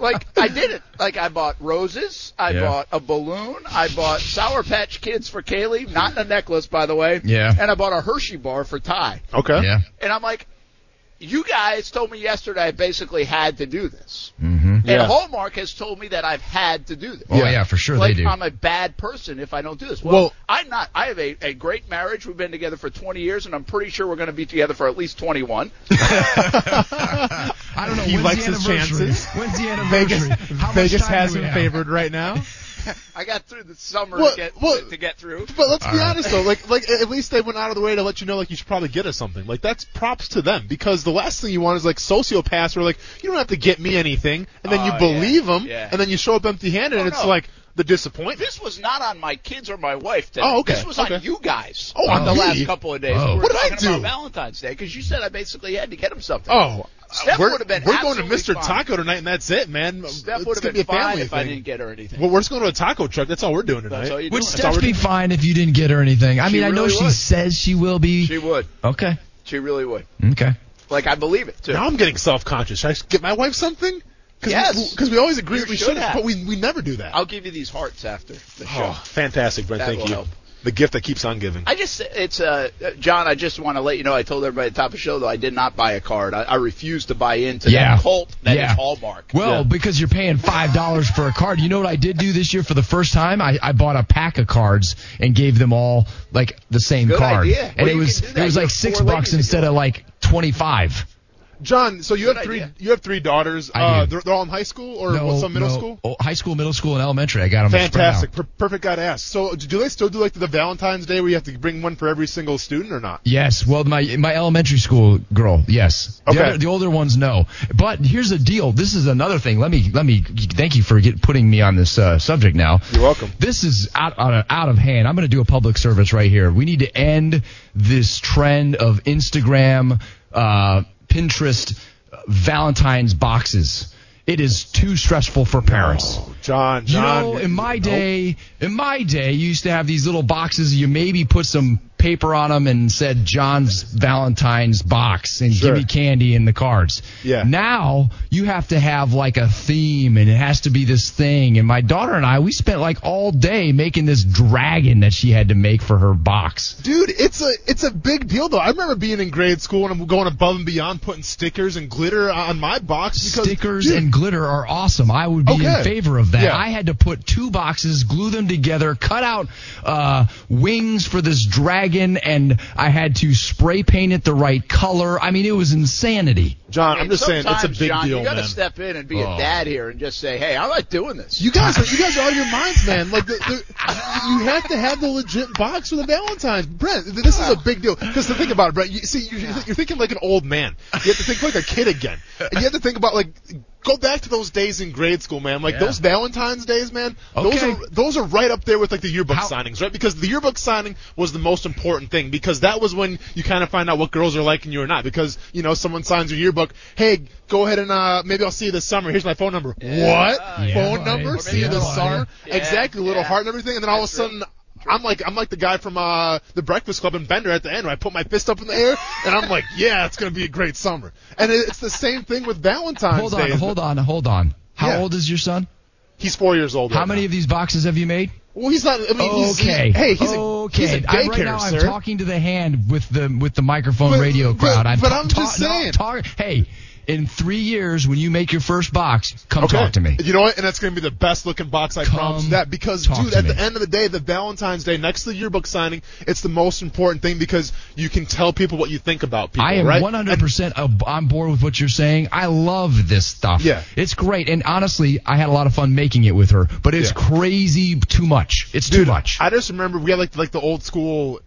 Speaker 2: like I didn't. Like I bought roses, I
Speaker 8: Yeah.
Speaker 2: bought a balloon, I bought Sour Patch Kids for Kaylee, not in a necklace, by the way.
Speaker 8: Yeah.
Speaker 2: And I bought a Hershey bar for Ty.
Speaker 3: Okay.
Speaker 8: Yeah.
Speaker 2: And I'm like, you guys told me yesterday I basically had to do this,
Speaker 8: Mm-hmm.
Speaker 2: and
Speaker 3: Yeah.
Speaker 2: Hallmark has told me that I've had to do this
Speaker 8: Oh yeah, for sure
Speaker 2: like
Speaker 8: they do.
Speaker 2: I'm a bad person if I don't do this. Well,
Speaker 3: Well-
Speaker 2: I'm not. I have a, a great marriage. We've been together for 20 years, and I'm pretty sure we're going to be together for at least 21.
Speaker 8: I don't know.
Speaker 3: He
Speaker 8: when's
Speaker 3: likes
Speaker 8: the
Speaker 3: his
Speaker 8: anniversary?
Speaker 3: chances.
Speaker 8: When's the
Speaker 3: Vegas,
Speaker 8: anniversary? How much
Speaker 3: Vegas
Speaker 8: time
Speaker 3: has
Speaker 8: do we
Speaker 3: him
Speaker 8: have?
Speaker 3: favored right now.
Speaker 2: I got through the summer
Speaker 3: Well,
Speaker 2: to, get,
Speaker 3: well-
Speaker 2: to get through.
Speaker 3: But let's be honest though, like like at least they went out of the way to let you know like you should probably get us something. Like that's props to them because the last thing you want is like sociopaths who are like you don't have to get me anything, and then
Speaker 2: Oh,
Speaker 3: you believe them,
Speaker 2: yeah.
Speaker 3: and then you show up empty-handed, and
Speaker 2: Oh,
Speaker 3: it's
Speaker 2: no.
Speaker 3: like the disappointment.
Speaker 2: This was not on my kids or my wife. Today.
Speaker 3: Oh, okay,
Speaker 2: This was on
Speaker 3: okay.
Speaker 2: you guys.
Speaker 3: Oh,
Speaker 2: on
Speaker 3: on
Speaker 2: the
Speaker 3: me?
Speaker 2: last couple of days.
Speaker 8: Oh.
Speaker 2: We were
Speaker 3: What did I
Speaker 2: talking
Speaker 3: do?
Speaker 2: about Valentine's Day because you said I basically had to get him something.
Speaker 3: Oh,
Speaker 2: Steph
Speaker 3: we're,
Speaker 2: would've been
Speaker 3: we're going to
Speaker 2: absolutely
Speaker 3: Mr.
Speaker 2: fine.
Speaker 3: Taco tonight, and that's it, man.
Speaker 2: Steph
Speaker 3: it's
Speaker 2: would have
Speaker 3: gonna
Speaker 2: been
Speaker 3: be a
Speaker 2: fine
Speaker 3: family
Speaker 2: if
Speaker 3: thing.
Speaker 2: I didn't get her anything.
Speaker 3: well, we're just going to a taco truck. That's all we're doing tonight.
Speaker 2: That's all you
Speaker 8: Would
Speaker 2: do.
Speaker 8: Steph be fine if you didn't get her anything? I
Speaker 2: She
Speaker 8: mean, I know
Speaker 2: really
Speaker 8: she
Speaker 2: would.
Speaker 8: says she will be.
Speaker 2: She would.
Speaker 8: okay.
Speaker 2: She really would.
Speaker 8: Okay.
Speaker 2: Like I believe it too.
Speaker 3: now I'm getting self-conscious. Should I get my wife something? Cause
Speaker 2: Yes.
Speaker 3: Because we, always agree
Speaker 2: You
Speaker 3: that we
Speaker 2: should
Speaker 3: should,
Speaker 2: have.
Speaker 3: but we we never do that.
Speaker 2: I'll give you these hearts after the show.
Speaker 3: oh, fantastic, Brent.
Speaker 2: That
Speaker 3: Thank
Speaker 2: will
Speaker 3: you.
Speaker 2: help.
Speaker 3: The gift that keeps on giving.
Speaker 2: I just it's uh uh, John. I just want to let you know. I told everybody at the top of the show though. I did not buy a card. I, I refuse to buy into
Speaker 8: Yeah.
Speaker 2: that cult that is
Speaker 8: Yeah.
Speaker 2: Hallmark.
Speaker 8: Well, because you're paying five dollars for a card. You know what I did do this year for the first time? I, I bought a pack of cards and gave them all like the same
Speaker 2: Good
Speaker 8: card,
Speaker 2: idea.
Speaker 8: and
Speaker 2: Well,
Speaker 8: it
Speaker 2: you
Speaker 8: was
Speaker 2: can do
Speaker 8: it
Speaker 2: that.
Speaker 8: was
Speaker 2: You
Speaker 8: like
Speaker 2: have
Speaker 8: six
Speaker 2: four
Speaker 8: bucks
Speaker 2: ladies if you
Speaker 8: instead of like twenty five.
Speaker 3: John, so you
Speaker 2: Good
Speaker 3: have three.
Speaker 2: idea.
Speaker 3: You have three daughters.
Speaker 8: I
Speaker 3: uh,
Speaker 8: do.
Speaker 3: They're, they're all in high school or
Speaker 8: No,
Speaker 3: what's some middle
Speaker 8: no,
Speaker 3: school.
Speaker 8: oh, high school, middle school, and elementary. I got them
Speaker 3: Fantastic, per- perfect guy to ask. So, do they still do like the Valentine's Day where you have to bring one for every single student or not?
Speaker 8: Yes. Well, my my elementary school girl. Yes. The,
Speaker 3: Okay.
Speaker 8: other, the older ones, no. But here's the deal. This is another thing. Let me let me thank you for get, putting me on this uh, subject. Now
Speaker 3: You're welcome.
Speaker 8: This is out out of, out of hand. I'm going to do a public service right here. We need to end this trend of Instagram, uh, Pinterest, uh, Valentine's boxes. It is too stressful for parents.
Speaker 3: Oh, John,
Speaker 8: You
Speaker 3: John.
Speaker 8: know, in my day, in my day, you used to have these little boxes. You maybe put some paper on them and said John's Valentine's box and
Speaker 3: Sure.
Speaker 8: give me candy in the cards.
Speaker 3: Yeah.
Speaker 8: Now you have to have like a theme and it has to be this thing. And my daughter and I, we spent like all day making this dragon that she had to make for her box.
Speaker 3: Dude, it's a it's a big deal though. I remember being in grade school and I'm going above and beyond putting stickers and glitter on my box because
Speaker 8: Stickers
Speaker 3: dude,
Speaker 8: and glitter are awesome. I would be
Speaker 3: Okay.
Speaker 8: in favor of that.
Speaker 3: Yeah.
Speaker 8: I had to put two boxes, glue them together, cut out uh, wings for this dragon, and I had to spray paint it the right color. I mean, it was insanity.
Speaker 3: John, I'm
Speaker 2: And
Speaker 3: just saying it's a
Speaker 2: sometimes,
Speaker 3: big
Speaker 2: John,
Speaker 3: deal,
Speaker 2: You gotta
Speaker 3: man.
Speaker 2: step in and be
Speaker 8: Oh.
Speaker 2: a dad here and just say, "Hey, I'm not doing this."
Speaker 3: You guys, are, you guys are out of your minds, man. Like, the, the, you have to have the legit box for the Valentine's, Brent. th- This is a big deal because to think about it, Brent. You see, you're, you're thinking like an old man. You have to think like a kid again. And you have to think about like go back to those days in grade school, man. Like those Valentine's days, man. Those
Speaker 8: Okay.
Speaker 3: are those are right up there with like the yearbook
Speaker 8: How-
Speaker 3: signings, right? Because the yearbook signing was the most important thing because that was when you kind of find out what girls are liking you or not. Because you know someone signs your yearbook, hey, go ahead and uh, maybe I'll see you this summer. Here's my phone number. What?
Speaker 8: Yeah.
Speaker 3: phone
Speaker 8: Right.
Speaker 3: number,
Speaker 8: Or
Speaker 3: see you
Speaker 8: maybe
Speaker 3: this
Speaker 8: a
Speaker 3: summer.
Speaker 8: flyer.
Speaker 2: Yeah,
Speaker 3: exactly, little
Speaker 2: yeah.
Speaker 3: heart and everything, and then all of a sudden I'm like I'm like the guy from uh the Breakfast Club and Bender at the end where I put my fist up in the air and I'm like, [laughs] Yeah, it's gonna be a great summer. And it- it's the same thing with Valentine's
Speaker 8: Hold
Speaker 3: Day.
Speaker 8: on,
Speaker 3: isn't
Speaker 8: hold
Speaker 3: it?
Speaker 8: on, hold on. How
Speaker 3: Yeah.
Speaker 8: old is your son?
Speaker 3: He's four years old.
Speaker 8: How
Speaker 3: right
Speaker 8: many
Speaker 3: now.
Speaker 8: of these boxes have you made?
Speaker 3: Well he's not I mean he's he's-
Speaker 8: okay.
Speaker 3: hey, he's
Speaker 8: okay.
Speaker 3: a he's a
Speaker 8: I- right
Speaker 3: daycare,
Speaker 8: now,
Speaker 3: sir.
Speaker 8: I'm talking to the hand with the with the microphone
Speaker 3: But-
Speaker 8: radio
Speaker 3: but-
Speaker 8: crowd. I'm,
Speaker 3: but
Speaker 8: ta-
Speaker 3: I'm just
Speaker 8: ta- no,
Speaker 3: saying.
Speaker 8: ta- hey, in three years, when you make your first box, come
Speaker 3: Okay.
Speaker 8: talk to me.
Speaker 3: You know what? And that's going to be the best looking box I
Speaker 8: Come
Speaker 3: promise you that because,
Speaker 8: talk
Speaker 3: dude,
Speaker 8: to
Speaker 3: at
Speaker 8: me.
Speaker 3: the end of the day, the Valentine's Day next to the yearbook signing, it's the most important thing because you can tell people what you think about people.
Speaker 8: I am
Speaker 3: right?
Speaker 8: 100% ab- on board with what you're saying. I love this stuff.
Speaker 3: Yeah.
Speaker 8: It's great. And honestly, I had a lot of fun making it with her, but it's
Speaker 3: Yeah.
Speaker 8: crazy too much. It's too much.
Speaker 3: I just remember we had like like the old school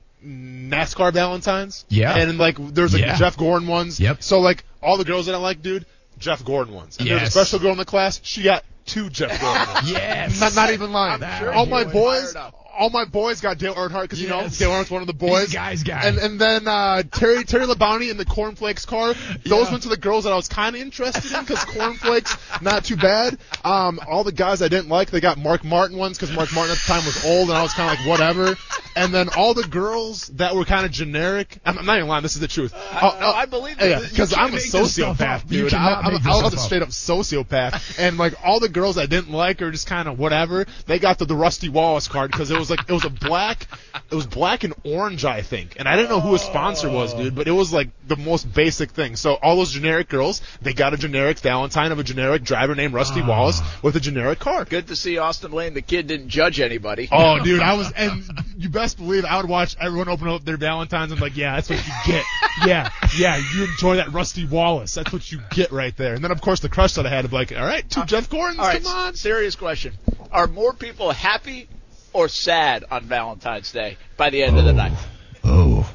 Speaker 3: NASCAR Valentines.
Speaker 8: Yeah.
Speaker 3: And like there's like
Speaker 8: Yeah.
Speaker 3: the Jeff Gordon ones.
Speaker 8: Yep.
Speaker 3: So like all the girls that I like, dude, Jeff Gordon ones. And there's
Speaker 8: Yes.
Speaker 3: a special girl in the class. She got two Jeff Gordon
Speaker 8: [laughs]
Speaker 3: ones.
Speaker 8: yes.
Speaker 3: Not, not even lying.
Speaker 8: I'm sure
Speaker 3: all
Speaker 8: he
Speaker 3: my
Speaker 8: was
Speaker 3: boys.
Speaker 2: fired up.
Speaker 3: All my boys got Dale Earnhardt because you know
Speaker 8: Yes.
Speaker 3: Dale Earnhardt's one of the boys.
Speaker 8: He's a guy's guy.
Speaker 3: And and then uh, Terry Terry Labonte in the cornflakes car. Those
Speaker 8: Yeah.
Speaker 3: went to the girls that I was kind of interested in because cornflakes not too bad. Um, all the guys I didn't like they got Mark Martin ones because Mark Martin at the time was old and I was kind of like whatever. And then all the girls that were kind of generic. I'm, I'm not even lying. This is the truth. Uh,
Speaker 2: no,
Speaker 3: uh,
Speaker 2: I believe
Speaker 3: [laughs] yeah,
Speaker 2: this. You
Speaker 3: because
Speaker 8: can't
Speaker 3: I'm a
Speaker 8: make this stuff
Speaker 3: sociopath,
Speaker 8: up. You
Speaker 3: dude.
Speaker 8: cannot
Speaker 3: I'm, I'm,
Speaker 8: make
Speaker 3: I'm,
Speaker 8: this
Speaker 3: I'm
Speaker 8: stuff
Speaker 3: a
Speaker 8: up.
Speaker 3: straight up sociopath, and like all the girls I didn't like are just kind of whatever. They got the, the Rusty Wallace card because it was like it was a black, it was black and orange, I think, and I didn't know who his sponsor was,
Speaker 8: Oh.
Speaker 3: dude, but it was like the most basic thing. So all those generic girls, they got a generic Valentine of a generic driver named Rusty
Speaker 8: Ah.
Speaker 3: Wallace with a generic card.
Speaker 2: Good to see Austin Lane. The kid didn't judge anybody.
Speaker 3: Oh, dude, I was, and you best believe I would watch everyone open up their Valentines. I'm like, yeah, that's what you get. Yeah, yeah, you enjoy that Rusty Wallace. That's what you get right there. And then, of course, the crush that I had of like, all right, two Jeff Gordons,
Speaker 2: Uh, All right,
Speaker 3: come on.
Speaker 2: serious question: Are more people happy or sad on Valentine's Day by the end of the night?
Speaker 8: Oh.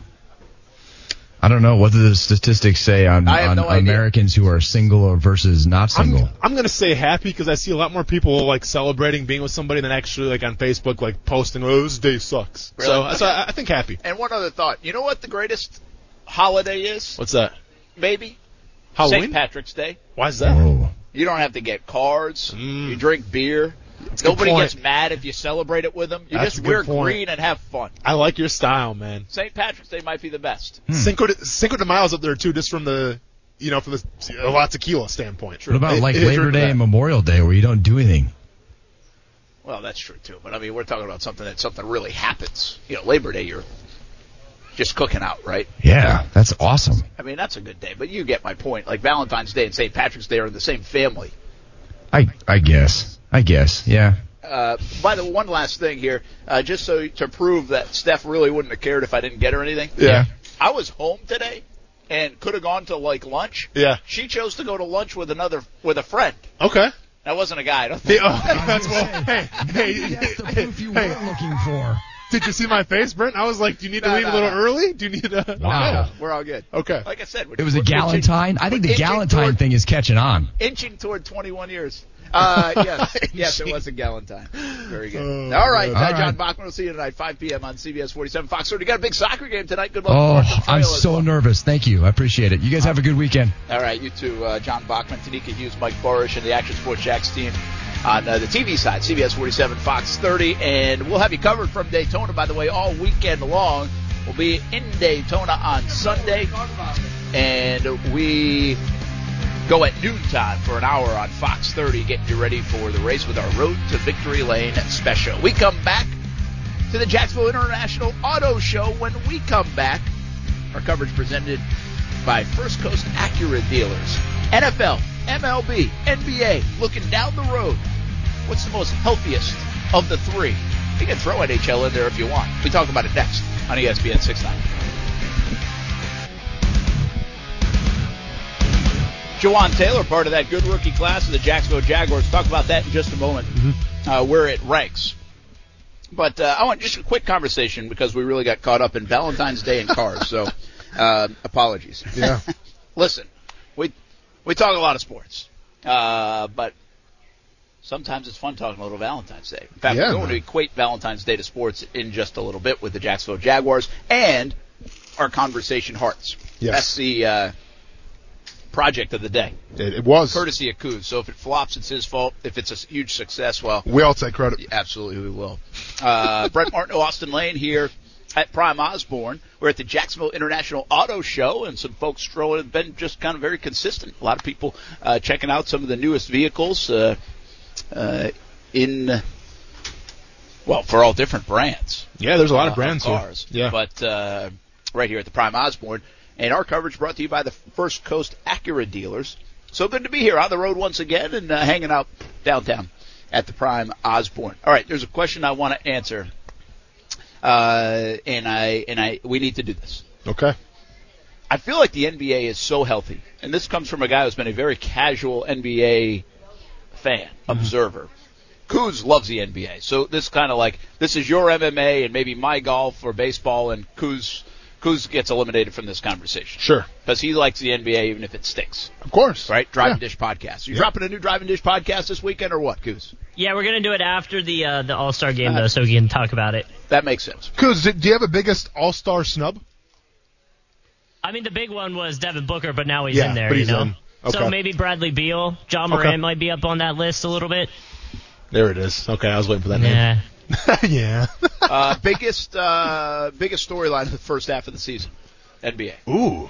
Speaker 8: I don't know what do the statistics say on,
Speaker 2: I have
Speaker 8: on
Speaker 2: no idea.
Speaker 8: Americans who are single or versus not single.
Speaker 3: [laughs] I'm, I'm gonna say happy because I see a lot more people like celebrating being with somebody than actually like on Facebook like posting, oh, this day sucks. So,
Speaker 2: Really?
Speaker 3: so I, I think happy.
Speaker 2: And one other thought: You know what the greatest holiday is?
Speaker 3: What's that?
Speaker 2: Maybe St.
Speaker 3: Halloween?
Speaker 2: Patrick's Day.
Speaker 3: Why is that?
Speaker 8: oh.
Speaker 2: You don't have to get cards. You drink beer.
Speaker 3: Mm. a good
Speaker 2: Nobody
Speaker 3: point.
Speaker 2: gets mad if you celebrate it with them. You
Speaker 3: That's a
Speaker 2: just
Speaker 3: good
Speaker 2: wear
Speaker 3: point.
Speaker 2: green and have fun.
Speaker 3: I like your style, man.
Speaker 2: St. Patrick's Day might be the best.
Speaker 3: Cinco de, Cinco de Miles up there too, just from the, you know, from the a lot tequila standpoint.
Speaker 8: What about
Speaker 3: It-
Speaker 8: like
Speaker 3: it-
Speaker 8: Labor Day
Speaker 3: that.
Speaker 8: and Memorial Day where you don't do anything?
Speaker 2: Well, that's true too. But I mean, we're talking about something that something really happens. You know, Labor Day, you're just cooking out, right?
Speaker 8: Yeah, that's awesome.
Speaker 2: I mean, that's a good day. But you get my point. Like Valentine's Day and St. Patrick's Day are in the same family.
Speaker 8: I I guess. I guess. Yeah.
Speaker 2: Uh, by the one last thing here, uh, just so to prove that Steph really wouldn't have cared if I didn't get her anything.
Speaker 3: [laughs] Yeah.
Speaker 2: I was home today and could have gone to like lunch.
Speaker 3: Yeah.
Speaker 2: She chose to go to lunch with another with a friend.
Speaker 3: Okay.
Speaker 2: That wasn't a guy. I don't think.
Speaker 3: Yeah, oh, [laughs] that's well. Hey, hey,
Speaker 8: That's the
Speaker 3: hey,
Speaker 8: proof you
Speaker 3: hey,
Speaker 8: weren't looking for.
Speaker 3: did you see my face, Brent? I was like, do you need to
Speaker 2: No,
Speaker 3: leave
Speaker 2: no,
Speaker 3: a little
Speaker 2: no.
Speaker 3: early? Do you need to?
Speaker 8: Wow.
Speaker 2: We're all good.
Speaker 3: Okay.
Speaker 2: Like I said, we're-
Speaker 8: Oh. It was a
Speaker 2: we're inching-
Speaker 8: Galentine. I think the
Speaker 2: we're inching
Speaker 8: Galentine
Speaker 2: toward-
Speaker 8: thing is catching on.
Speaker 2: Inching toward
Speaker 8: [laughs]
Speaker 2: 21 years. Uh, yes, yes, it was a Galentine. Very good. all right,
Speaker 8: Oh, All
Speaker 2: uh, John
Speaker 8: right.
Speaker 2: Bachman. We'll see you tonight, 5 p.m. on CBS 47 Fox 30. Got a big soccer game tonight. Good luck.
Speaker 8: Oh,
Speaker 2: to North
Speaker 8: I'm
Speaker 2: Trail as
Speaker 8: so
Speaker 2: well.
Speaker 8: nervous. Thank you. I appreciate it. You guys have a good weekend.
Speaker 2: All right, you too, uh, John Bachman, Tanika Hughes, Mike Borish, and the Action Sports Jacks team on uh, the TV side, CBS 47, Fox 30, and we'll have you covered from Daytona, by the way, all weekend long. will be in Daytona on Sunday, and we go at noontime for an hour on Fox 30, getting you ready for the race with our Road to Victory Lane special. We come back to the Jacksonville International Auto Show when we come back. Our coverage presented by First Coast Acura dealers. NFL, MLB, NBA, looking down the road. What's the most healthiest of the three? You can throw NHL in there if you want. We talk about it next on E ESPN 690. Jawan Taylor, part of that good rookie class of the Jacksonville Jaguars. Talk about that in just a moment,
Speaker 3: Mm-hmm.
Speaker 2: uh, where it ranks. But uh, I want just a quick conversation because we really got caught up in Valentine's Day and cars.
Speaker 3: [laughs]
Speaker 2: so uh, apologies.
Speaker 3: Yeah.
Speaker 2: [laughs] Listen, we we talk a lot of sports, uh, but sometimes it's fun talking a little Valentine's Day. In fact,
Speaker 3: Yeah,
Speaker 2: we're going to
Speaker 3: man.
Speaker 2: equate Valentine's Day to sports in just a little bit with the Jacksonville Jaguars and our conversation hearts.
Speaker 3: Yes.
Speaker 2: That's the uh, project of the day
Speaker 3: [laughs] It, it was.
Speaker 2: courtesy of Coos. So if it flops, it's his fault. If it's a s- huge success, well,
Speaker 3: We all take credit.
Speaker 2: absolutely we will. Uh, [laughs] Brett Martin, Austin Lane here at Prime Osborne. We're at the Jacksonville International Auto Show, and some folks strolling have been just kind of very consistent. A lot of people uh, checking out some of the newest vehicles uh, uh, in. Well, for all different brands
Speaker 3: Yeah, there's a lot of
Speaker 2: uh,
Speaker 3: brands
Speaker 2: cars.
Speaker 3: here. Yeah.
Speaker 2: But uh, right here at the Prime Osborne. And our coverage brought to you by the First Coast Acura dealers. So good to be here on the road once again and uh, hanging out downtown at the Prime Osborne. All right, there's a question I want to answer. Uh, and I and I we need to do this.
Speaker 3: okay.
Speaker 2: I feel like the NBA is so healthy, and this comes from a guy who's been a very casual NBA fan, observer. Coos loves the NBA, so this kind of like this is your MMA and maybe my golf or baseball, and Coos Coos gets eliminated from this conversation
Speaker 3: Sure.
Speaker 2: because he likes the NBA even if it stinks.
Speaker 3: Of course.
Speaker 2: Right? Driving
Speaker 3: Yeah.
Speaker 2: Dish podcast. You dropping a new Driving Dish podcast this weekend or what, Coos?
Speaker 4: Yeah, we're gonna do it after the uh, the All Star game though, so we can talk about it.
Speaker 2: That makes sense.
Speaker 3: Coos, do, do you have a biggest all star snub?
Speaker 4: I mean, the big one was Devin Booker, but now he's
Speaker 3: Yeah,
Speaker 4: in there,
Speaker 3: but he's
Speaker 4: you know.
Speaker 3: in. Okay.
Speaker 4: So maybe Bradley Beal, John
Speaker 3: Okay.
Speaker 4: Moran might be up on that list a little bit.
Speaker 3: There it is. Okay, I was waiting for that name.
Speaker 4: Yeah.
Speaker 3: [laughs] yeah.
Speaker 2: Uh, [laughs] biggest uh, biggest storyline of the first half of the season, NBA.
Speaker 3: Ooh.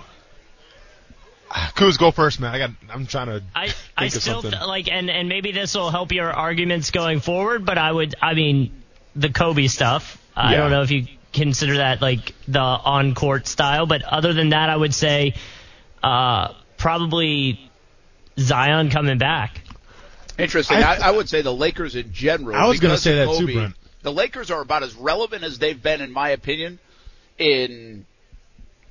Speaker 3: Ah, Coos, go first, man. I got. I'm trying to.
Speaker 4: I,
Speaker 3: think
Speaker 4: I
Speaker 3: of
Speaker 4: still
Speaker 3: something.
Speaker 4: th- like, and, and maybe this will help your arguments going forward, but I would, I mean, the Kobe stuff, I
Speaker 3: Yeah.
Speaker 4: don't know if you consider that like the on court style, but other than that, I would say uh, probably Zion coming back.
Speaker 2: Interesting.
Speaker 3: I
Speaker 2: I,
Speaker 3: th-
Speaker 2: I, would say the Lakers in general.
Speaker 3: I was gonna
Speaker 2: because
Speaker 3: say
Speaker 2: of
Speaker 3: that too,
Speaker 2: Kobe,
Speaker 3: Brent.
Speaker 2: The Lakers are about as relevant as they've been, in my opinion, in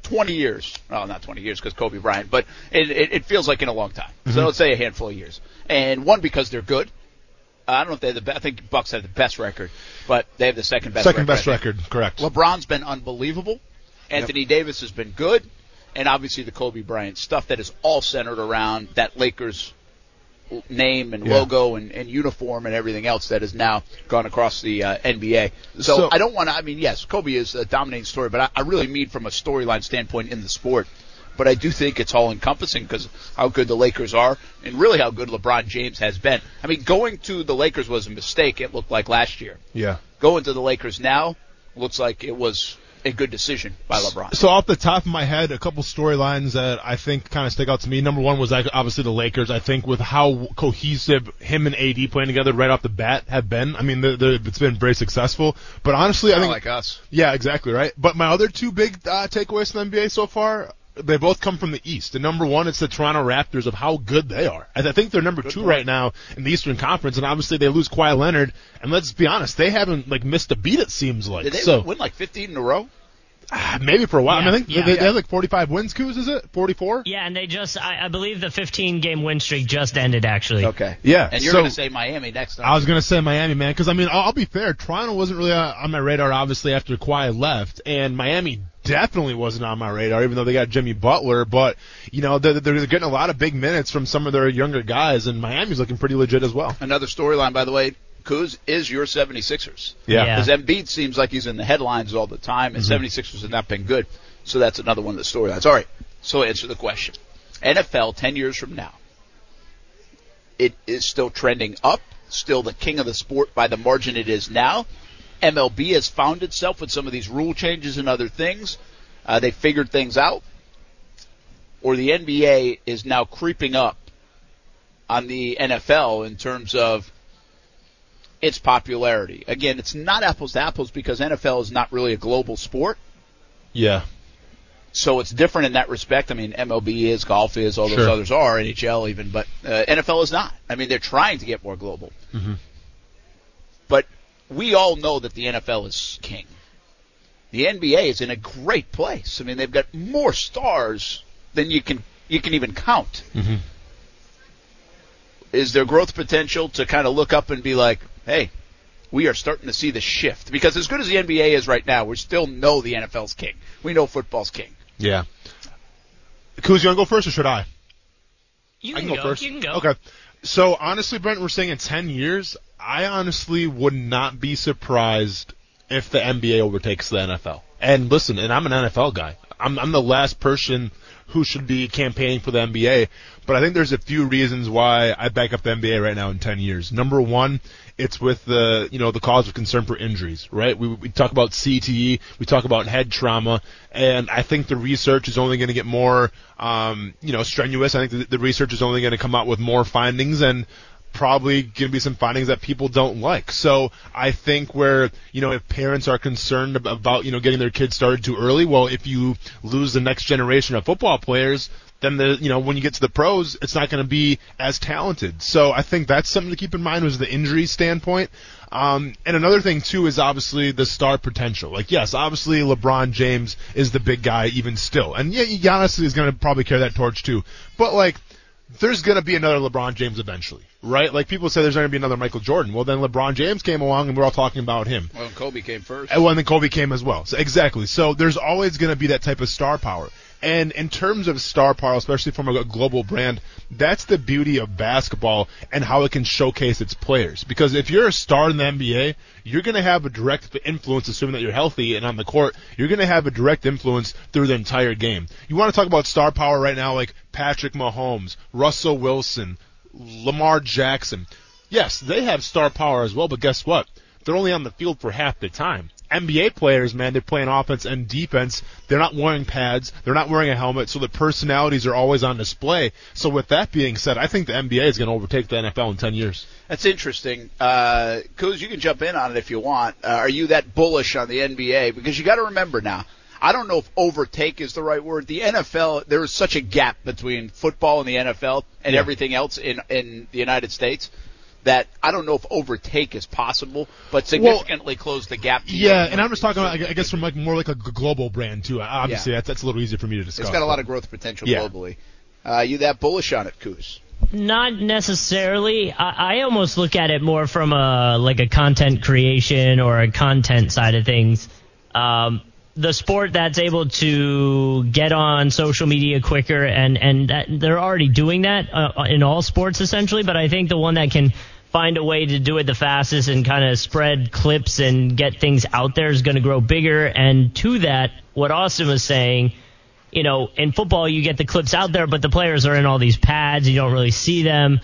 Speaker 2: 20 years. Well, not 20 years because Kobe Bryant, but it, it, it feels like in a long time.
Speaker 3: Mm-hmm.
Speaker 2: So let's say a handful of years. And one because they're good. I don't know if they have the best. I think Bucks have the best record, but they have the second best.
Speaker 3: Second
Speaker 2: record,
Speaker 3: best
Speaker 2: I think.
Speaker 3: record, correct?
Speaker 2: LeBron's been unbelievable. Anthony Davis has been good. And obviously the Kobe Bryant stuff that is all centered around that Lakers l- name and
Speaker 3: Yeah.
Speaker 2: logo and, and uniform and everything else that has now gone across the uh, NBA. So,
Speaker 3: So-
Speaker 2: I don't want to, I mean, yes, Kobe is a dominating story, but I, I really mean from a storyline standpoint in the sport. But I do think it's all encompassing because how good the Lakers are and really how good LeBron James has been. I mean, going to the Lakers was a mistake, it looked like last year
Speaker 3: yeah.
Speaker 2: going to the Lakers now looks like it was a good decision by LeBron.
Speaker 3: So off the top of my head, a couple storylines that I think kind of stick out to me. Number one was like, obviously the Lakers. I think with how cohesive him and AD playing together right off the bat have been. I mean, the, the, it's been very successful. But honestly, I think
Speaker 2: us.
Speaker 3: yeah, exactly right. But my other two big uh, takeaways from the NBA so far. They both come from the East. And number one, it's the Toronto Raptors of how good they are. And I think they're number two right now in the Eastern Conference. And obviously, they lose Kawhi Leonard. And let's be honest, they haven't like missed a beat. It seems like
Speaker 2: Did they
Speaker 3: so
Speaker 2: win like 15 in a row?
Speaker 3: Ah, Maybe for a while. I, mean, I think
Speaker 4: Yeah,
Speaker 3: they,
Speaker 4: yeah.
Speaker 3: they had like 45 wins, Coos, is it? 44?
Speaker 4: Yeah, and they just, I, I believe the 15 game win streak just ended actually.
Speaker 2: Okay.
Speaker 3: Yeah,
Speaker 2: And you're
Speaker 3: so-
Speaker 2: going to say Miami next time.
Speaker 3: I was going to say Miami, man, because, I mean, I'll, I'll be fair. Toronto wasn't really uh, on my radar, obviously, after Kawhi left, and Miami definitely wasn't on my radar, even though they got Jimmy Butler. But, you know, they're, they're getting a lot of big minutes from some of their younger guys, and Miami's looking pretty legit as well.
Speaker 2: Another storyline, by the way, Kuz is your 76ers.
Speaker 3: Yeah.
Speaker 4: Yeah.
Speaker 2: Because Embiid seems like he's in the headlines all the time, and 76ers have not been good. So that's another one of the storylines. All right. So answer the question. NFL 10 years from now, it is still trending up, still the king of the sport by the margin it is now, MLB has found itself with some of these rule changes and other things. Uh, they figured things out, or the NBA is now creeping up on the NFL in terms of its popularity. Again, it's not apples to apples because NFL is not really a global sport.
Speaker 3: Yeah.
Speaker 2: So it's different in that respect. I mean, MLB is, golf is, all those
Speaker 3: Sure.
Speaker 2: others are, NHL even, but uh, NFL is not. I mean, they're trying to get more global. But we all know that the NFL is king. The NBA is in a great place. I mean, they've got more stars than you can you can even count. Is there growth potential to kind of look up and be like, hey, we are starting to see the shift? Because as good as the NBA is right now, we still know the NFL's king. We know football's king.
Speaker 3: Yeah. Kuz, you want to go first or should I?
Speaker 4: You
Speaker 3: I
Speaker 4: can,
Speaker 3: can go,
Speaker 4: go.
Speaker 3: first.
Speaker 4: You can go.
Speaker 3: Okay. So honestly, Brent, we're saying in ten years, I honestly would not be surprised if the NBA overtakes the NFL. And listen, and I'm an NFL guy. I'm I'm the last person who should be campaigning for the NBA, but I think there's a few reasons why I back up the NBA right now in 10 years. Number one, it's with the you know the cause of concern for injuries, right? We we talk about CTE, E. we talk about head trauma, and I think the research is only going to get more um, you know strenuous. I think the, the research is only going to come out with more findings and probably going to be some findings that people don't like. So I think where, you know, if parents are concerned ab- about, you know, getting their kids started too early, well, if you lose the next generation of football players, then the, you know, when you get to the pros, it's not going to be as talented. So I think that's something to keep in mind was the injury standpoint. Um, and another thing too is obviously the star potential. Like, yes, obviously LeBron James is the big guy even still. And yeah, Giannis is going to probably carry that torch too. But like, there's going to be another LeBron James eventually, right? Like people say there's not going to be another Michael Jordan. Well, then LeBron James came along and we're all talking about him.
Speaker 2: Well, Kobe came first.
Speaker 3: And well, and then Kobe came as well. So exactly. So there's always going to be that type of star power. And in terms of star power, especially from a global brand, that's the beauty of basketball and how it can showcase its players. Because if you're a star in the NBA, you're going to have a direct influence, assuming that you're healthy and on the court, you're going to have a direct influence through the entire game. You want to talk about star power right now, like Patrick Mahomes, Russell Wilson, Lamar Jackson. Yes, they have star power as well, but guess what? They're only on the field for half the time. NBA players, man, they're playing offense and defense. They're not wearing pads. They're not wearing a helmet, so the personalities are always on display. So with that being said, I think the NBA is going to overtake the NFL in 10 years.
Speaker 2: That's interesting. Uh, Kuz, you can jump in on it if you want. Uh, are you that bullish on the NBA? Because you got to remember now, I don't know if overtake is the right word. The NFL, there is such a gap between football and the NFL and everything else in, in the United States that I don't know if overtake is possible, but significantly close the gap. to
Speaker 3: Yeah,
Speaker 2: the
Speaker 3: and I'm just talking about, I guess, from like more like a global brand too. Obviously,
Speaker 2: Obviously,
Speaker 3: that's, that's a little easier for me to discuss.
Speaker 2: It's got a lot of growth potential
Speaker 3: Yeah.
Speaker 2: globally. Uh, you that bullish on it, Kuz?
Speaker 4: Not necessarily. I, I almost look at it more from a like a content creation or a content side of things. Um, the sport that's able to get on social media quicker, and and that, they're already doing that uh, in all sports essentially. But I think the one that can find a way to do it the fastest and kind of spread clips and get things out there is going to grow bigger. And to that, what Austin was saying you know, in football, you get the clips out there, but the players are in all these pads. You don't really see them.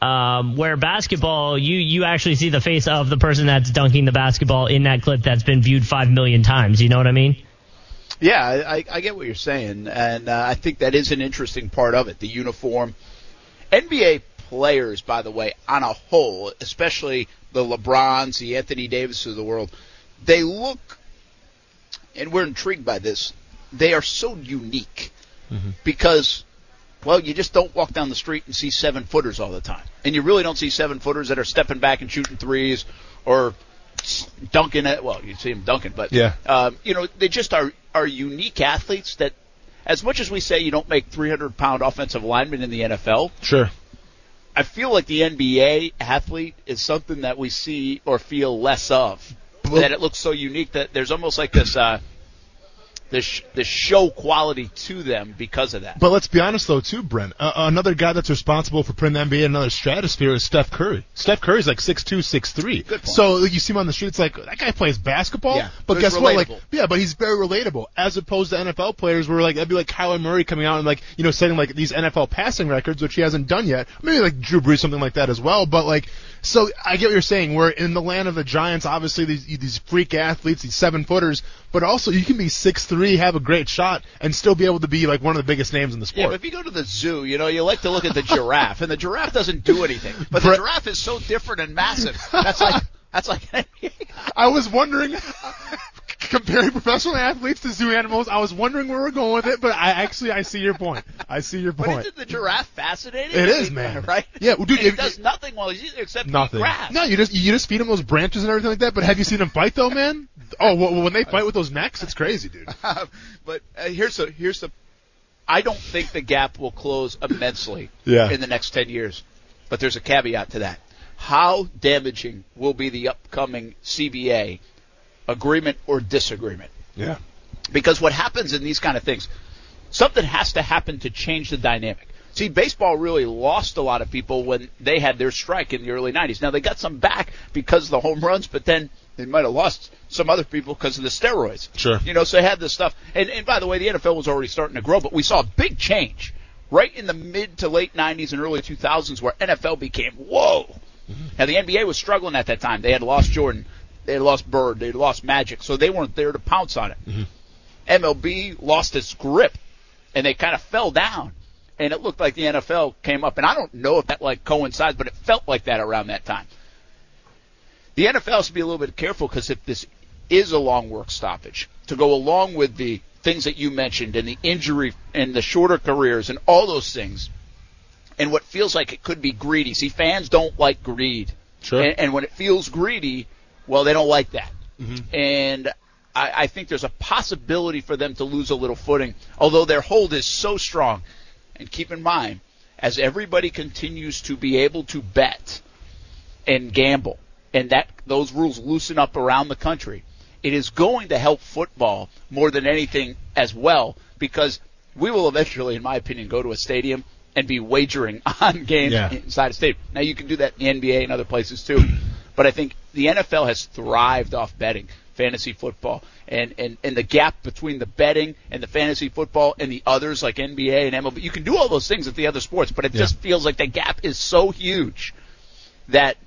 Speaker 4: Um, where basketball, you you actually see the face of the person that's dunking the basketball in that clip that's been viewed five million times. You know what I mean?
Speaker 2: Yeah, I, I- I get what you're saying, and uh, I think that is an interesting part of it. The uniform, NBA players, by the way, on a whole, especially the LeBrons, the Anthony Davis of the world, they look, and we're intrigued by this. They are so unique because, well, you just don't walk down the street and see seven footers all the time, and you really don't see seven footers that are stepping back and shooting threes or dunking it. Well, you see them dunking, but
Speaker 3: Yeah.
Speaker 2: um, you know, they just are are unique athletes that, as much as we say you don't make 300 pound offensive linemen in the NFL,
Speaker 3: Sure.
Speaker 2: I feel like the NBA athlete is something that we see or feel less of. that it looks so unique that there's almost like this uh, the sh- the show quality to them because of that.
Speaker 3: But let's be honest, though, too, Brent. Uh, another guy that's responsible for putting the NBA in another stratosphere is Steph Curry. Steph Curry's like six two, six three.
Speaker 2: Good point.
Speaker 3: So you see him on the streets, like that guy plays basketball.
Speaker 2: Yeah,
Speaker 3: but
Speaker 2: but
Speaker 3: guess
Speaker 2: he's
Speaker 3: what? Like,
Speaker 2: relatable.
Speaker 3: yeah, but he's very relatable, as opposed to NFL players, where like that'd be like Kyler Murray coming out and like you know setting like these NFL passing records, which he hasn't done yet. Maybe like Drew Brees, something like that as well. But like, so I get what you're saying. We're in the land of the Giants, obviously these these freak athletes, these seven footers, but also you can be six three, have a great shot, and still be able to be like one of the biggest names in the
Speaker 2: Yeah,
Speaker 3: sport.
Speaker 2: but if you go to the zoo, you know, you like to look at the giraffe, and the giraffe doesn't do anything. But the
Speaker 3: Brett-
Speaker 2: giraffe is so different and massive. That's like that's like [laughs] an NBA
Speaker 3: I was wondering, [laughs] comparing professional athletes to zoo animals, I was wondering where we're going with it, but I actually, I see your point. I see your
Speaker 2: But
Speaker 3: point.
Speaker 2: isn't the giraffe fascinating?
Speaker 3: It
Speaker 2: I
Speaker 3: is,
Speaker 2: mean,
Speaker 3: man.
Speaker 2: Right?
Speaker 3: Yeah, well, dude,
Speaker 2: And he
Speaker 3: if-
Speaker 2: does nothing while he's eating except eat
Speaker 3: Nothing.
Speaker 2: grass.
Speaker 3: No, you just you just feed them those branches and everything like that. But have you seen them fight though, man? Oh, well, when they fight with those necks, it's crazy, dude.
Speaker 2: but uh, here's the here's the. I don't think the gap will close immensely
Speaker 3: Yeah.
Speaker 2: in the next ten years, but there's a caveat to that. How damaging will be the upcoming CBA agreement or disagreement?
Speaker 3: Yeah.
Speaker 2: because what happens in these kind of things, something has to happen to change the dynamic. See, baseball really lost a lot of people when they had their strike in the early 90s. Now they got some back because of the home runs, but then they might have lost some other people because of the steroids.
Speaker 3: Sure.
Speaker 2: You know, so they had this stuff. And, and by the way, the NFL was already starting to grow, but we saw a big change right in the mid to late 90s and early 2000s where NFL became, whoa, now the NBA was struggling at that time. They had lost Jordan, they had lost Bird, they had lost Magic, so they weren't there to pounce on it. MLB lost its grip, and they kind of fell down, and it looked like the NFL came up. And I don't know if that like coincides, but it felt like that around that time. The NFL has to be a little bit careful because if this is a long work stoppage, to go along with the things that you mentioned and the injury and the shorter careers and all those things, and what feels like it could be greedy. See, fans don't like greed.
Speaker 3: Sure.
Speaker 2: And, and when it feels greedy, well, they don't like that. And I, I think there's a possibility for them to lose a little footing, although their hold is so strong. And keep in mind, as everybody continues to be able to bet and gamble, and that those rules loosen up around the country, it is going to help football more than anything as well because we will eventually, in my opinion, go to a stadium and be wagering [laughs] on games
Speaker 3: Yeah.
Speaker 2: inside a stadium. Now you can do that in the NBA and other places too, [clears throat] but I think the NFL has thrived off betting fantasy football and, and, and the gap between the betting and the fantasy football and the others like NBA and MLB. You can do all those things at the other sports, but it
Speaker 3: Yeah.
Speaker 2: just feels like the gap is so huge that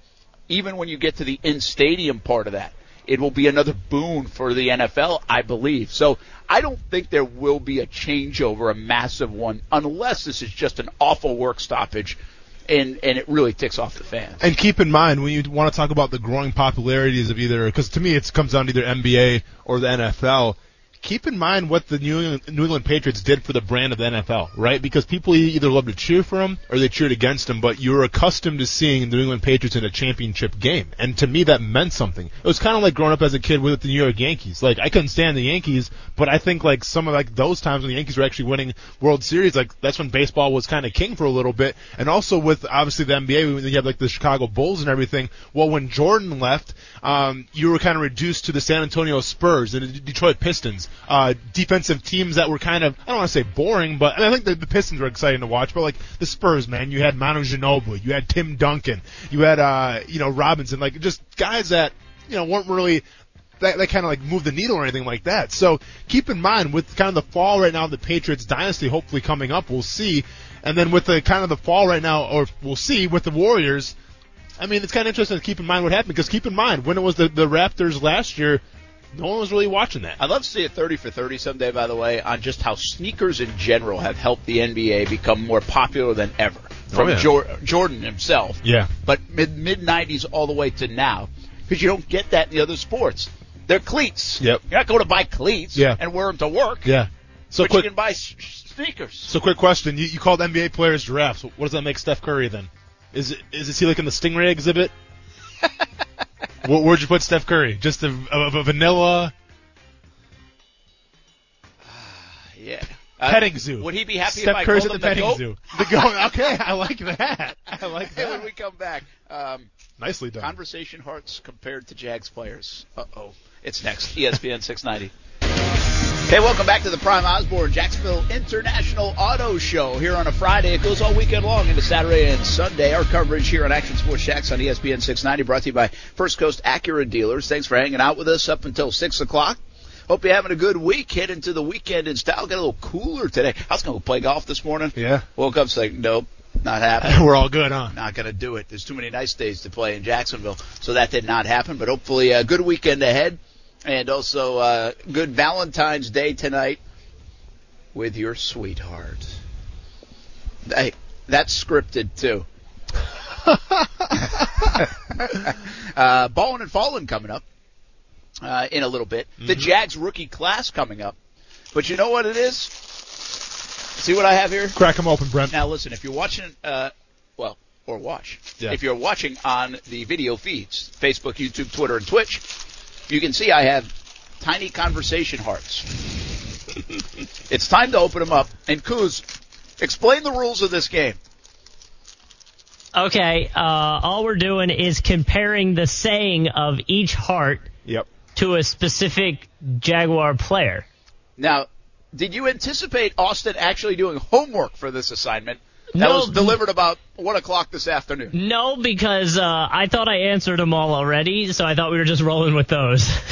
Speaker 2: even when you get to the in stadium part of that, it will be another boon for the NFL, I believe. So I don't think there will be a changeover, a massive one, unless this is just an awful work stoppage and, and it really ticks off the fans.
Speaker 3: And keep in mind when you want to talk about the growing popularities of either, because to me it comes down to either NBA or the NFL. Keep in mind what the New England, New England Patriots did for the brand of the NFL, right? Because people e-, either love to cheer for them or they cheered against them. But you're accustomed to seeing the New England Patriots in a championship game, and to me that meant something. It was kind of like growing up as a kid with the New York Yankees. Like I couldn't stand the Yankees, but I think like some of like those times when the Yankees were actually winning World Series, like that's when baseball was kind of king for a little bit. And also with obviously the NBA, when you have like the Chicago Bulls and everything. Well, when Jordan left, um, you were kind of reduced to the San Antonio Spurs and the Detroit Pistons, uh, defensive teams that were kind of I don't want to say boring, but and I think the, the Pistons were exciting to watch. But like the Spurs, man, you had Manu Ginobili, you had Tim Duncan, you had uh, you know Robinson, like just guys that you know weren't really that, that kind of like move the needle or anything like that. So keep in mind with kind of the fall right now of the Patriots dynasty hopefully coming up, we'll see. And then with the kind of the fall right now, or we'll see with the Warriors. I mean, it's kind of interesting to keep in mind what happened because keep in mind when it was the, the Raptors last year, no one was really watching that.
Speaker 2: I'd love to see a 30 for 30 someday, by the way, on just how sneakers in general have helped the NBA become more popular than ever. From
Speaker 3: Oh, yeah.
Speaker 2: Jor- Jordan himself.
Speaker 3: Yeah.
Speaker 2: But mid mid 90s all the way to now, because you don't get that in the other sports. They're cleats.
Speaker 3: Yep.
Speaker 2: You're not going to buy cleats
Speaker 3: Yeah.
Speaker 2: and wear them to work.
Speaker 3: Yeah. So
Speaker 2: but
Speaker 3: quick,
Speaker 2: you can buy s- sneakers.
Speaker 3: so quick question. You, you called NBA players giraffes. What does that make Steph Curry then? Is it, is it he like in the stingray [laughs] exhibit? Where, where'd you put Steph Curry? Just a, a, a vanilla
Speaker 2: Yeah. Uh,
Speaker 3: petting zoo.
Speaker 2: Would he be happy
Speaker 3: Steph
Speaker 2: if I
Speaker 3: Curry's
Speaker 2: called
Speaker 3: at
Speaker 2: him
Speaker 3: the petting
Speaker 2: goat?
Speaker 3: zoo. The
Speaker 2: [laughs]
Speaker 3: goat. Okay, I like that. I like
Speaker 2: Hey, when
Speaker 3: that.
Speaker 2: we come back, um,
Speaker 3: Nicely done.
Speaker 2: E [laughs] conversation hearts compared to Jags players. Uh oh. It's next. ESPN 690. Hey, welcome back to the Prime Osborne Jacksonville International Auto Show here on a Friday. It goes all weekend long into Saturday and Sunday. Our coverage here on Action Sports Shacks on E ESPN 690 brought to you by First Coast Acura Dealers. Thanks for hanging out with us up until 6 o'clock. Hope you're having a good week. Head into the weekend in style. Got a little cooler today. I was going to play golf this morning.
Speaker 3: Yeah. [laughs]
Speaker 2: Woke up, it's like, nope, not happening.
Speaker 3: We're all good, huh?
Speaker 2: not going to do it. There's too many nice days to play in Jacksonville, so that did not happen. But hopefully, a good weekend ahead, and also uh, good Valentine's Day tonight with your sweetheart. Hey, that's scripted too. [laughs] uh, Ballin' and Fallen coming up uh, in a little bit. The Jags rookie class coming up. But you know what it is? See what I have here?
Speaker 3: Crack them open, Brent.
Speaker 2: Now, listen, if you're watching, uh, well, or watch,
Speaker 3: Yeah.
Speaker 2: if you're watching on the video feeds, Facebook, YouTube, Twitter, and Twitch, you can see I have tiny conversation
Speaker 3: [laughs]
Speaker 2: hearts. it's time to open them up. And Kuz, explain the rules of this game.
Speaker 4: Okay, uh, all we're doing is comparing the saying of each heart
Speaker 3: Yep.
Speaker 4: to a specific Jaguar player.
Speaker 2: Now, did you anticipate Austin actually doing homework for this assignment? That
Speaker 4: No.
Speaker 2: was delivered about one o'clock this afternoon.
Speaker 4: No, because uh, I thought I answered them all already, so I thought we were just rolling with those. [laughs]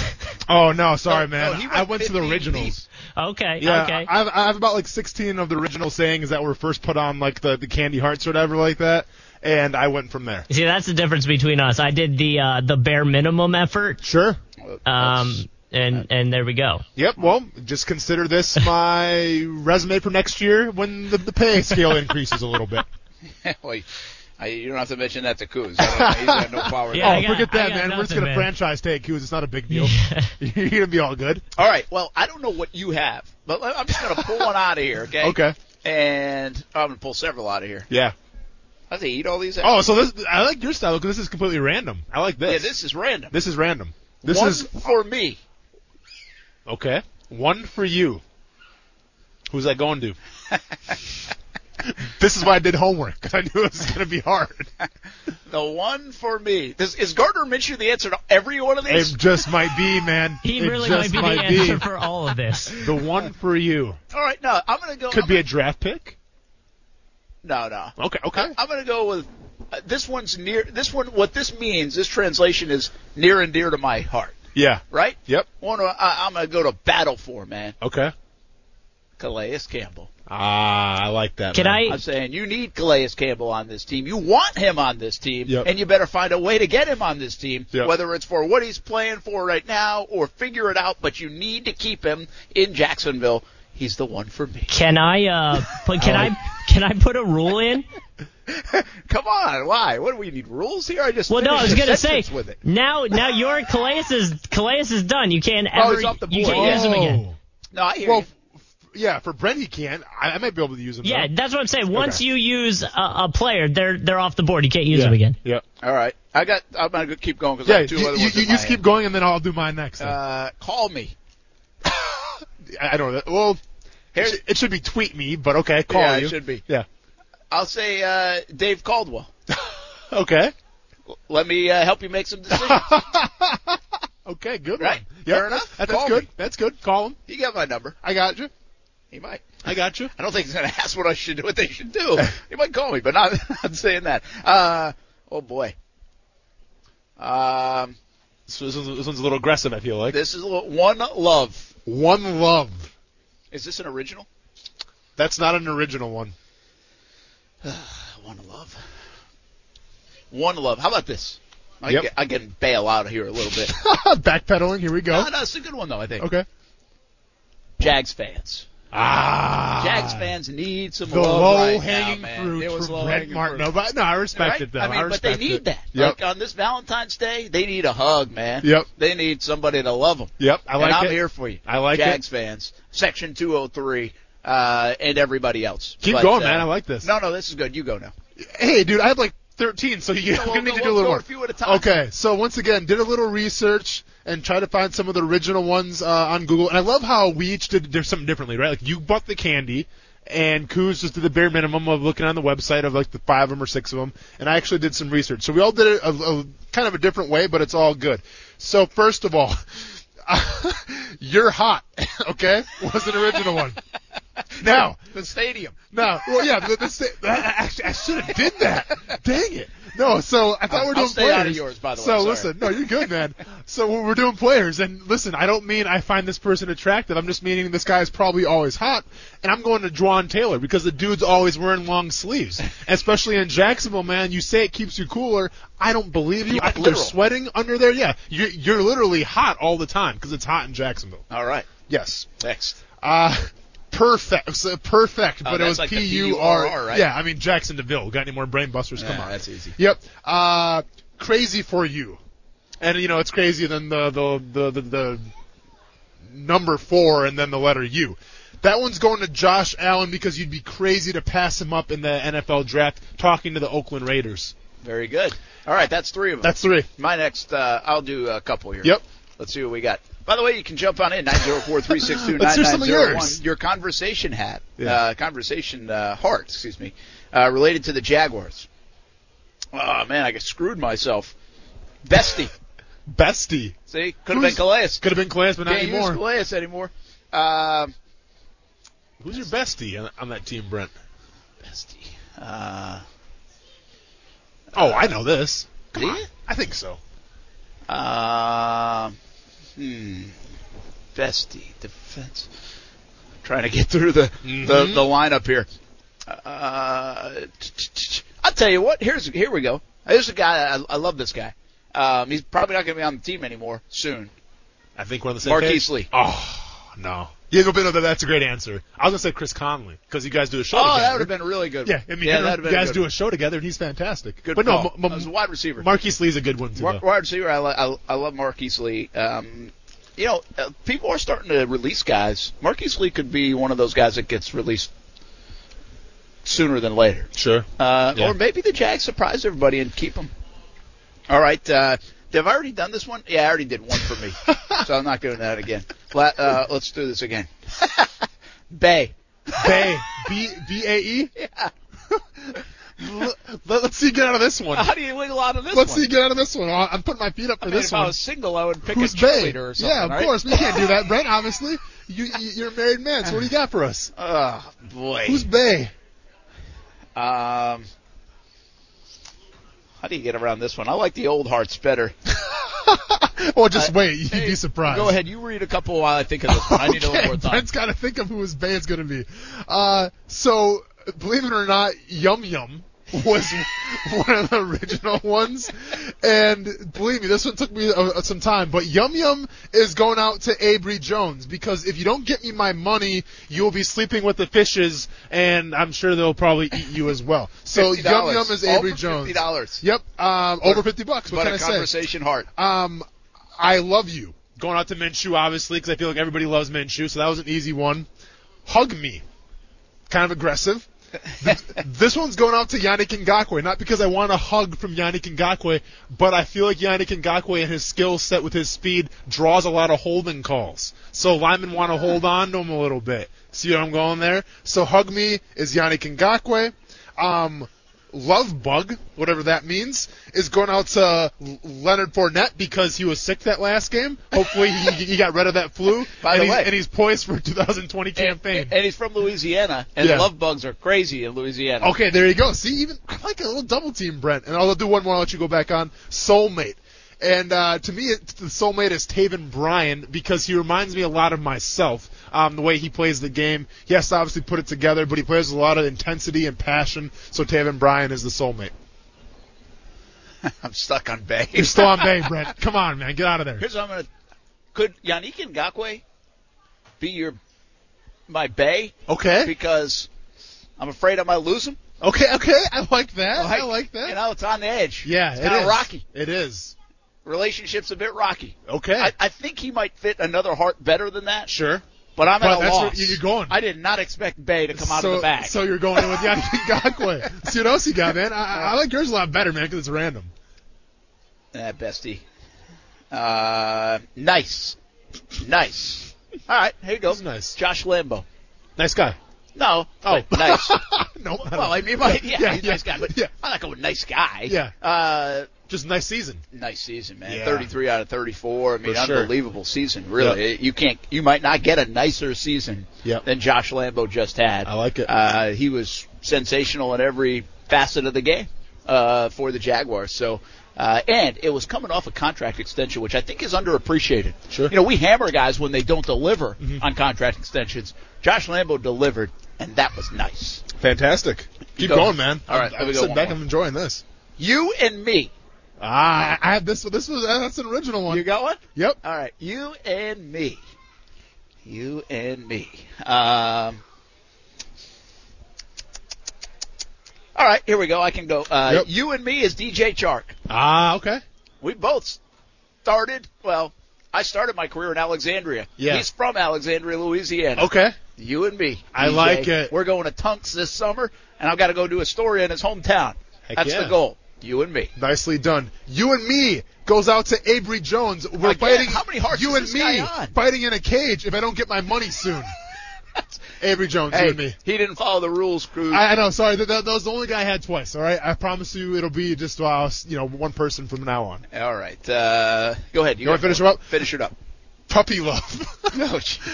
Speaker 3: Oh no, sorry, man.
Speaker 2: no, he went
Speaker 3: I went to the
Speaker 2: 15
Speaker 3: originals.
Speaker 4: okay,
Speaker 3: Yeah,
Speaker 4: okay.
Speaker 3: I have, I have about like 16 of the original sayings that were first put on like the, the candy hearts or whatever like that, and I went from there.
Speaker 4: See, that's the difference between us. I did the uh, the bare minimum effort,
Speaker 3: Sure.
Speaker 4: um, and and there we go.
Speaker 3: Yep. Well, just consider this
Speaker 4: [laughs]
Speaker 3: my resume for next year when the, the pay
Speaker 4: [laughs]
Speaker 3: scale increases a little bit.
Speaker 2: [laughs] Well, you- I, you don't have to mention that to Kuz. I don't- He's
Speaker 4: [laughs]
Speaker 2: got no power.
Speaker 4: Yeah, I
Speaker 3: oh,
Speaker 4: got-
Speaker 3: forget
Speaker 4: I
Speaker 3: that,
Speaker 4: got
Speaker 3: man. We're just
Speaker 4: nothing,
Speaker 3: gonna
Speaker 4: man.
Speaker 3: franchise take Hughes. It's not a big deal. [laughs] You're gonna be all good.
Speaker 2: All right. Well, I don't know what you have, but let- I'm just going to pull one out of here, okay?
Speaker 3: [laughs] Okay.
Speaker 2: And I'm going to pull several out of here.
Speaker 3: Yeah.
Speaker 2: I think eat all these.
Speaker 3: Oh, so this I like your style because this is completely random. I like this.
Speaker 2: yeah, this is random.
Speaker 3: This is random. This
Speaker 2: one
Speaker 3: is
Speaker 2: for me.
Speaker 3: okay. One for you. Who's that going to? [laughs] this is why I did homework [laughs] 'cause I knew it was gonna be hard.
Speaker 2: The one for me. This, is Gardner Minshew the answer to every one of these?
Speaker 3: It just might be, man.
Speaker 4: He
Speaker 3: it
Speaker 4: really might
Speaker 3: just
Speaker 4: be the
Speaker 3: might be.
Speaker 4: answer for all of this.
Speaker 3: The one for you
Speaker 2: all right. No, I'm going to go.
Speaker 3: could
Speaker 2: I'm
Speaker 3: be a
Speaker 2: gonna-
Speaker 3: draft pick.
Speaker 2: no, no.
Speaker 3: Okay. Okay.
Speaker 2: I'm going to go with uh, this one's near. This one. What this means. This translation is near and dear to my heart.
Speaker 3: Yeah.
Speaker 2: Right.
Speaker 3: Yep.
Speaker 2: One. uh, I, I'm going to go to battle for man.
Speaker 3: Okay.
Speaker 2: Calais Campbell.
Speaker 3: Ah, I like that.
Speaker 4: Can
Speaker 3: man.
Speaker 4: I?
Speaker 2: I'm saying you need Calais Campbell on this team. You want him on this team,
Speaker 3: Yep.
Speaker 2: and you better find a way to get him on this team,
Speaker 3: Yep.
Speaker 2: whether it's for what he's playing for right now or figure it out. But you need to keep him in Jacksonville. He's the one for me.
Speaker 4: Can I? Uh, put, can I? Can I put a rule in?
Speaker 2: [laughs] Come on, why? What do we need rules here? I just
Speaker 4: Well, no, I was
Speaker 2: finished
Speaker 4: gonna
Speaker 2: a
Speaker 4: say
Speaker 2: sentence with it.
Speaker 4: now. Now your Calais is Calais is done. You can't ever.
Speaker 2: he's off the
Speaker 4: You
Speaker 2: board.
Speaker 4: can't use him again.
Speaker 3: Oh.
Speaker 2: No, I hear
Speaker 3: Well,
Speaker 2: you.
Speaker 3: f- f- yeah, for Brent he can. I, I might be able to use him.
Speaker 4: Yeah,
Speaker 3: though.
Speaker 4: that's what I'm saying. Once
Speaker 3: Okay.
Speaker 4: you use a, a player, they're they're off the board. You can't use
Speaker 3: yeah.
Speaker 4: them again.
Speaker 3: Yeah,
Speaker 2: All right, I got. I'm gonna go- keep going because I
Speaker 3: yeah.
Speaker 2: have two
Speaker 3: You,
Speaker 2: other
Speaker 3: you,
Speaker 2: ones.
Speaker 3: you
Speaker 2: in my
Speaker 3: just keep
Speaker 2: head.
Speaker 3: going, and then I'll do mine next. then.
Speaker 2: Uh, call me.
Speaker 3: [laughs] I, I don't know. Well, Uh, it should, it should be tweet me, but okay, call
Speaker 2: Yeah, it
Speaker 3: you.
Speaker 2: should be.
Speaker 3: Yeah.
Speaker 2: I'll say uh, Dave Caldwell.
Speaker 3: Okay.
Speaker 2: Let me uh, help you make
Speaker 3: [laughs]
Speaker 2: some decisions.
Speaker 3: Okay. Good.
Speaker 2: Right.
Speaker 3: One. Yep.
Speaker 2: Fair enough.
Speaker 3: That- that's
Speaker 2: Call
Speaker 3: good.
Speaker 2: me.
Speaker 3: That's good. Call him.
Speaker 2: you got my number.
Speaker 3: I got you.
Speaker 2: He might.
Speaker 3: I got you.
Speaker 2: I don't think he's going to [laughs] ask what I should do, what they should
Speaker 3: [laughs]
Speaker 2: do. he might call me, but not, [laughs] not saying that. Uh, oh boy. Um,
Speaker 3: This, this, one's, this one's a little aggressive. I feel like
Speaker 2: this is a little, one love.
Speaker 3: one love.
Speaker 2: Is this an original?
Speaker 3: That's not an original one. [laughs]
Speaker 2: One love. One love. How about this? I,
Speaker 3: Yep.
Speaker 2: can, I can bail out here a little
Speaker 3: [laughs]
Speaker 2: bit.
Speaker 3: Backpedaling. Here we go.
Speaker 2: no, no, it's a good one though. I think.
Speaker 3: Okay.
Speaker 2: Jags fans.
Speaker 3: Ah.
Speaker 2: Jags fans need some
Speaker 3: The
Speaker 2: love
Speaker 3: low
Speaker 2: right
Speaker 3: hanging
Speaker 2: now, man. It
Speaker 3: fruit
Speaker 2: was
Speaker 3: for
Speaker 2: low
Speaker 3: Brett
Speaker 2: hanging
Speaker 3: Martin.
Speaker 2: fruit.
Speaker 3: No, but, no, I respect
Speaker 2: Right?
Speaker 3: it though.
Speaker 2: I mean, but they
Speaker 3: respect
Speaker 2: need
Speaker 3: it.
Speaker 2: that.
Speaker 3: Yep.
Speaker 2: Like uh, on this Valentine's Day, they need a hug, man.
Speaker 3: Yep.
Speaker 2: They need somebody to love them.
Speaker 3: Yep, I like
Speaker 2: and I'm
Speaker 3: it.
Speaker 2: here for you.
Speaker 3: I like it.
Speaker 2: Jags fans, Section 203, uh, and everybody else.
Speaker 3: Keep
Speaker 2: But,
Speaker 3: going,
Speaker 2: uh,
Speaker 3: man. I like this.
Speaker 2: No, no, this is good. You go
Speaker 3: [laughs]
Speaker 2: now.
Speaker 3: Hey, dude, I have like 13, so you, are
Speaker 2: we'll-
Speaker 3: gonna need to
Speaker 2: we'll
Speaker 3: do a little
Speaker 2: go
Speaker 3: more.
Speaker 2: a few at a time.
Speaker 3: Okay, so once again, did a little research and try to find some of the original ones uh, on Google. And I love how we each did there's something differently, right? Like you bought the candy, and Kuz just did the bare minimum of looking on the website of like the five of them or six of them. And I actually did some research, so we all [laughs] did it a, a kind of a different way, but it's all good. So first of all. You're hot, [laughs] okay? Was an original one. Now,
Speaker 2: The stadium.
Speaker 3: no, well, yeah, the, the, sa- actually, I should have did that. Dang it. No, so I thought we
Speaker 2: I'll
Speaker 3: were doing
Speaker 2: stay out
Speaker 3: players.
Speaker 2: of yours, by the way.
Speaker 3: So
Speaker 2: Sorry.
Speaker 3: listen, no, you're good, man. so when we're doing players, and listen, I don't mean I find this person attractive. I'm just meaning this guy's probably always hot, and I'm going to Juan Taylor because the dude's always wearing long sleeves, especially in Jacksonville, man. You say it keeps you cooler. I don't believe you.
Speaker 2: You went
Speaker 3: You're
Speaker 2: literal.
Speaker 3: sweating under there. Yeah, you're, you're literally hot all the time because it's hot in Jacksonville.
Speaker 2: All right.
Speaker 3: Yes.
Speaker 2: Next.
Speaker 3: Uh, perfect, so perfect, but it
Speaker 2: that's
Speaker 3: was
Speaker 2: like the
Speaker 3: P U R.
Speaker 2: PURR, right?
Speaker 3: Yeah, I mean Jackson DeVille. Got any more brain busters? Come
Speaker 5: Yeah,
Speaker 3: on.
Speaker 5: that's easy.
Speaker 3: Yep. Uh, crazy for you, and you know it's crazier than the the the the, the number four and then the letter U. That one's going to Josh Allen because you'd be crazy to pass him up in the NFL draft. Talking to the Oakland Raiders.
Speaker 2: Very good. All right, that's three of them.
Speaker 3: That's three.
Speaker 2: My next, uh, I'll do a couple here.
Speaker 3: Yep.
Speaker 2: Let's see what we got. By the way, you can jump on in nine zero four three six
Speaker 3: [laughs]
Speaker 2: two nine
Speaker 3: Let's hear some
Speaker 2: nine
Speaker 3: of
Speaker 2: zero one.
Speaker 3: yours.
Speaker 2: Your conversation hat,
Speaker 3: Yeah.
Speaker 2: uh, conversation uh, heart, excuse me, uh, related to the Jaguars. Oh man, I got screwed myself. Bestie,
Speaker 3: Bestie
Speaker 2: see, could have been
Speaker 3: Who's-
Speaker 2: Calais.
Speaker 3: could have been Class, but not
Speaker 2: Can't use
Speaker 3: anymore.
Speaker 2: Calais anymore. Uh,
Speaker 3: Who's your bestie on, on that team, Brent?
Speaker 2: bestie. Uh,
Speaker 3: Oh, I know this.
Speaker 2: do you?
Speaker 3: I think so.
Speaker 2: Uh, hmm. Bestie defense. Trying to get through the
Speaker 3: Mm-hmm.
Speaker 2: the, the lineup here. Uh, t- t- t- I'll tell you what. Here's here we go. Here's a guy. I, I love this guy. Um, he's probably not going to be on the team anymore soon.
Speaker 3: I think we're on the same
Speaker 2: Marquise
Speaker 3: page.
Speaker 2: Lee.
Speaker 3: Oh no. Yeah, but no, that- that's a great answer. I was gonna say Chris Conley because you guys do a show.
Speaker 2: Oh,
Speaker 3: together.
Speaker 2: that would have been a really good.
Speaker 3: Yeah,
Speaker 2: one.
Speaker 3: I mean,
Speaker 2: yeah,
Speaker 3: you
Speaker 2: that would have been
Speaker 3: guys
Speaker 2: a good
Speaker 3: do
Speaker 2: one.
Speaker 3: a show together, and he's fantastic.
Speaker 2: Good
Speaker 3: but
Speaker 2: call.
Speaker 3: no, M-
Speaker 2: I was a
Speaker 3: M-
Speaker 2: wide receiver.
Speaker 3: Marquise Lee's a good one too.
Speaker 2: Mar-
Speaker 3: though.
Speaker 2: wide receiver. I, li- I I love Marquise Lee. Um, you know, uh, people are starting to release guys. Marquise Lee could be one of those guys that gets released sooner than later.
Speaker 3: sure.
Speaker 2: Uh,
Speaker 3: Yeah.
Speaker 2: Or maybe the Jags surprise everybody and keep him. All right. Uh, have I already done this one? Yeah, I already did one for me,
Speaker 3: [laughs]
Speaker 2: so I'm not doing that again. La- uh, let's do this again. [laughs] Bay. [laughs]
Speaker 3: Bay B B A E.
Speaker 2: Yeah.
Speaker 3: [laughs] L- Let, us see you get out of this one.
Speaker 2: How do you wiggle out of this
Speaker 3: Let's
Speaker 2: one?
Speaker 3: see you get out of this one. I- I'm putting my feet up for
Speaker 2: I mean,
Speaker 3: this
Speaker 2: if
Speaker 3: one.
Speaker 2: I was single, I would pick
Speaker 3: Who's
Speaker 2: a
Speaker 3: Bay?
Speaker 2: cheerleader or something.
Speaker 3: Yeah, of
Speaker 2: right?
Speaker 3: course. We can't
Speaker 2: [laughs]
Speaker 3: do that, Brent. Obviously, you, you you're a married man. So what do you got for us?
Speaker 2: [laughs] Oh boy.
Speaker 3: Who's Bay?
Speaker 2: Um, how do you get around this one? I like the old hearts
Speaker 3: [laughs]
Speaker 2: better.
Speaker 3: Or Oh, just
Speaker 2: Uh,
Speaker 3: wait. You'd
Speaker 2: hey,
Speaker 3: be surprised.
Speaker 2: Go ahead, you read a couple while I think of this one. I need a little more time.
Speaker 3: Brent's got to think of who his band's going to be. Uh, so, believe it or not, Yum Yum was [laughs] one of the original ones. And believe me, this one took me uh, some time. But Yum Yum is going out to Avery Jones because if you don't get me my money, you'll be sleeping with the fishes, and I'm sure they'll probably eat you as well. So,
Speaker 2: $50.
Speaker 3: Yum Yum is
Speaker 2: All
Speaker 3: Avery
Speaker 2: for
Speaker 3: Jones.
Speaker 2: $50.
Speaker 3: Yep, um, over 50 bucks. What
Speaker 2: But
Speaker 3: can
Speaker 2: a
Speaker 3: I say?
Speaker 2: conversation heart.
Speaker 3: Um, I love you. Going out to Minshew, obviously, because I feel like everybody loves Minshew, so that was an easy one. Hug me. Kind of aggressive. Th-
Speaker 2: [laughs]
Speaker 3: this one's going out to Yannick Ngakwe, not because I want a hug from Yannick Ngakwe, but I feel like Yannick Ngakwe and his skill set with his speed draws a lot of holding calls. So linemen want to hold on to him a little bit. See where I'm going there? So hug me is Yannick Ngakwe. Um, Love Bug, whatever that means, is going out to L- Leonard Fournette because he was sick that last game. Hopefully, he, he got rid of that flu.
Speaker 2: By
Speaker 3: and,
Speaker 2: the
Speaker 3: he's,
Speaker 2: way.
Speaker 3: and he's poised for [laughs] 2020
Speaker 2: Eh,
Speaker 3: campaign.
Speaker 2: And, and he's from Louisiana, and
Speaker 3: Yeah.
Speaker 2: love bugs are crazy in Louisiana.
Speaker 3: Okay, there you go. See, even I like a little double team, Brent. And I'll do one more. I'll let you go back on soulmate. And uh, to me, it, the soulmate is Taven Bryan because he reminds me a lot of myself. Um, the way he plays the game, he has to obviously put it together, but he plays with a lot of intensity and passion. So Taven Bryan is the soulmate.
Speaker 2: I'm stuck on Bay.
Speaker 3: You're still on Bay, Brent. Come on, man, get out of there.
Speaker 2: [laughs] Here's what I'm gonna. Could Yannick Ngakwe be your my Bay?
Speaker 3: Okay,
Speaker 2: Because I'm afraid I might lose him.
Speaker 3: okay, okay. I like that. I like that.
Speaker 2: You know, it's on the edge.
Speaker 3: yeah,
Speaker 2: it's
Speaker 3: it
Speaker 2: kinda
Speaker 3: is.
Speaker 2: rocky.
Speaker 3: It is.
Speaker 2: Relationship's a bit rocky.
Speaker 3: Okay,
Speaker 2: I, I think he might fit another heart better than that.
Speaker 3: sure.
Speaker 2: But I'm
Speaker 3: But
Speaker 2: at a
Speaker 3: that's
Speaker 2: loss.
Speaker 3: where you're going.
Speaker 2: I did not expect Bay to come out
Speaker 3: so,
Speaker 2: of the bag.
Speaker 3: So you're going
Speaker 2: [laughs]
Speaker 3: in with Yannick Ngakwe. See what else you got, man. I, I- I like yours a lot better, man, because it's random.
Speaker 2: Ah, bestie. Uh, nice, nice. All right, here you go.
Speaker 3: That's nice.
Speaker 2: Josh Lambo.
Speaker 3: Nice guy.
Speaker 2: No. Oh, nice.
Speaker 3: [laughs] no.
Speaker 2: [laughs] well, I mean, [laughs] my, yeah,
Speaker 3: Yeah,
Speaker 2: he's a
Speaker 3: yeah,
Speaker 2: nice guy, but
Speaker 3: yeah.
Speaker 2: I'm not going with nice guy.
Speaker 3: Yeah.
Speaker 2: Uh,
Speaker 3: Just nice season.
Speaker 2: Nice season, man.
Speaker 3: Yeah.
Speaker 2: 33 out of 34. I mean,
Speaker 3: For sure.
Speaker 2: unbelievable season, really. You can't, you might not get a nicer season
Speaker 3: Yep.
Speaker 2: than Josh Lambo just had.
Speaker 3: I like it.
Speaker 2: Uh, he was sensational in every facet of the game uh, for the Jaguars. So, uh, and it was coming off a contract extension, which I think is underappreciated.
Speaker 3: Sure. Mm-hmm.
Speaker 2: You know, we hammer guys when they don't deliver on contract extensions. Josh Lambo delivered, and that was nice.
Speaker 3: Fantastic. Keep
Speaker 2: go.
Speaker 3: going, man.
Speaker 2: All right,
Speaker 3: I'm,
Speaker 2: there
Speaker 3: I'm
Speaker 2: we go,
Speaker 3: sitting
Speaker 2: one
Speaker 3: back.
Speaker 2: more.
Speaker 3: I'm enjoying this.
Speaker 2: You and me.
Speaker 3: Ah, I have this. This was that's an original one.
Speaker 2: You got one?
Speaker 3: Yep.
Speaker 2: All right, you and me. You and me. Um, all right, here we go. I can go. Uh,
Speaker 3: Yep.
Speaker 2: You and me is DJ Chark.
Speaker 3: Ah, okay.
Speaker 2: We both started. Well, I started my career in Alexandria.
Speaker 3: Yeah.
Speaker 2: He's from Alexandria, Louisiana.
Speaker 3: Okay.
Speaker 2: You and me.
Speaker 3: I
Speaker 2: DJ.
Speaker 3: like it.
Speaker 2: We're going to Tunks this summer, and I've got to go do a story in his hometown.
Speaker 3: Heck
Speaker 2: That's
Speaker 3: yeah.
Speaker 2: the goal. You and me.
Speaker 3: Nicely done. You and me goes out to Avery Jones. We're
Speaker 2: Again,
Speaker 3: fighting.
Speaker 2: how many hearts
Speaker 3: You
Speaker 2: is
Speaker 3: and
Speaker 2: this
Speaker 3: me
Speaker 2: guy on?
Speaker 3: fighting in a cage. If I don't get my
Speaker 2: [laughs]
Speaker 3: money soon, Avery Jones, you
Speaker 2: Hey,
Speaker 3: and me.
Speaker 2: he didn't follow the rules, crew.
Speaker 3: I, I know. Sorry, that, that, that was the only guy I had twice. All right, I promise you, it'll be just uh, you know one person from now on.
Speaker 2: All right. Uh, go ahead. You,
Speaker 3: wanna
Speaker 2: got
Speaker 3: finish
Speaker 2: more.
Speaker 3: her up?
Speaker 2: Finish it up.
Speaker 3: Puppy love. [laughs]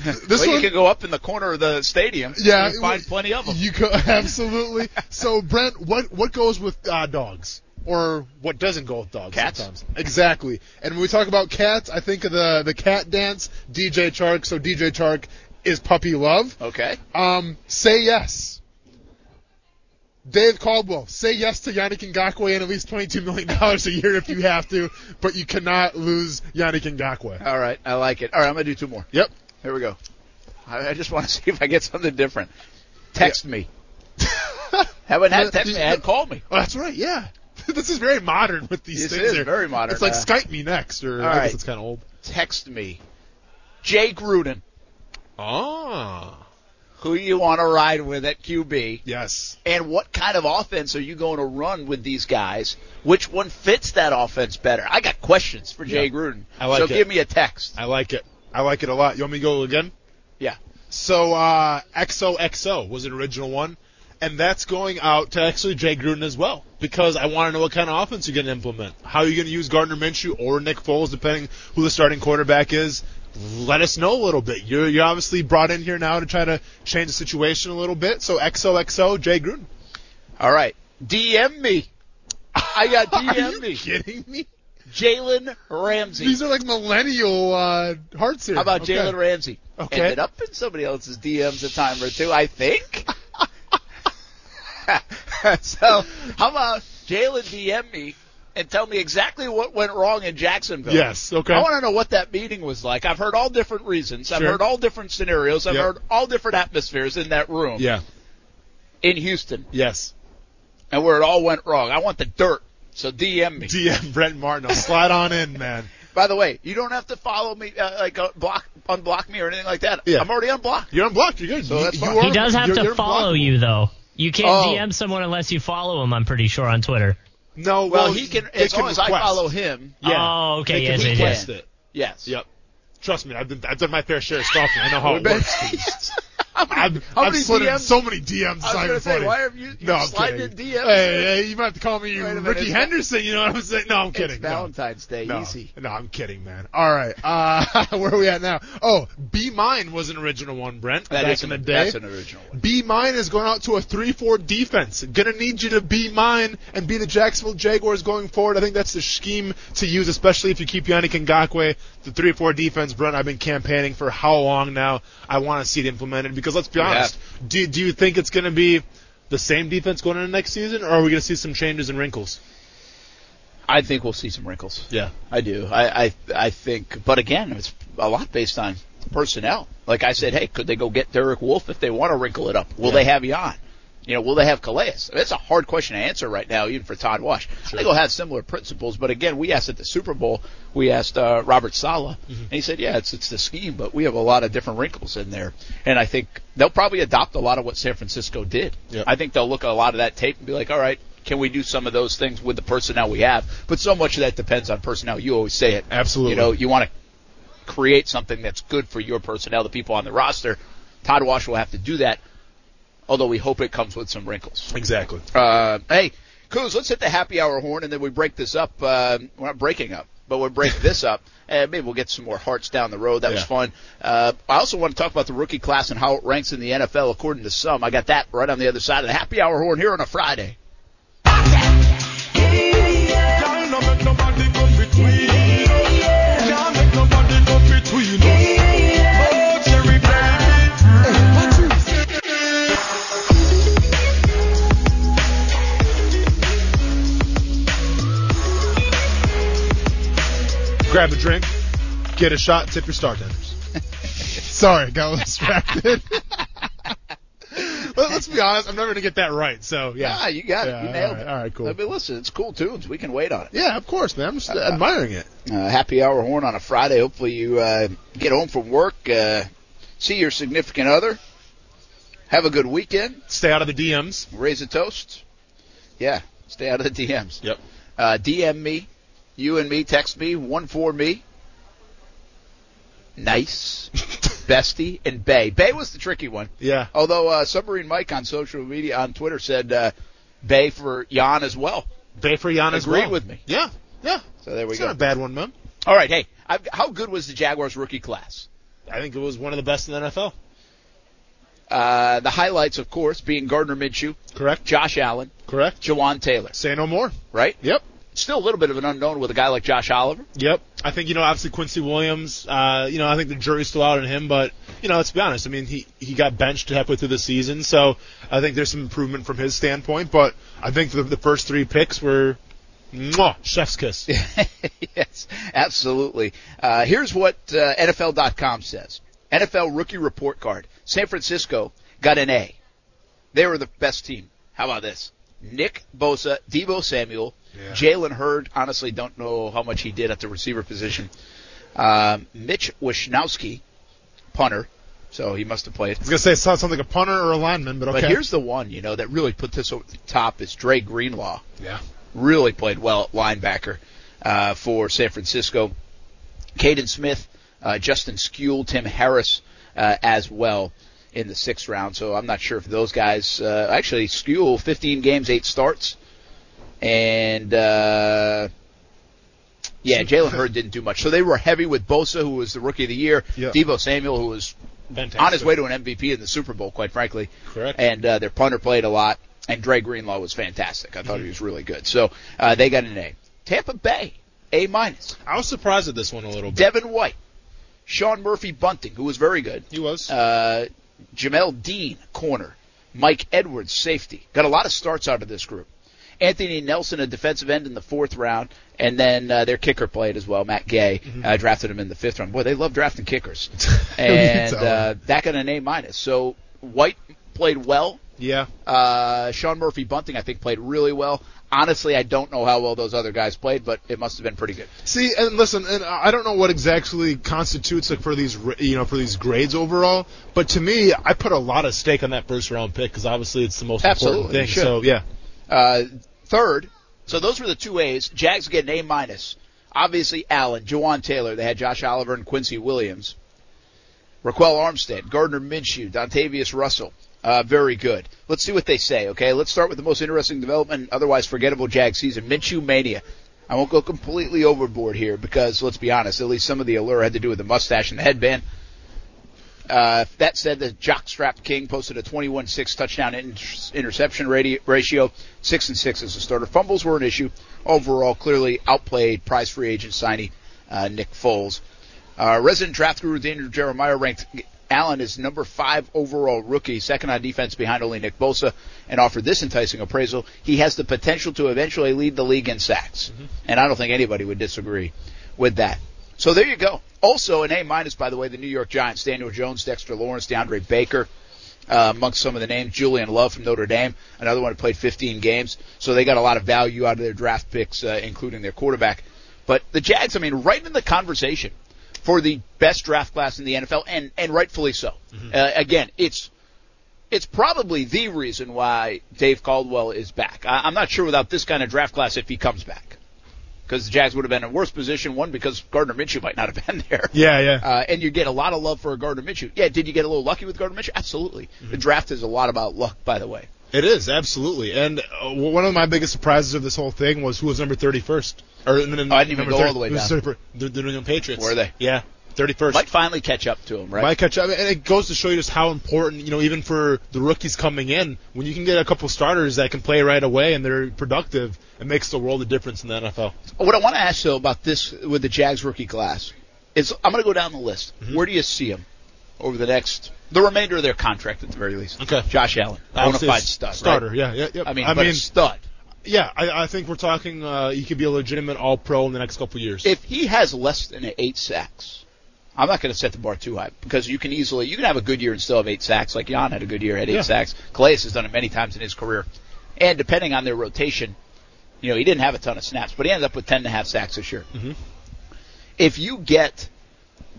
Speaker 2: Oh, jeez.
Speaker 3: this
Speaker 2: well,
Speaker 3: one,
Speaker 2: you can go up in the corner of the stadium.
Speaker 3: yeah,
Speaker 2: You find plenty of them.
Speaker 3: You go [laughs] absolutely. so Brent, what what goes with uh, dogs? Or what doesn't go with dogs
Speaker 2: Cats.
Speaker 3: sometimes. Exactly. And when we talk about cats, I think of the, the cat dance, DJ Chark. So DJ Chark is puppy love.
Speaker 2: Okay.
Speaker 3: Um, say yes. Dave Caldwell, say yes to Yannick Ngakwe and at least $22 million a year if you have to, but you cannot lose Yannick Ngakwe.
Speaker 2: All right. I like it. All right. I'm gonna do two more.
Speaker 3: [laughs] Yep.
Speaker 2: Here we go. I, I just want to [laughs] see if I get something different. Text me. Haven't had text me. Had call me.
Speaker 3: Oh, that's right. Yeah. [laughs] this is very modern with these
Speaker 2: This
Speaker 3: things.
Speaker 2: is
Speaker 3: here.
Speaker 2: very modern,
Speaker 3: It's like
Speaker 2: uh,
Speaker 3: Skype me next, or
Speaker 2: all
Speaker 3: I
Speaker 2: right.
Speaker 3: guess it's kind of old.
Speaker 2: Text me. Jake Gruden.
Speaker 3: Oh.
Speaker 2: Who you want to ride with at QB?
Speaker 3: Yes.
Speaker 2: and what kind of offense are you going to run with these guys? Which one fits that offense better? I got questions for Jay
Speaker 3: Yeah.
Speaker 2: Gruden.
Speaker 3: I like
Speaker 2: so
Speaker 3: it.
Speaker 2: give me a text.
Speaker 3: I like it. I like it a lot. You want me to go again?
Speaker 2: Yeah.
Speaker 3: So uh, XOXO was an original one, and that's going out to actually Jay Gruden as well because I want to know what kind of offense you're going to implement. How you're going to use Gardner Minshew or Nick Foles, depending who the starting quarterback is. Let us know a little bit. You're, you're obviously brought in here now to try to change the situation a little bit. So XOXO, Jay Gruden. [laughs]
Speaker 2: All right. DM me. I got
Speaker 3: [laughs] Are
Speaker 2: DM
Speaker 3: you
Speaker 2: me.
Speaker 3: kidding me?
Speaker 2: Jalen Ramsey.
Speaker 3: These are like millennial uh, hearts here.
Speaker 2: How about
Speaker 3: Okay.
Speaker 2: Jalen Ramsey?
Speaker 3: Okay.
Speaker 2: Ended up in somebody else's DMs a time or two, I think. [laughs] so how about Jalen DM me and tell me exactly what went wrong in Jacksonville?
Speaker 3: Yes. Okay.
Speaker 2: I want to know what that meeting was like. I've heard all different reasons. I've
Speaker 3: Sure.
Speaker 2: heard all different scenarios. I've
Speaker 3: Yep.
Speaker 2: heard all different atmospheres in that room
Speaker 3: yeah.
Speaker 2: in Houston
Speaker 3: Yes. [laughs]
Speaker 2: and where it all went wrong. I want the dirt. So DM me.
Speaker 3: DM Brent Martin. Slide on in, man.
Speaker 2: By the way, you don't have to follow me, uh, like uh, block, unblock me or anything like that.
Speaker 3: Yeah.
Speaker 2: I'm already unblocked.
Speaker 3: You're unblocked. You're good.
Speaker 2: So
Speaker 3: You-
Speaker 2: that's
Speaker 3: you
Speaker 2: fine.
Speaker 3: are-
Speaker 4: He does have
Speaker 3: you're-
Speaker 4: to
Speaker 3: you're
Speaker 4: follow
Speaker 3: unblockable.
Speaker 4: you though. You can't
Speaker 2: Oh.
Speaker 4: DM someone unless you follow him. I'm pretty sure on Twitter.
Speaker 3: No,
Speaker 2: Well,
Speaker 3: well,
Speaker 2: he can,
Speaker 3: they
Speaker 2: as long as I
Speaker 3: request.
Speaker 2: follow him.
Speaker 3: Yeah.
Speaker 4: Oh, okay,
Speaker 3: They can
Speaker 4: yes, they do.
Speaker 3: request it.
Speaker 2: Yes.
Speaker 3: Yep. Trust me, I've, been, I've done my fair share of stalking. I know
Speaker 2: [laughs]
Speaker 3: how it
Speaker 2: bet.
Speaker 3: works. [laughs] I've,
Speaker 2: how
Speaker 3: I've
Speaker 2: many
Speaker 3: slid in
Speaker 2: DMs?
Speaker 3: so many DMs.
Speaker 2: I was
Speaker 3: going to
Speaker 2: gonna say, why have you, you
Speaker 3: no, I'm
Speaker 2: sliding in
Speaker 3: kidding.
Speaker 2: DMs?
Speaker 3: Hey, hey, you might have to call me
Speaker 2: Wait a minute,
Speaker 3: Ricky
Speaker 2: it's-
Speaker 3: Henderson. You know what I'm saying? No, I'm kidding.
Speaker 2: It's
Speaker 3: No.
Speaker 2: Valentine's Day.
Speaker 3: No,
Speaker 2: Easy.
Speaker 3: no, I'm kidding, man. All right, uh, [laughs] where are we at now? Oh, Be Mine was an original one, Brent.
Speaker 2: That
Speaker 3: back
Speaker 2: is
Speaker 3: in
Speaker 2: an-
Speaker 3: the day.
Speaker 2: that's an original one.
Speaker 3: Be Mine is going out to a 3-4 defense. Gonna need you to be mine and be the Jacksonville Jaguars going forward. I think that's the scheme to use, especially if you keep Yannick Ngakwe. The 3-4 defense, Brent, I've been campaigning for how long now. I want to see it implemented because let's be
Speaker 2: You
Speaker 3: honest. Do, do you think it's gonna be the same defense going into next season, or are we gonna see some changes and wrinkles?
Speaker 2: I think we'll see some wrinkles.
Speaker 3: Yeah.
Speaker 2: I do. I, I I think, but again, it's a lot based on personnel. Like I said, hey, could they go get Derek Wolf if they want to wrinkle it up? Will they have Jan? You know, will they have Calais? I mean, it's a hard question to answer right now, even for Todd Wash. I think he'll have similar principles, but again, we asked at the Super Bowl, we asked uh, Robert Sala,
Speaker 3: Mm-hmm.
Speaker 2: and he said, yeah, it's it's the scheme, but we have a lot of different wrinkles in there, and I think they'll probably adopt a lot of what San Francisco did.
Speaker 3: Yeah.
Speaker 2: I think they'll look at a lot of that tape and be like, all right, can we do some of those things with the personnel we have? But so much of that depends on personnel. You always say it.
Speaker 3: Absolutely.
Speaker 2: You know, you want to create something that's good for your personnel, the people on the roster. Todd Wash will have to do that, although we hope it comes with some wrinkles.
Speaker 3: Exactly.
Speaker 2: Uh, hey, Coos, let's hit the happy hour horn, and then we break this up. Uh, we're not breaking up, but we'll break this up, and maybe we'll get some more hearts down the road. That was
Speaker 3: Yeah.
Speaker 2: fun. Uh, I also want to talk about the rookie class and how it ranks in the NFL according to some. I got that right on the other side of the happy hour horn here on a Friday.
Speaker 3: Grab a drink, get a shot, tip your [laughs] bartenders. Sorry, got a little [laughs] distracted. Let- Let's be honest, I'm never gonna get that right. So yeah,
Speaker 2: Ah, you got
Speaker 3: Yeah,
Speaker 2: it. You nailed
Speaker 3: all right,
Speaker 2: it.
Speaker 3: all right, cool.
Speaker 2: I mean, listen, it's cool tunes. We can wait on it.
Speaker 3: yeah, of course, man. I'm just admiring it.
Speaker 2: uh, happy hour horn on a Friday. Hopefully you uh, get home from work, uh, see your significant other, have a good weekend,
Speaker 3: Stay out of the DMs.
Speaker 2: raise a toast. Yeah, stay out of the DMs.
Speaker 3: Yep.
Speaker 2: Uh, DM me, you and me, text me, one for me.
Speaker 3: [laughs]
Speaker 2: Nice, bestie, and Bay. Bay was the tricky one.
Speaker 3: Yeah.
Speaker 2: Although uh, Submarine Mike on social media on Twitter said uh, Bay for Jan as well.
Speaker 3: Bay for Giannis. as
Speaker 2: Agree
Speaker 3: well.
Speaker 2: with me.
Speaker 3: Yeah. Yeah.
Speaker 2: So there we
Speaker 3: It's
Speaker 2: go.
Speaker 3: not a bad one, man.
Speaker 2: All right, hey, I've, how good was the Jaguars rookie class?
Speaker 3: I think it was one of the best in the NFL.
Speaker 2: Uh, the highlights, of course, being Gardner Minshew,
Speaker 3: Correct.
Speaker 2: Josh Allen,
Speaker 3: Correct.
Speaker 2: Jawan Taylor,
Speaker 3: Say no more.
Speaker 2: right?
Speaker 3: Yep.
Speaker 2: Still a little bit of an unknown with a guy like Josh Oliver.
Speaker 3: Yep. I think, you know, obviously Quincy Williams, uh, you know, I think the jury's still out on him, but, you know, let's be honest. I mean, he, he got benched halfway through the season, so I think there's some improvement from his standpoint, but I think the, the first three picks were mwah, chef's kiss.
Speaker 2: [laughs] yes, absolutely. Uh, here's what uh, NFL.com says NFL rookie report card. San Francisco got an A. They were the best team. How about this? Nick Bosa, Debo Samuel,
Speaker 3: Yeah.
Speaker 2: Jalen Hurd. Honestly, don't know how much he did at the receiver position. Um, Mitch Wisnowski, punter. So he must have played.
Speaker 3: I was going to say it sounds like a punter or a lineman, but okay.
Speaker 2: But here's the one, you know, that really put this over the top is Dre Greenlaw.
Speaker 3: yeah.
Speaker 2: Really played well at linebacker uh, for San Francisco. Caden Smith, uh, Justin Skule, Tim Harris uh, as well in the sixth round. So I'm not sure if those guys uh, actually Skule 15 games, eight starts, and uh, yeah, Jalen Hurd didn't do much. So they were heavy with Bosa, who was the rookie of the year,
Speaker 3: Yeah.
Speaker 2: Debo Samuel, who was
Speaker 3: Fantastic.
Speaker 2: on his way to an MVP in the Super Bowl, quite frankly.
Speaker 3: Correct.
Speaker 2: And uh, their punter played a lot, and Dre Greenlaw was fantastic. I thought
Speaker 3: Mm-hmm.
Speaker 2: he was really good. So uh, they got an A. Tampa Bay, A minus.
Speaker 3: I was surprised at this one a little bit.
Speaker 2: Devin White, Sean Murphy Bunting, who was very good.
Speaker 3: he was.
Speaker 2: Uh, Jamel Dean, corner. Mike Edwards, safety. Got a lot of starts out of this group. Anthony Nelson, a defensive end in the fourth round, and then uh, their kicker played as well. Matt Gay
Speaker 3: Mm-hmm.
Speaker 2: uh, drafted him in the fifth round. Boy, they love drafting
Speaker 3: [laughs]
Speaker 2: kickers, and
Speaker 3: tell.
Speaker 2: uh, that got an A minus. So White played well.
Speaker 3: yeah.
Speaker 2: Uh, Sean Murphy Bunting, I think, played really well. Honestly, I don't know how well those other guys played, but it must have been pretty good.
Speaker 3: See, and listen, and I don't know what exactly constitutes like for these, ra- you know, for these grades overall. But to me, I put a lot of stake on that first round pick because obviously it's the most
Speaker 2: Absolutely,
Speaker 3: important
Speaker 2: you
Speaker 3: thing.
Speaker 2: should.
Speaker 3: So yeah,
Speaker 2: Uh, third, so those were the two A's. Jags get an A minus. Obviously, Allen, Jawan Taylor. They had Josh Oliver and Quincy Williams. Raquel Armstead, Gardner Minshew, Dontavius Russell. Uh, very good. Let's see what they say, okay? Let's start with the most interesting development, and otherwise forgettable Jag season, Minshew Mania. I won't go completely overboard here because, let's be honest, at least some of the allure had to do with the mustache and the headband. Uh, that said, the jockstrap king posted a 21-6 touchdown in- interception radi- ratio, six and six as a starter. Fumbles were an issue. Overall, clearly outplayed prize free agent signee uh, Nick Foles. Uh, resident draft guru Daniel Jeremiah ranked Allen as number five overall rookie, second on defense behind only Nick Bosa, and offered this enticing appraisal. He has the potential to eventually lead the league in sacks, and I don't think anybody would disagree with that. So there you go. Also, an A minus, by the way, the New York Giants, Daniel Jones, Dexter Lawrence, DeAndre Baker, uh, amongst some of the names, Julian Love from Notre Dame, another one who played 15 games. So they got a lot of value out of their draft picks, uh, including their quarterback. But the Jags, I mean, right in the conversation for the best draft class in the NFL, and and rightfully so. Uh, again, it's it's probably the reason why Dave Caldwell is back. I, I'm not sure without this kind of draft class if he comes back. Because the Jags would have been in worse position, one because Gardner Minshew might not have been there.
Speaker 3: yeah, yeah.
Speaker 2: Uh, and you get a lot of love for a Gardner Minshew. Yeah, did you get a little lucky with Gardner Minshew? Absolutely. The draft is a lot about luck, by the way.
Speaker 3: It is absolutely, and uh, one of my biggest surprises of this whole thing was who was number thirty first. Or I didn't
Speaker 2: even go all the way down.
Speaker 3: The New England Patriots.
Speaker 2: Were they?
Speaker 3: Yeah, thirty first.
Speaker 2: Might finally catch up to him, right?
Speaker 3: Might catch up, and it goes to show you just how important you know, even for the rookies coming in, when you can get a couple starters that can play right away and they're productive, it makes the world of difference in the NFL.
Speaker 2: What I want to ask though about this with the Jags rookie class is, I'm going to go down the list. Where do you see them over the next? The remainder of their contract, at the very least.
Speaker 3: Okay.
Speaker 2: Josh Allen, bona
Speaker 3: Obviously,
Speaker 2: fide
Speaker 3: s-
Speaker 2: stud. right?
Speaker 3: starter. Yeah, yeah, yeah.
Speaker 2: I mean, but a stud.
Speaker 3: yeah. I, I think we're talking. Uh, he could be a legitimate All Pro in the next couple years.
Speaker 2: if he has less than eight sacks, I'm not going to set the bar too high because you can easily you can have a good year and still have eight sacks. Like Jan had a good year, had eight
Speaker 3: Yeah.
Speaker 2: sacks. Calais has done it many times in his career, and depending on their rotation, you know he didn't have a ton of snaps, but he ended up with ten and a half sacks this year.
Speaker 3: Mm-hmm.
Speaker 2: If you get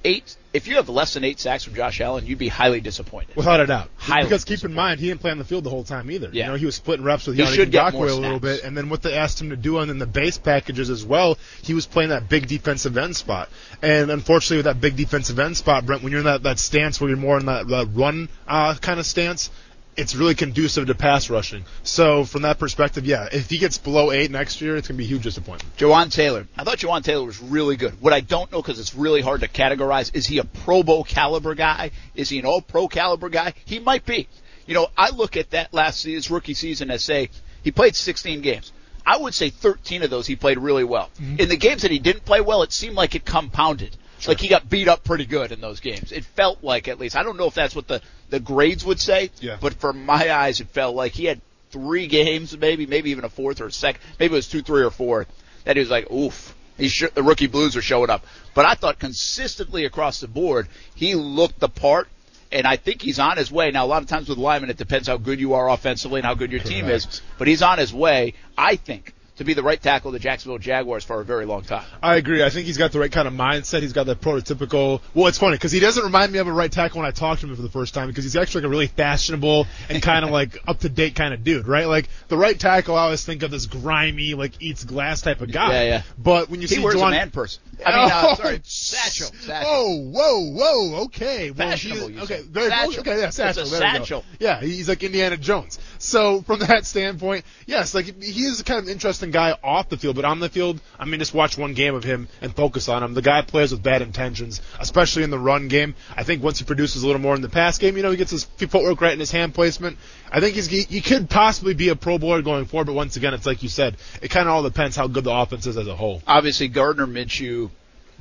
Speaker 2: eight, if you have less than eight sacks from Josh Allen, you'd be highly disappointed.
Speaker 3: Without a doubt.
Speaker 2: Highly
Speaker 3: because keep in mind, he didn't play on the field the whole time either.
Speaker 2: Yeah.
Speaker 3: You know, he was splitting reps with
Speaker 2: He
Speaker 3: Yannick
Speaker 2: should get
Speaker 3: Ngakwe
Speaker 2: more
Speaker 3: a little
Speaker 2: snaps.
Speaker 3: bit, and then what they asked him to do, and then the base packages as well, he was playing that big defensive end spot. And unfortunately, with that big defensive end spot, Brent, when you're in that, that stance where you're more in that, that run uh, kind of stance, it's really conducive to pass rushing. So from that perspective, yeah, if he gets below eight next year, it's going to be a huge disappointment.
Speaker 2: Jawan Taylor. I thought Jawan Taylor was really good. What I don't know because it's really hard to categorize is he a Pro Bowl caliber guy? Is he an All Pro caliber guy? He might be. You know, I look at that last se- his rookie season and say he played 16 games. I would say 13 of those he played really well. In the games that he didn't play well, it seemed like it compounded. Like he got beat up pretty good in those games. It felt like at least. I don't know if that's what the the grades would say,
Speaker 3: Yeah.
Speaker 2: but for my eyes, it felt like he had three games, maybe, maybe even a fourth or a second. Maybe it was two, three, or four. That he was like, oof, he sh- the rookie blues are showing up. But I thought consistently across the board, he looked the part, and I think he's on his way. Now, a lot of times with linemen, it depends how good you are offensively and how good your team is, but he's on his way, I think, to be the right tackle of the Jacksonville Jaguars for a very long time.
Speaker 3: I agree. I think he's got the right kind of mindset. He's got that prototypical. Well, it's funny because he doesn't remind me of a right tackle when I talked to him for the first time because he's actually like a really fashionable
Speaker 2: [laughs]
Speaker 3: and kind of like up to date kind of dude, right? Like the right tackle, I always think of this grimy, like eats glass type of guy.
Speaker 2: Yeah, yeah.
Speaker 3: But when you
Speaker 2: He
Speaker 3: see
Speaker 2: wears
Speaker 3: Juwan-
Speaker 2: a man [laughs] purse. I mean, uh,
Speaker 3: Oh, [laughs]
Speaker 2: sorry, satchel. satchel.
Speaker 3: Oh, whoa, whoa, okay. Well,
Speaker 2: Fashionable,
Speaker 3: he-
Speaker 2: you
Speaker 3: okay,
Speaker 2: said.
Speaker 3: very
Speaker 2: Satchel.
Speaker 3: okay, yeah,
Speaker 2: It's
Speaker 3: satchel.
Speaker 2: a
Speaker 3: there we go.
Speaker 2: satchel.
Speaker 3: Yeah, he's like Indiana Jones. So from that standpoint, yes, like he is kind of an interesting guy off the field, but on the field, I mean, just watch one game of him and focus on him. The guy plays with bad intentions, especially in the run game. I think once he produces a little more in the pass game, you know, he gets his footwork right in his hand placement. I think he's he, he could possibly be a Pro Bowler going forward, but once again, it's like you said, it kind of all depends how good the offense is as a whole.
Speaker 2: obviously Gardner Minshew,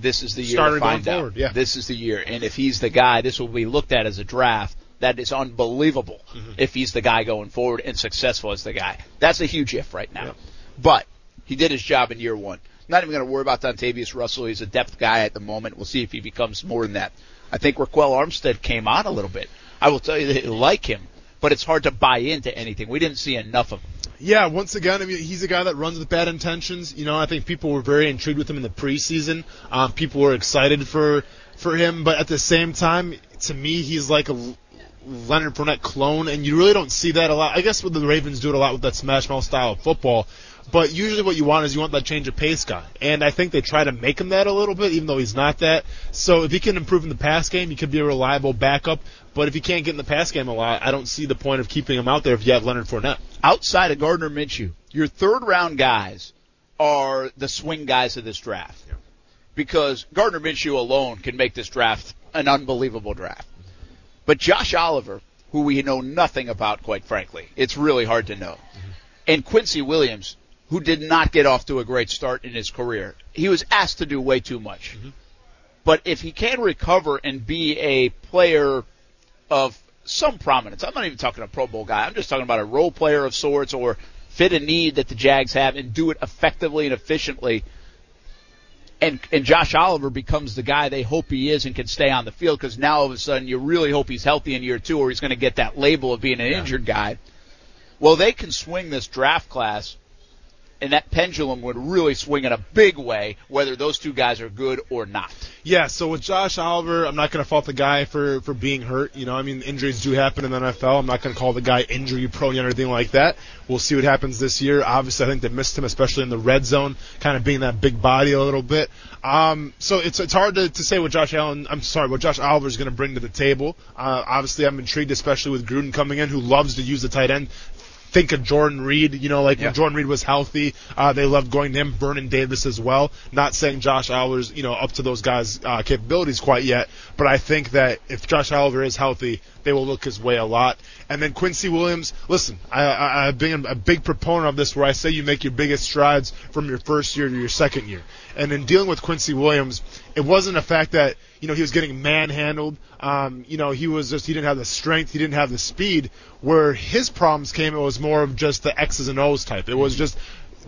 Speaker 2: this is the year
Speaker 3: Starter
Speaker 2: to
Speaker 3: going
Speaker 2: find out.
Speaker 3: forward, yeah.
Speaker 2: This is the year, and if he's the guy, this will be looked at as a draft that is unbelievable.
Speaker 3: Mm-hmm.
Speaker 2: If he's the guy going forward and successful as the guy, that's a huge if right now. But he did his job in year one. Not even going to worry about Dontavius Russell. He's a depth guy at the moment. We'll see if he becomes more than that. I think Raquel Armstead came on a little bit. I will tell you that I like him, but it's hard to buy into anything. We didn't see enough of him.
Speaker 3: Yeah, once again, I mean, he's a guy that runs with bad intentions. You know, I think people were very intrigued with him in the preseason. Um, people were excited for for him, but at the same time, to me, he's like a L- Leonard Fournette clone, and you really don't see that a lot. I guess what the Ravens do it a lot with that smash mouth style of football. But usually, what you want is you want that change of pace guy, and I think they try to make him that a little bit, even though he's not that. So if he can improve in the pass game, he could be a reliable backup. But if he can't get in the pass game a lot, I don't see the point of keeping him out there if you have Leonard Fournette.
Speaker 2: outside of Gardner Minshew, your third round guys are the swing guys of this draft. Because Gardner Minshew alone can make this draft an unbelievable draft. But Josh Oliver, who we know nothing about, quite frankly, it's really hard to know. And Quincy Williams, who did not get off to a great start in his career. He was asked to do way too much. But if he can recover and be a player of some prominence. I'm not even talking a Pro Bowl guy. I'm just talking about a role player of sorts or fit a need that the Jags have and do it effectively and efficiently. And and Josh Oliver becomes the guy they hope he is and can stay on the field because now all of a sudden you really hope he's healthy in year two or he's going to get that label of being an injured guy. Well, they can swing this draft class. And that pendulum would really swing in a big way, whether those two guys are good or not.
Speaker 3: Yeah, so with Josh Oliver, I'm not going to fault the guy for, for being hurt. You know, I mean, injuries do happen in the NFL. I'm not going to call the guy injury prone or anything like that. We'll see what happens this year. Obviously, I think they missed him, especially in the red zone, kind of being that big body a little bit. Um, so it's it's hard to, to say what Josh Allen, I'm sorry, what Josh Oliver is going to bring to the table. Uh, obviously, I'm intrigued, especially with Gruden coming in, who loves to use the tight end think of Jordan Reed. You know, like
Speaker 2: Yeah.
Speaker 3: when Jordan Reed was healthy, uh, they loved going to him. Vernon Davis as well. Not saying Josh Oliver's you know up to those guys' uh, capabilities quite yet, but I think that if Josh Oliver is healthy, they will look his way a lot. And then Quincy Williams, listen, I, I, I've been a big proponent of this where I say you make your biggest strides from your first year to your second year. And in dealing with Quincy Williams, it wasn't a fact that you know he was getting manhandled. Um, you know he was just he didn't have the strength, he didn't have the speed. Where his problems came, it was more of just the X's and O's type. It was just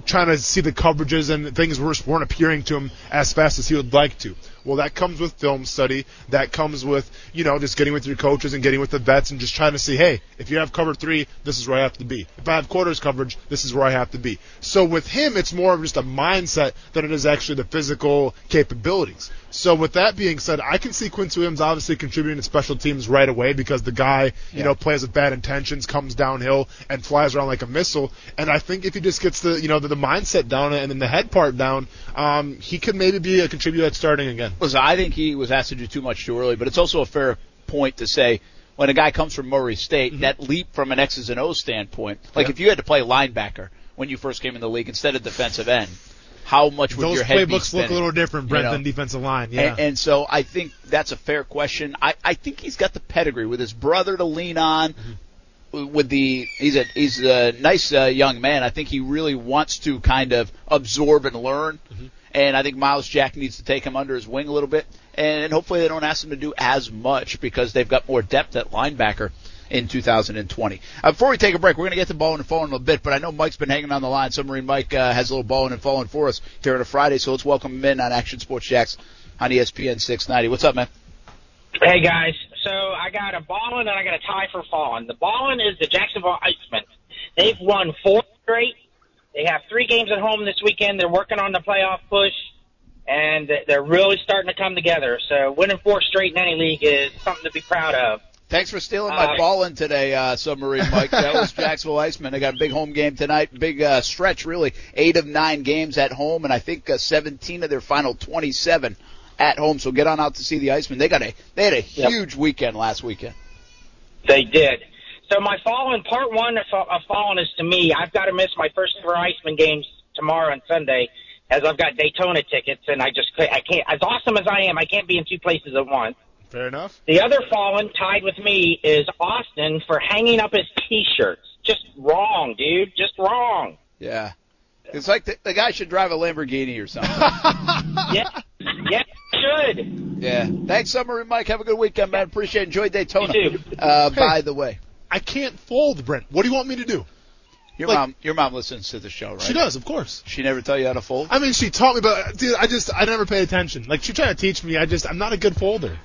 Speaker 3: trying to see the coverages and things were, weren't appearing to him as fast as he would like to. Well, that comes with film study. That comes with, you know, just getting with your coaches and getting with the vets and just trying to see, hey, if you have cover three, this is where I have to be. If I have quarters coverage, this is where I have to be. So with him, it's more of just a mindset than it is actually the physical capabilities. So with that being said, I can see Quincy Williams obviously contributing to special teams right away because the guy, you know, plays with bad intentions, comes downhill and flies around like a missile. And I think if he just gets the, you know, the, the mindset down and then the head part down, um, he could maybe be a contributor at starting again.
Speaker 2: Listen, I think he was asked to do too much too early, but it's also a fair point to say when a guy comes from Murray State,
Speaker 3: Mm-hmm.
Speaker 2: that leap from an X's and O's standpoint, like if you had to play linebacker when you first came in the league instead of defensive end, how much would
Speaker 3: Those
Speaker 2: your head be
Speaker 3: playbooks look a
Speaker 2: spinning?
Speaker 3: little different, Brent,
Speaker 2: know.
Speaker 3: than defensive line. Yeah.
Speaker 2: And, and so I think that's a fair question. I, I think he's got the pedigree with his brother to lean on.
Speaker 3: Mm-hmm.
Speaker 2: With the he's a he's a nice uh, young man. I think he really wants to kind of absorb and learn. And I think Miles Jack needs to take him under his wing a little bit. And hopefully they don't ask him to do as much because they've got more depth at linebacker in 2020. Uh, before we take a break, we're going to get to ball and falling in a little bit, but I know Mike's been hanging on the line. Submarine Mike uh, has a little ball and falling for us here on a Friday, so let's welcome him in on Action Sports Jacks on E ESPN 690. What's up, man?
Speaker 9: Hey guys, so I got a ballin' and I got a tie for fallin'. The ballin' is the Jacksonville Icemen. They've won four straight. They have three games at home this weekend. They're working on the playoff push, and they're really starting to come together. So winning four straight in any league is something to be proud of.
Speaker 2: Thanks for stealing my
Speaker 9: Uh,
Speaker 2: ball in today, uh,
Speaker 9: [laughs]
Speaker 2: Submarine Mike. That was Jacksonville Iceman. They got a big home game tonight. Big uh, stretch, really. Eight of nine games at home, and I think uh, 17 of their final 27 at home. So get on out to see the Iceman. They got a they had a huge weekend last weekend.
Speaker 9: They did. So my fallen part one of fa- of fallen is to me. I've got to miss my first four Iceman games tomorrow and Sunday, as I've got Daytona tickets, and I just cou- I can't. As awesome as I am, I can't be in two places at once.
Speaker 3: Fair enough.
Speaker 9: The other fallen tied with me is Austin for hanging up his t-shirts. Just wrong, dude. Just wrong.
Speaker 2: Yeah. It's like the, the guy should drive a Lamborghini or something.
Speaker 9: [laughs] Yeah, yeah, should.
Speaker 2: yeah. Thanks, Submarine Mike. Have a good weekend, man. Appreciate it. Enjoy Daytona.
Speaker 9: You too.
Speaker 2: Uh, By the way,
Speaker 3: I can't fold, Brent. What do you want me to do?
Speaker 2: your
Speaker 3: Like-
Speaker 2: mom your mom listens to the show, right?
Speaker 3: She does, of course.
Speaker 2: She never tell you how to fold?
Speaker 3: I mean, she taught me, but dude, I just I never paid attention. Like she tried to teach me, I just I'm not a good folder.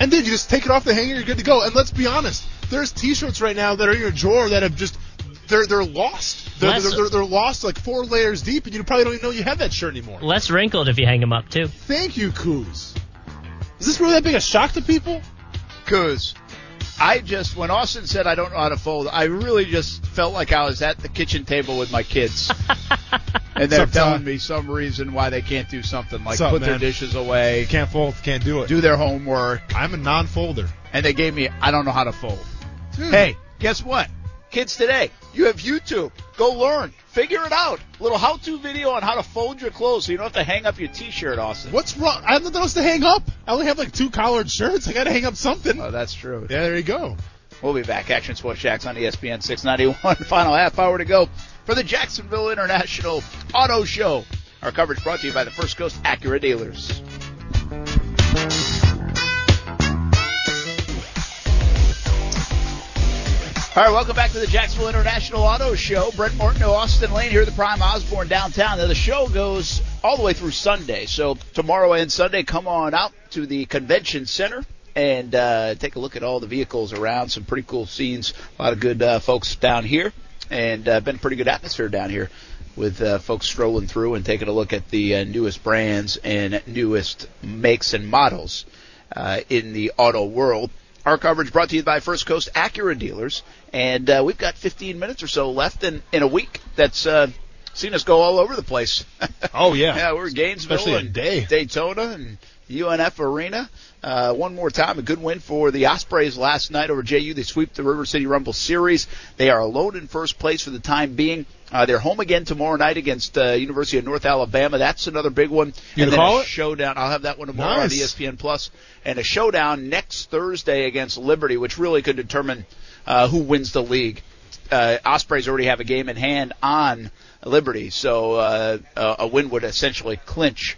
Speaker 3: And dude, you just take it off the hanger, you're good to go. And let's be honest, there's T-shirts right now that are in your drawer that have just they're they're lost. They're
Speaker 4: Less-
Speaker 3: they're, they're, they're lost like four layers deep, and you probably don't even know you have that shirt anymore.
Speaker 4: Less wrinkled if you hang them up too.
Speaker 3: Thank you, Coos. Is this really that big a shock to people?
Speaker 2: Because I just, when Austin said I don't know how to fold, I really just felt like I was at the kitchen table with my [laughs] kids. and they're
Speaker 3: Sup, Tom?
Speaker 2: telling me some reason why they can't do something like
Speaker 3: Sup,
Speaker 2: put their
Speaker 3: man?
Speaker 2: dishes away,
Speaker 3: Can't fold, can't do it.
Speaker 2: do their homework.
Speaker 3: I'm a non-folder.
Speaker 2: And they gave me, I don't know how to fold.
Speaker 3: Dude.
Speaker 2: Hey, guess what? Kids today, you have YouTube. Go learn. Figure it out. Little how-to video on how to fold your clothes so you don't have to hang up your t-shirt, Austin.
Speaker 3: what's wrong? I have nothing else to hang up. I only have like two collared shirts. I gotta hang up something.
Speaker 2: Oh, that's true.
Speaker 3: yeah, there you go.
Speaker 2: We'll be back. Action Sports Jacks on E ESPN 691. [laughs] Final half hour to go for the Jacksonville International Auto Show. Our coverage brought to you by the First Coast Acura Dealers. All right, welcome back to the Jacksonville International Auto Show. Brent Morton, Austin Lane here at the Prime Osborne downtown. Now, the show goes all the way through Sunday. So, tomorrow and Sunday, come on out to the convention center and uh, take a look at all the vehicles around. Some pretty cool scenes. A lot of good uh, folks down here. And uh, been a pretty good atmosphere down here with uh, folks strolling through and taking a look at the uh, newest brands and newest makes and models uh, in the auto world. Our coverage brought to you by First Coast Acura Dealers, and uh, we've got 15 minutes or so left in, in a week that's uh, seen us go all over the place. [laughs]
Speaker 3: Oh yeah.
Speaker 2: yeah, we're in Gainesville
Speaker 3: Especially in
Speaker 2: and
Speaker 3: day.
Speaker 2: Daytona and UNF Arena. Uh, one more time, a good win for the Ospreys last night over JU. They sweep the River City Rumble Series. They are alone in first place for the time being. Uh, they're home again tomorrow night against uh, University of North Alabama. That's another big one.
Speaker 3: You
Speaker 2: and
Speaker 3: gonna
Speaker 2: then
Speaker 3: call
Speaker 2: a
Speaker 3: it?
Speaker 2: showdown. I'll have that one tomorrow
Speaker 3: Nice.
Speaker 2: on E ESPN Plus, and a showdown next Thursday against Liberty, which really could determine uh, who wins the league. Uh, Ospreys already have a game in hand on Liberty, so uh, a a win would essentially clinch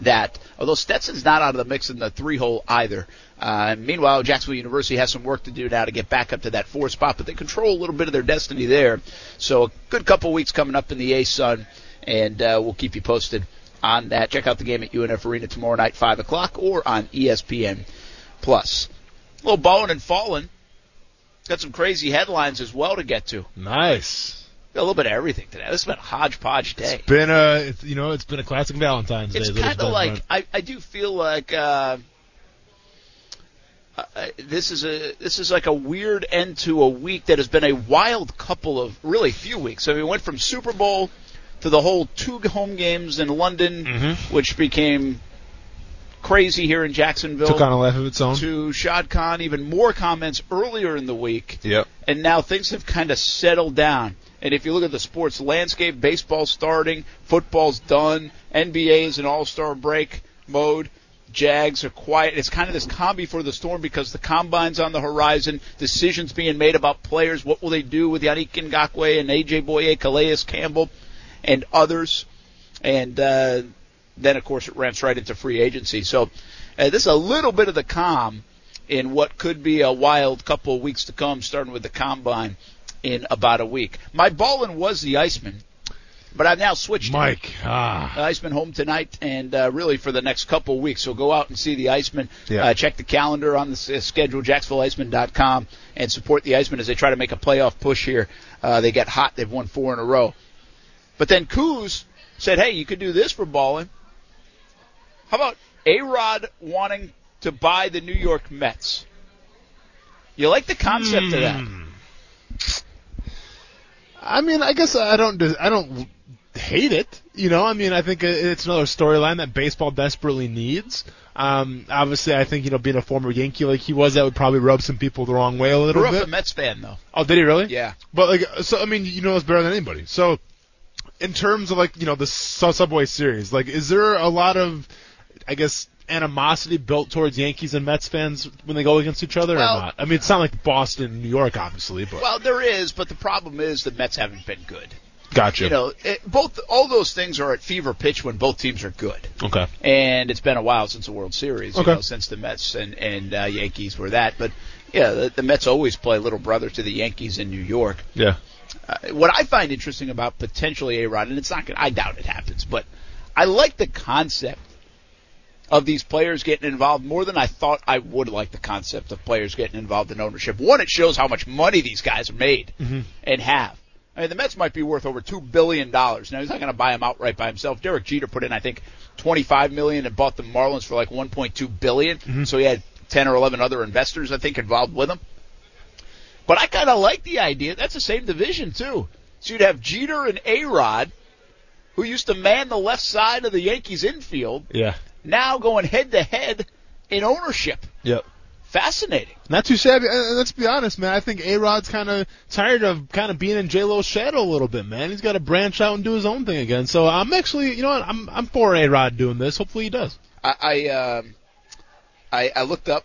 Speaker 2: that. Although Stetson's not out of the mix in the three hole either. Uh, meanwhile, Jacksonville University has some work to do now to get back up to that four spot, but they control a little bit of their destiny there. So a good couple weeks coming up in the A Sun, and uh, we'll keep you posted on that. Check out the game at UNF Arena tomorrow night, five o'clock, or on E ESPN Plus. A little balling and falling. Got some crazy headlines as well to get to.
Speaker 3: Nice.
Speaker 2: Got a little bit of everything today. This has been a hodgepodge day.
Speaker 3: Been a, it's, you know, it's been a classic Valentine's
Speaker 2: It's
Speaker 3: Day. is what
Speaker 2: kind of
Speaker 3: been,
Speaker 2: like
Speaker 3: right?
Speaker 2: I, I do feel like uh, uh, this is a this is like a weird end to a week that has been a wild couple of really few weeks. So we went from Super Bowl to the whole two home games in London,
Speaker 3: Mm-hmm.
Speaker 2: which became crazy here in Jacksonville.
Speaker 3: took on a life of its own.
Speaker 2: to Shad Khan, even more comments earlier in the week
Speaker 3: Yep.
Speaker 2: and now things have kind of settled down. And if you look at the sports landscape, baseball's starting, football's done, NBA is in all-star break mode. Jags are quiet. It's kind of this calm before the storm because the combine's on the horizon. Decisions being made about players. What will they do with Yannick Ngakwe and AJ Boye, Calais Campbell, and others? And uh, then, of course, it ramps right into free agency. So uh, this is a little bit of the calm in what could be a wild couple of weeks to come, starting with the combine in about a week. My ballin was the Iceman, but I've now switched. it.
Speaker 3: Mike, ah,
Speaker 2: The Iceman home tonight and uh, really for the next couple of weeks. So go out and see the Iceman.
Speaker 3: Yeah.
Speaker 2: Uh, check the calendar on the s- uh, schedule, jacksonvilleiceman.com, and support the Iceman as they try to make a playoff push here. Uh, they got hot. They've won four in a row. But then Coos said, hey, you could do this for balling. How about A-Rod wanting to buy the New York Mets? You like the concept of that?
Speaker 3: I mean, I guess I don't, dis- I don't hate it. You know, I mean, I think it- it's another storyline that baseball desperately needs. Um, obviously, I think you know, being a former Yankee like he was, that would probably rub some people the wrong way a little
Speaker 2: Grew up
Speaker 3: bit.
Speaker 2: a Mets fan, though.
Speaker 3: Oh, did he really?
Speaker 2: Yeah.
Speaker 3: But like, so I mean, you know, it's better than anybody. So, in terms of like, you know, the Su- Subway Series, like, is there a lot of, I guess, animosity built towards Yankees and Mets fans when they go against each other
Speaker 2: Well-
Speaker 3: or not? I mean, it's not like Boston, and New York, obviously, but
Speaker 2: Well, there is, but the problem is the Mets haven't been good.
Speaker 3: gotcha.
Speaker 2: you know, it, both all those things are at fever pitch when both teams are good.
Speaker 3: okay.
Speaker 2: And it's been a while since the World Series, you
Speaker 3: Okay.
Speaker 2: know, since the Mets and and uh, Yankees were that. But yeah, the, the Mets always play little brother to the Yankees in New York.
Speaker 3: Yeah.
Speaker 2: Uh, what I find interesting about potentially a Rod, and it's not going to I doubt it happens, but I like the concept of these players getting involved more than I thought I would like the concept of players getting involved in ownership. One, it shows how much money these guys have made and have. I mean, the Mets might be worth over two billion dollars. Now he's not going to buy them outright by himself. Derek Jeter put in, I think, twenty-five million and bought the Marlins for like one point two So he had ten or eleven other investors, I think, involved with him. But I kind of like the idea. That's the same division too. So you'd have Jeter and A Rod, who used to man the left side of the Yankees infield,
Speaker 3: Yeah.
Speaker 2: now going head to head in ownership.
Speaker 3: Yep.
Speaker 2: Fascinating.
Speaker 3: Not too shabby. And and let's be honest, man. I think A Rod's kind of tired of kind of being in J Lo's shadow a little bit, man. He's got to branch out and do his own thing again. So I'm actually, you know, what? I'm I'm for A Rod doing this. Hopefully he does.
Speaker 2: I I, um, I, I looked up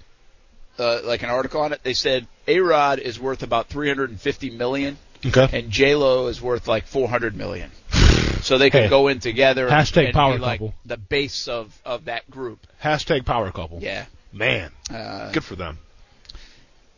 Speaker 2: uh, like an article on it. They said A Rod is worth about three hundred and fifty million,
Speaker 3: Okay.
Speaker 2: and J Lo is worth like four hundred [sighs] million. So they could
Speaker 3: Hey.
Speaker 2: go in together
Speaker 3: Hashtag
Speaker 2: and
Speaker 3: power
Speaker 2: be like
Speaker 3: couple.
Speaker 2: the base of of that group.
Speaker 3: Hashtag power couple.
Speaker 2: Yeah.
Speaker 3: Man,
Speaker 2: Uh,
Speaker 3: good for them.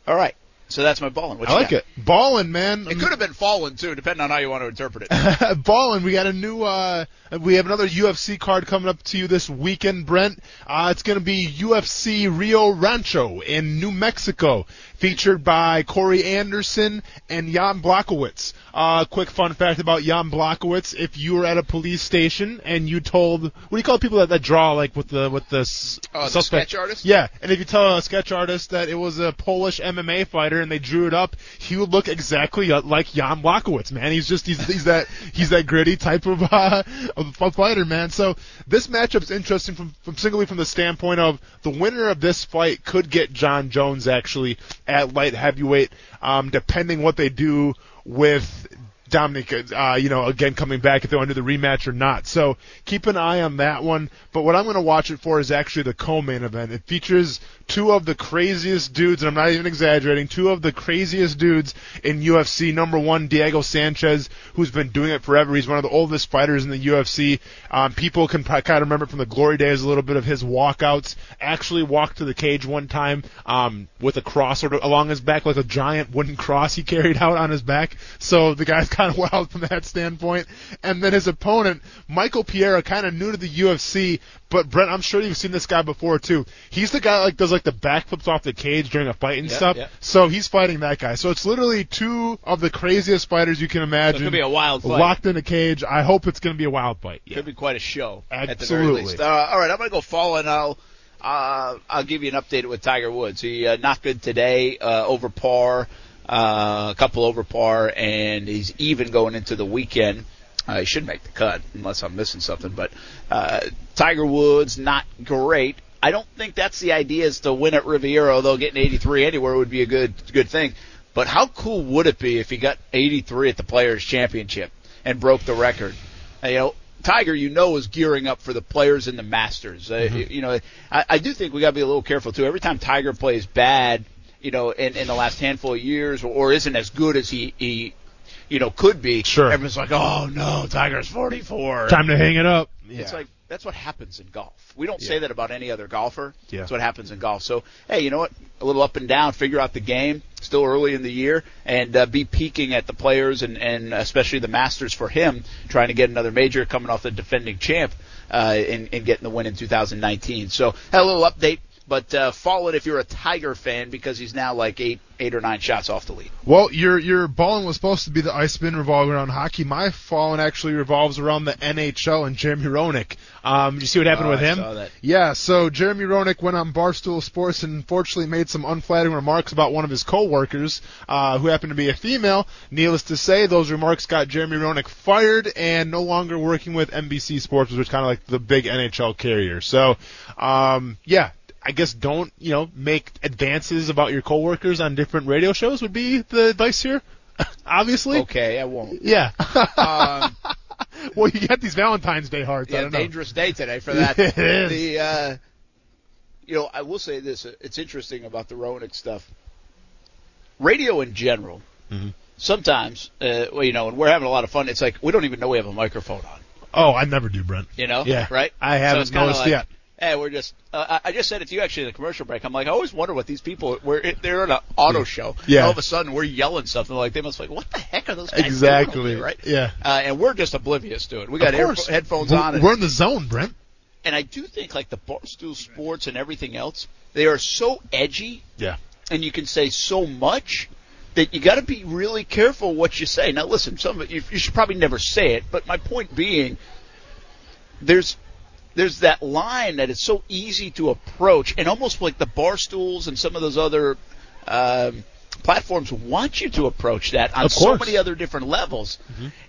Speaker 2: all right. So that's my balling. What
Speaker 3: I
Speaker 2: you
Speaker 3: like
Speaker 2: got?
Speaker 3: it. Ballin', man.
Speaker 2: It could have been fallen too, depending on how you want to interpret it.
Speaker 3: [laughs] have ballin'. We got a new. uh We have another UFC card coming up to you this weekend, Brent. Uh It's gonna be UFC Rio Rancho in New Mexico, featured by Corey Anderson and Jan Blakowitz. Uh, quick fun fact about Jan Blakowitz: If you were at a police station and you told, what do you call people that, that draw like with the with the s-
Speaker 2: Oh, the
Speaker 3: suspect?
Speaker 2: sketch artist?
Speaker 3: Yeah, and if you tell a sketch artist that it was a Polish MMA fighter, career and they drew it up, he would look exactly uh, like Jan Blakowicz, man. He's just he's, he's that he's that gritty type of [laughs] uh, of a fighter, man. So this matchup's interesting from, from singly from the standpoint of the winner of this fight could get John Jones actually at light heavyweight, um, depending what they do with Dominic, uh, you know, again coming back if they want to do the rematch or not. So keep an eye on that one. But what I'm going to watch it for is actually the co-main event. It features two of the craziest dudes, and I'm not even exaggerating, two of the craziest dudes in UFC. Number one, Diego Sanchez, who's been doing it forever. He's one of the oldest fighters in the UFC. Um, people can kind of remember from the glory days a little bit of his walkouts. Actually walked to the cage one time um, with a cross sort of along his back, like a giant wooden cross he carried out on his back. So the guy's [laughs] kind of wild from that standpoint. And then his opponent, Michael Piera, kind of new to the UFC, but Brent, I'm sure you've seen this guy before too. He's the guy that, like does like the backflips off the cage during a fight and
Speaker 2: Yeah,
Speaker 3: stuff.
Speaker 2: yeah.
Speaker 3: So he's fighting that guy. So it's literally two of the craziest fighters you can imagine.
Speaker 2: gonna be a wild fight.
Speaker 3: Locked in a cage. I hope it's going to be a wild fight. Yeah.
Speaker 2: Could be quite a show. At the very
Speaker 3: Absolutely.
Speaker 2: least. Uh, all right, I'm going to go fall and I'll uh, I'll give you an update with Tiger Woods. He uh, not good today, uh, over par, uh, a couple over par, and he's even going into the weekend. Uh, he should make the cut unless I'm missing something. But uh, Tiger Woods not great. I don't think that's the idea is to win at Riviera, although getting 83 anywhere would be a good good thing. But how cool would it be if he got 83 at the Players Championship and broke the record? you know, Tiger, you know, is gearing up for the players in the Masters. Uh, You know, I, I do think we got to be a little careful too. Every time Tiger plays bad, you know, in, in the last handful of years, or, or isn't as good as he, he, you know, could be.
Speaker 3: Sure.
Speaker 2: Everyone's like, oh no, Tiger's 44.
Speaker 3: Time to hang it up. Yeah.
Speaker 2: It's like that's what happens in golf. We don't say that about any other golfer.
Speaker 3: Yeah.
Speaker 2: That's what happens in golf. So hey, you know what? A little up and down. Figure out the game. Still early in the year, and uh, be peaking at the players and and especially the Masters for him, trying to get another major, coming off the defending champ, uh, and, and getting the win in 2019. So had a little update. But uh, follow it if you're a Tiger fan because he's now like eight, eight or nine shots off the lead.
Speaker 3: Well, your your balling was supposed to be the ice spin revolving around hockey. My falling actually revolves around the NHL and Jeremy Roenick. Um, you see what happened
Speaker 2: Oh,
Speaker 3: with
Speaker 2: I
Speaker 3: him?
Speaker 2: saw that.
Speaker 3: Yeah. So Jeremy Roenick went on Barstool Sports and unfortunately made some unflattering remarks about one of his coworkers, uh, who happened to be a female. Needless to say, those remarks got Jeremy Roenick fired and no longer working with NBC Sports, which is kind of like the big NHL carrier. So, um, yeah, I guess don't you know make advances about your coworkers on different radio shows would be the advice here. [laughs] Obviously,
Speaker 2: Okay, I
Speaker 3: [laughs]
Speaker 2: won't. [laughs]
Speaker 3: yeah.
Speaker 2: Um,
Speaker 3: well, you got these Valentine's Day hearts. I
Speaker 2: yeah,
Speaker 3: don't know.
Speaker 2: dangerous day today
Speaker 3: [laughs]
Speaker 2: for that.
Speaker 3: It is.
Speaker 2: The, uh, you know, I will say this: uh, it's interesting about the Roenick stuff. Radio in general,
Speaker 3: Mm-hmm.
Speaker 2: sometimes, uh, well, you know, and we're having a lot of fun. It's like we don't even know we have a microphone on.
Speaker 3: Oh, I never do, Brent.
Speaker 2: You know,
Speaker 3: Yeah.
Speaker 2: right?
Speaker 3: I
Speaker 2: So
Speaker 3: haven't
Speaker 2: it's kinda
Speaker 3: noticed
Speaker 2: like,
Speaker 3: yet.
Speaker 2: Hey, we're just. Uh, I I just said it to you actually in the commercial break. I'm like, I always wonder what these people. We're they're in an auto show.
Speaker 3: Yeah.
Speaker 2: All of a sudden, we're yelling something like they must be like, what the heck are those guys doing over
Speaker 3: Exactly.
Speaker 2: there, right?
Speaker 3: Yeah.
Speaker 2: Uh, and we're just oblivious to it. We got
Speaker 3: of
Speaker 2: ear-
Speaker 3: course.
Speaker 2: headphones
Speaker 3: we're,
Speaker 2: on. And,
Speaker 3: We're in the zone, Brent.
Speaker 2: and I do think like the barstool sports and everything else, they are so edgy,
Speaker 3: Yeah.
Speaker 2: and you can say so much that you got to be really careful what you say. Now, listen, some of you, you should probably never say it, but my point being, there's there's that line that is so easy to approach, and almost like the bar stools and some of those other um, platforms want you to approach that on
Speaker 3: Of
Speaker 2: so
Speaker 3: course. Mm-hmm.
Speaker 2: many other different levels,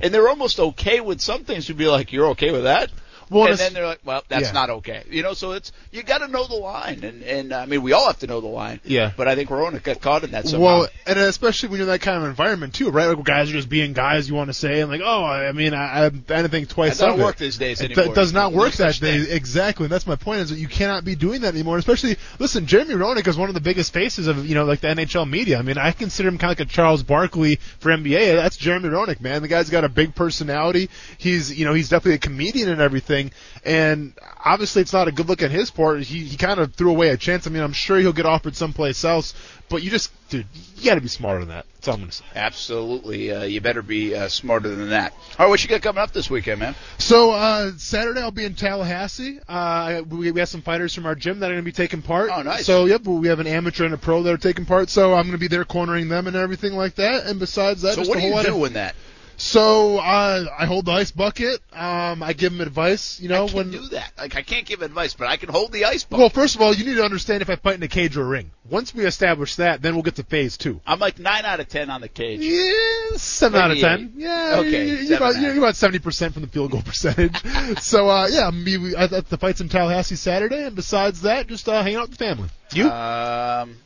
Speaker 2: and they're almost okay with some things to be like, "You're okay with that."
Speaker 3: Well,
Speaker 2: and
Speaker 3: it's-
Speaker 2: then they're like, "Well, that's
Speaker 3: Yeah.
Speaker 2: not okay," you know. So it's you got to know the line, and and I mean, we all have to know the line.
Speaker 3: Yeah.
Speaker 2: But I think Rona got caught in that. Somehow.
Speaker 3: Well, and especially when you're in that kind of environment too, right? Like guys are just being guys. You want to say and like, oh, I mean, I, I didn't think twice.
Speaker 2: That doesn't
Speaker 3: of it.
Speaker 2: work these days
Speaker 3: It do-
Speaker 2: anymore.
Speaker 3: does not
Speaker 2: No
Speaker 3: work that
Speaker 2: such
Speaker 3: day.
Speaker 2: thing.
Speaker 3: Exactly. And that's my point is that you cannot be doing that anymore. Especially, listen, Jeremy Roenick is one of the biggest faces of you know like the NHL media. I mean, I consider him kind of like a Charles Barkley for NBA. That's Jeremy Roenick, man. The guy's got a big personality. He's you know he's definitely a comedian and everything. And obviously, it's not a good look at his part. He he kind of threw away a chance. I mean, I'm sure he'll get offered someplace else. But you just, dude, you got to be smarter than that. That's all I'm gonna say.
Speaker 2: Absolutely. Uh, you better be uh, smarter than that. All right, what you got coming up this weekend, man?
Speaker 3: So uh, Saturday I'll be in Tallahassee. Uh, we, we have some fighters from our gym that are going to be taking part.
Speaker 2: Oh, nice.
Speaker 3: So yep, we have an amateur and a pro that are taking part. So I'm going to be there cornering them and everything like that. And besides that,
Speaker 2: So
Speaker 3: Uh, just
Speaker 2: what
Speaker 3: a
Speaker 2: do
Speaker 3: whole
Speaker 2: you
Speaker 3: lot
Speaker 2: do
Speaker 3: of-
Speaker 2: in that?
Speaker 3: So uh, I hold the ice bucket. Um, I give him advice. You know
Speaker 2: I can't
Speaker 3: when
Speaker 2: do that. Like I can't give advice, but I can hold the ice bucket.
Speaker 3: Well, first of all, you need to understand if I fight in a cage or a ring. Once we establish that, then we'll get to phase two.
Speaker 2: I'm like nine out of ten on the cage.
Speaker 3: Yeah, seven out of
Speaker 2: Maybe
Speaker 3: ten.
Speaker 2: eight.
Speaker 3: Yeah,
Speaker 2: Okay,
Speaker 3: you- You're
Speaker 2: seven
Speaker 3: about,
Speaker 2: out of
Speaker 3: you're about seventy percent from the field goal [laughs] percentage. so uh, yeah, me, we, I, I- the fight's in Tallahassee Saturday, and besides that, just uh, hanging out with the family. You?
Speaker 2: Um,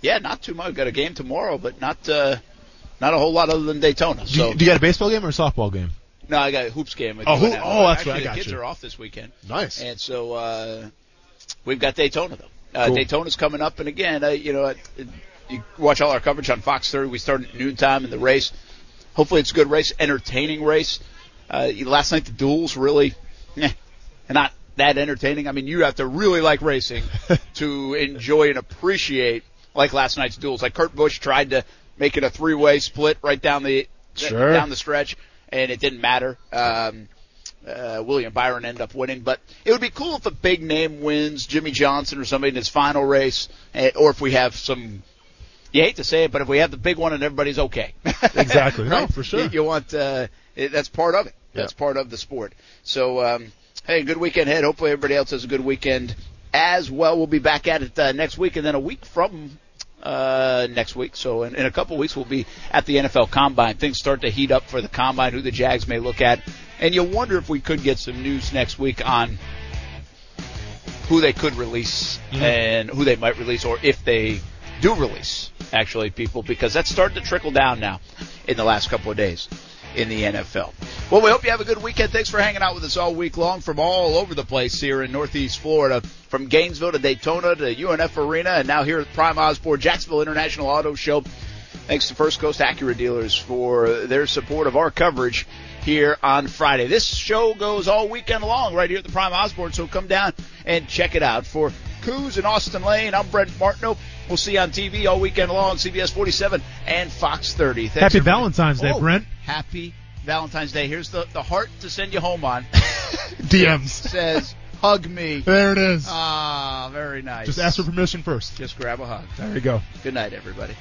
Speaker 2: yeah, not too much. Got a game tomorrow, but not uh, not a whole lot other than Daytona.
Speaker 3: do,
Speaker 2: So
Speaker 3: you, do you got a baseball game or a softball game?
Speaker 2: no, I got a hoops game.
Speaker 3: Oh,
Speaker 2: who,
Speaker 3: hoop- oh, that's
Speaker 2: Actually,
Speaker 3: right, I got
Speaker 2: the kids
Speaker 3: you.
Speaker 2: are off this weekend,
Speaker 3: Nice.
Speaker 2: and so uh, we've got Daytona though. Uh,
Speaker 3: Cool.
Speaker 2: Daytona's coming up, and again, uh, you know, uh, you watch all our coverage on Fox 30. We start at noontime in the race. Hopefully, it's a good race, entertaining race. Uh, last night the duels really, eh, not that entertaining. I mean, you have to really like racing to enjoy and appreciate like last night's duels. Like Kurt Busch tried to make it a three-way split right down the
Speaker 3: Sure.
Speaker 2: down the stretch, and it didn't matter. Um, uh, William Byron ended up winning, but it would be cool if a big name wins, Jimmy Johnson or somebody in his final race, eh, or if we have some. You hate to say it, but if we have the big one and everybody's okay, [laughs]
Speaker 3: Exactly. No, for sure.
Speaker 2: You, you want uh, it, that's part of it. That's part of the sport. So um, hey, good weekend ahead. Hopefully everybody else has a good weekend as well. We'll be back at it uh, next week, and then a week from uh, next week. So in, in a couple weeks we'll be at the NFL Combine. Things start to heat up for the Combine. Who the Jags may look at, and you'll wonder if we could get some news next week on who they could release and who they might release or if they do release actually people because that's starting to trickle down now in the last couple of days in the NFL. Well, we hope you have a good weekend. Thanks for hanging out with us all week long from all over the place here in Northeast Florida, from Gainesville to Daytona to UNF Arena, and now here at Prime Osborne Jacksonville International Auto Show. Thanks to First Coast Acura Dealers for their support of our coverage here on Friday. This show goes all weekend long right here at the Prime Osborne, so come down and check it out. For Coos and Austin Lane, I'm Brent Martineau. We'll see you on TV all weekend long, CBS 47 and Fox 30. Thanks
Speaker 10: Happy
Speaker 2: everybody.
Speaker 10: Valentine's Day,
Speaker 2: Oh,
Speaker 10: Brent.
Speaker 2: Happy Valentine's Day. Here's the, the heart to send you home on.
Speaker 3: DMs.
Speaker 2: Says, [laughs] hug me.
Speaker 3: There it is.
Speaker 2: Ah, very nice.
Speaker 3: Just ask for permission first.
Speaker 2: Just grab a hug.
Speaker 3: There you go.
Speaker 2: Good night, everybody.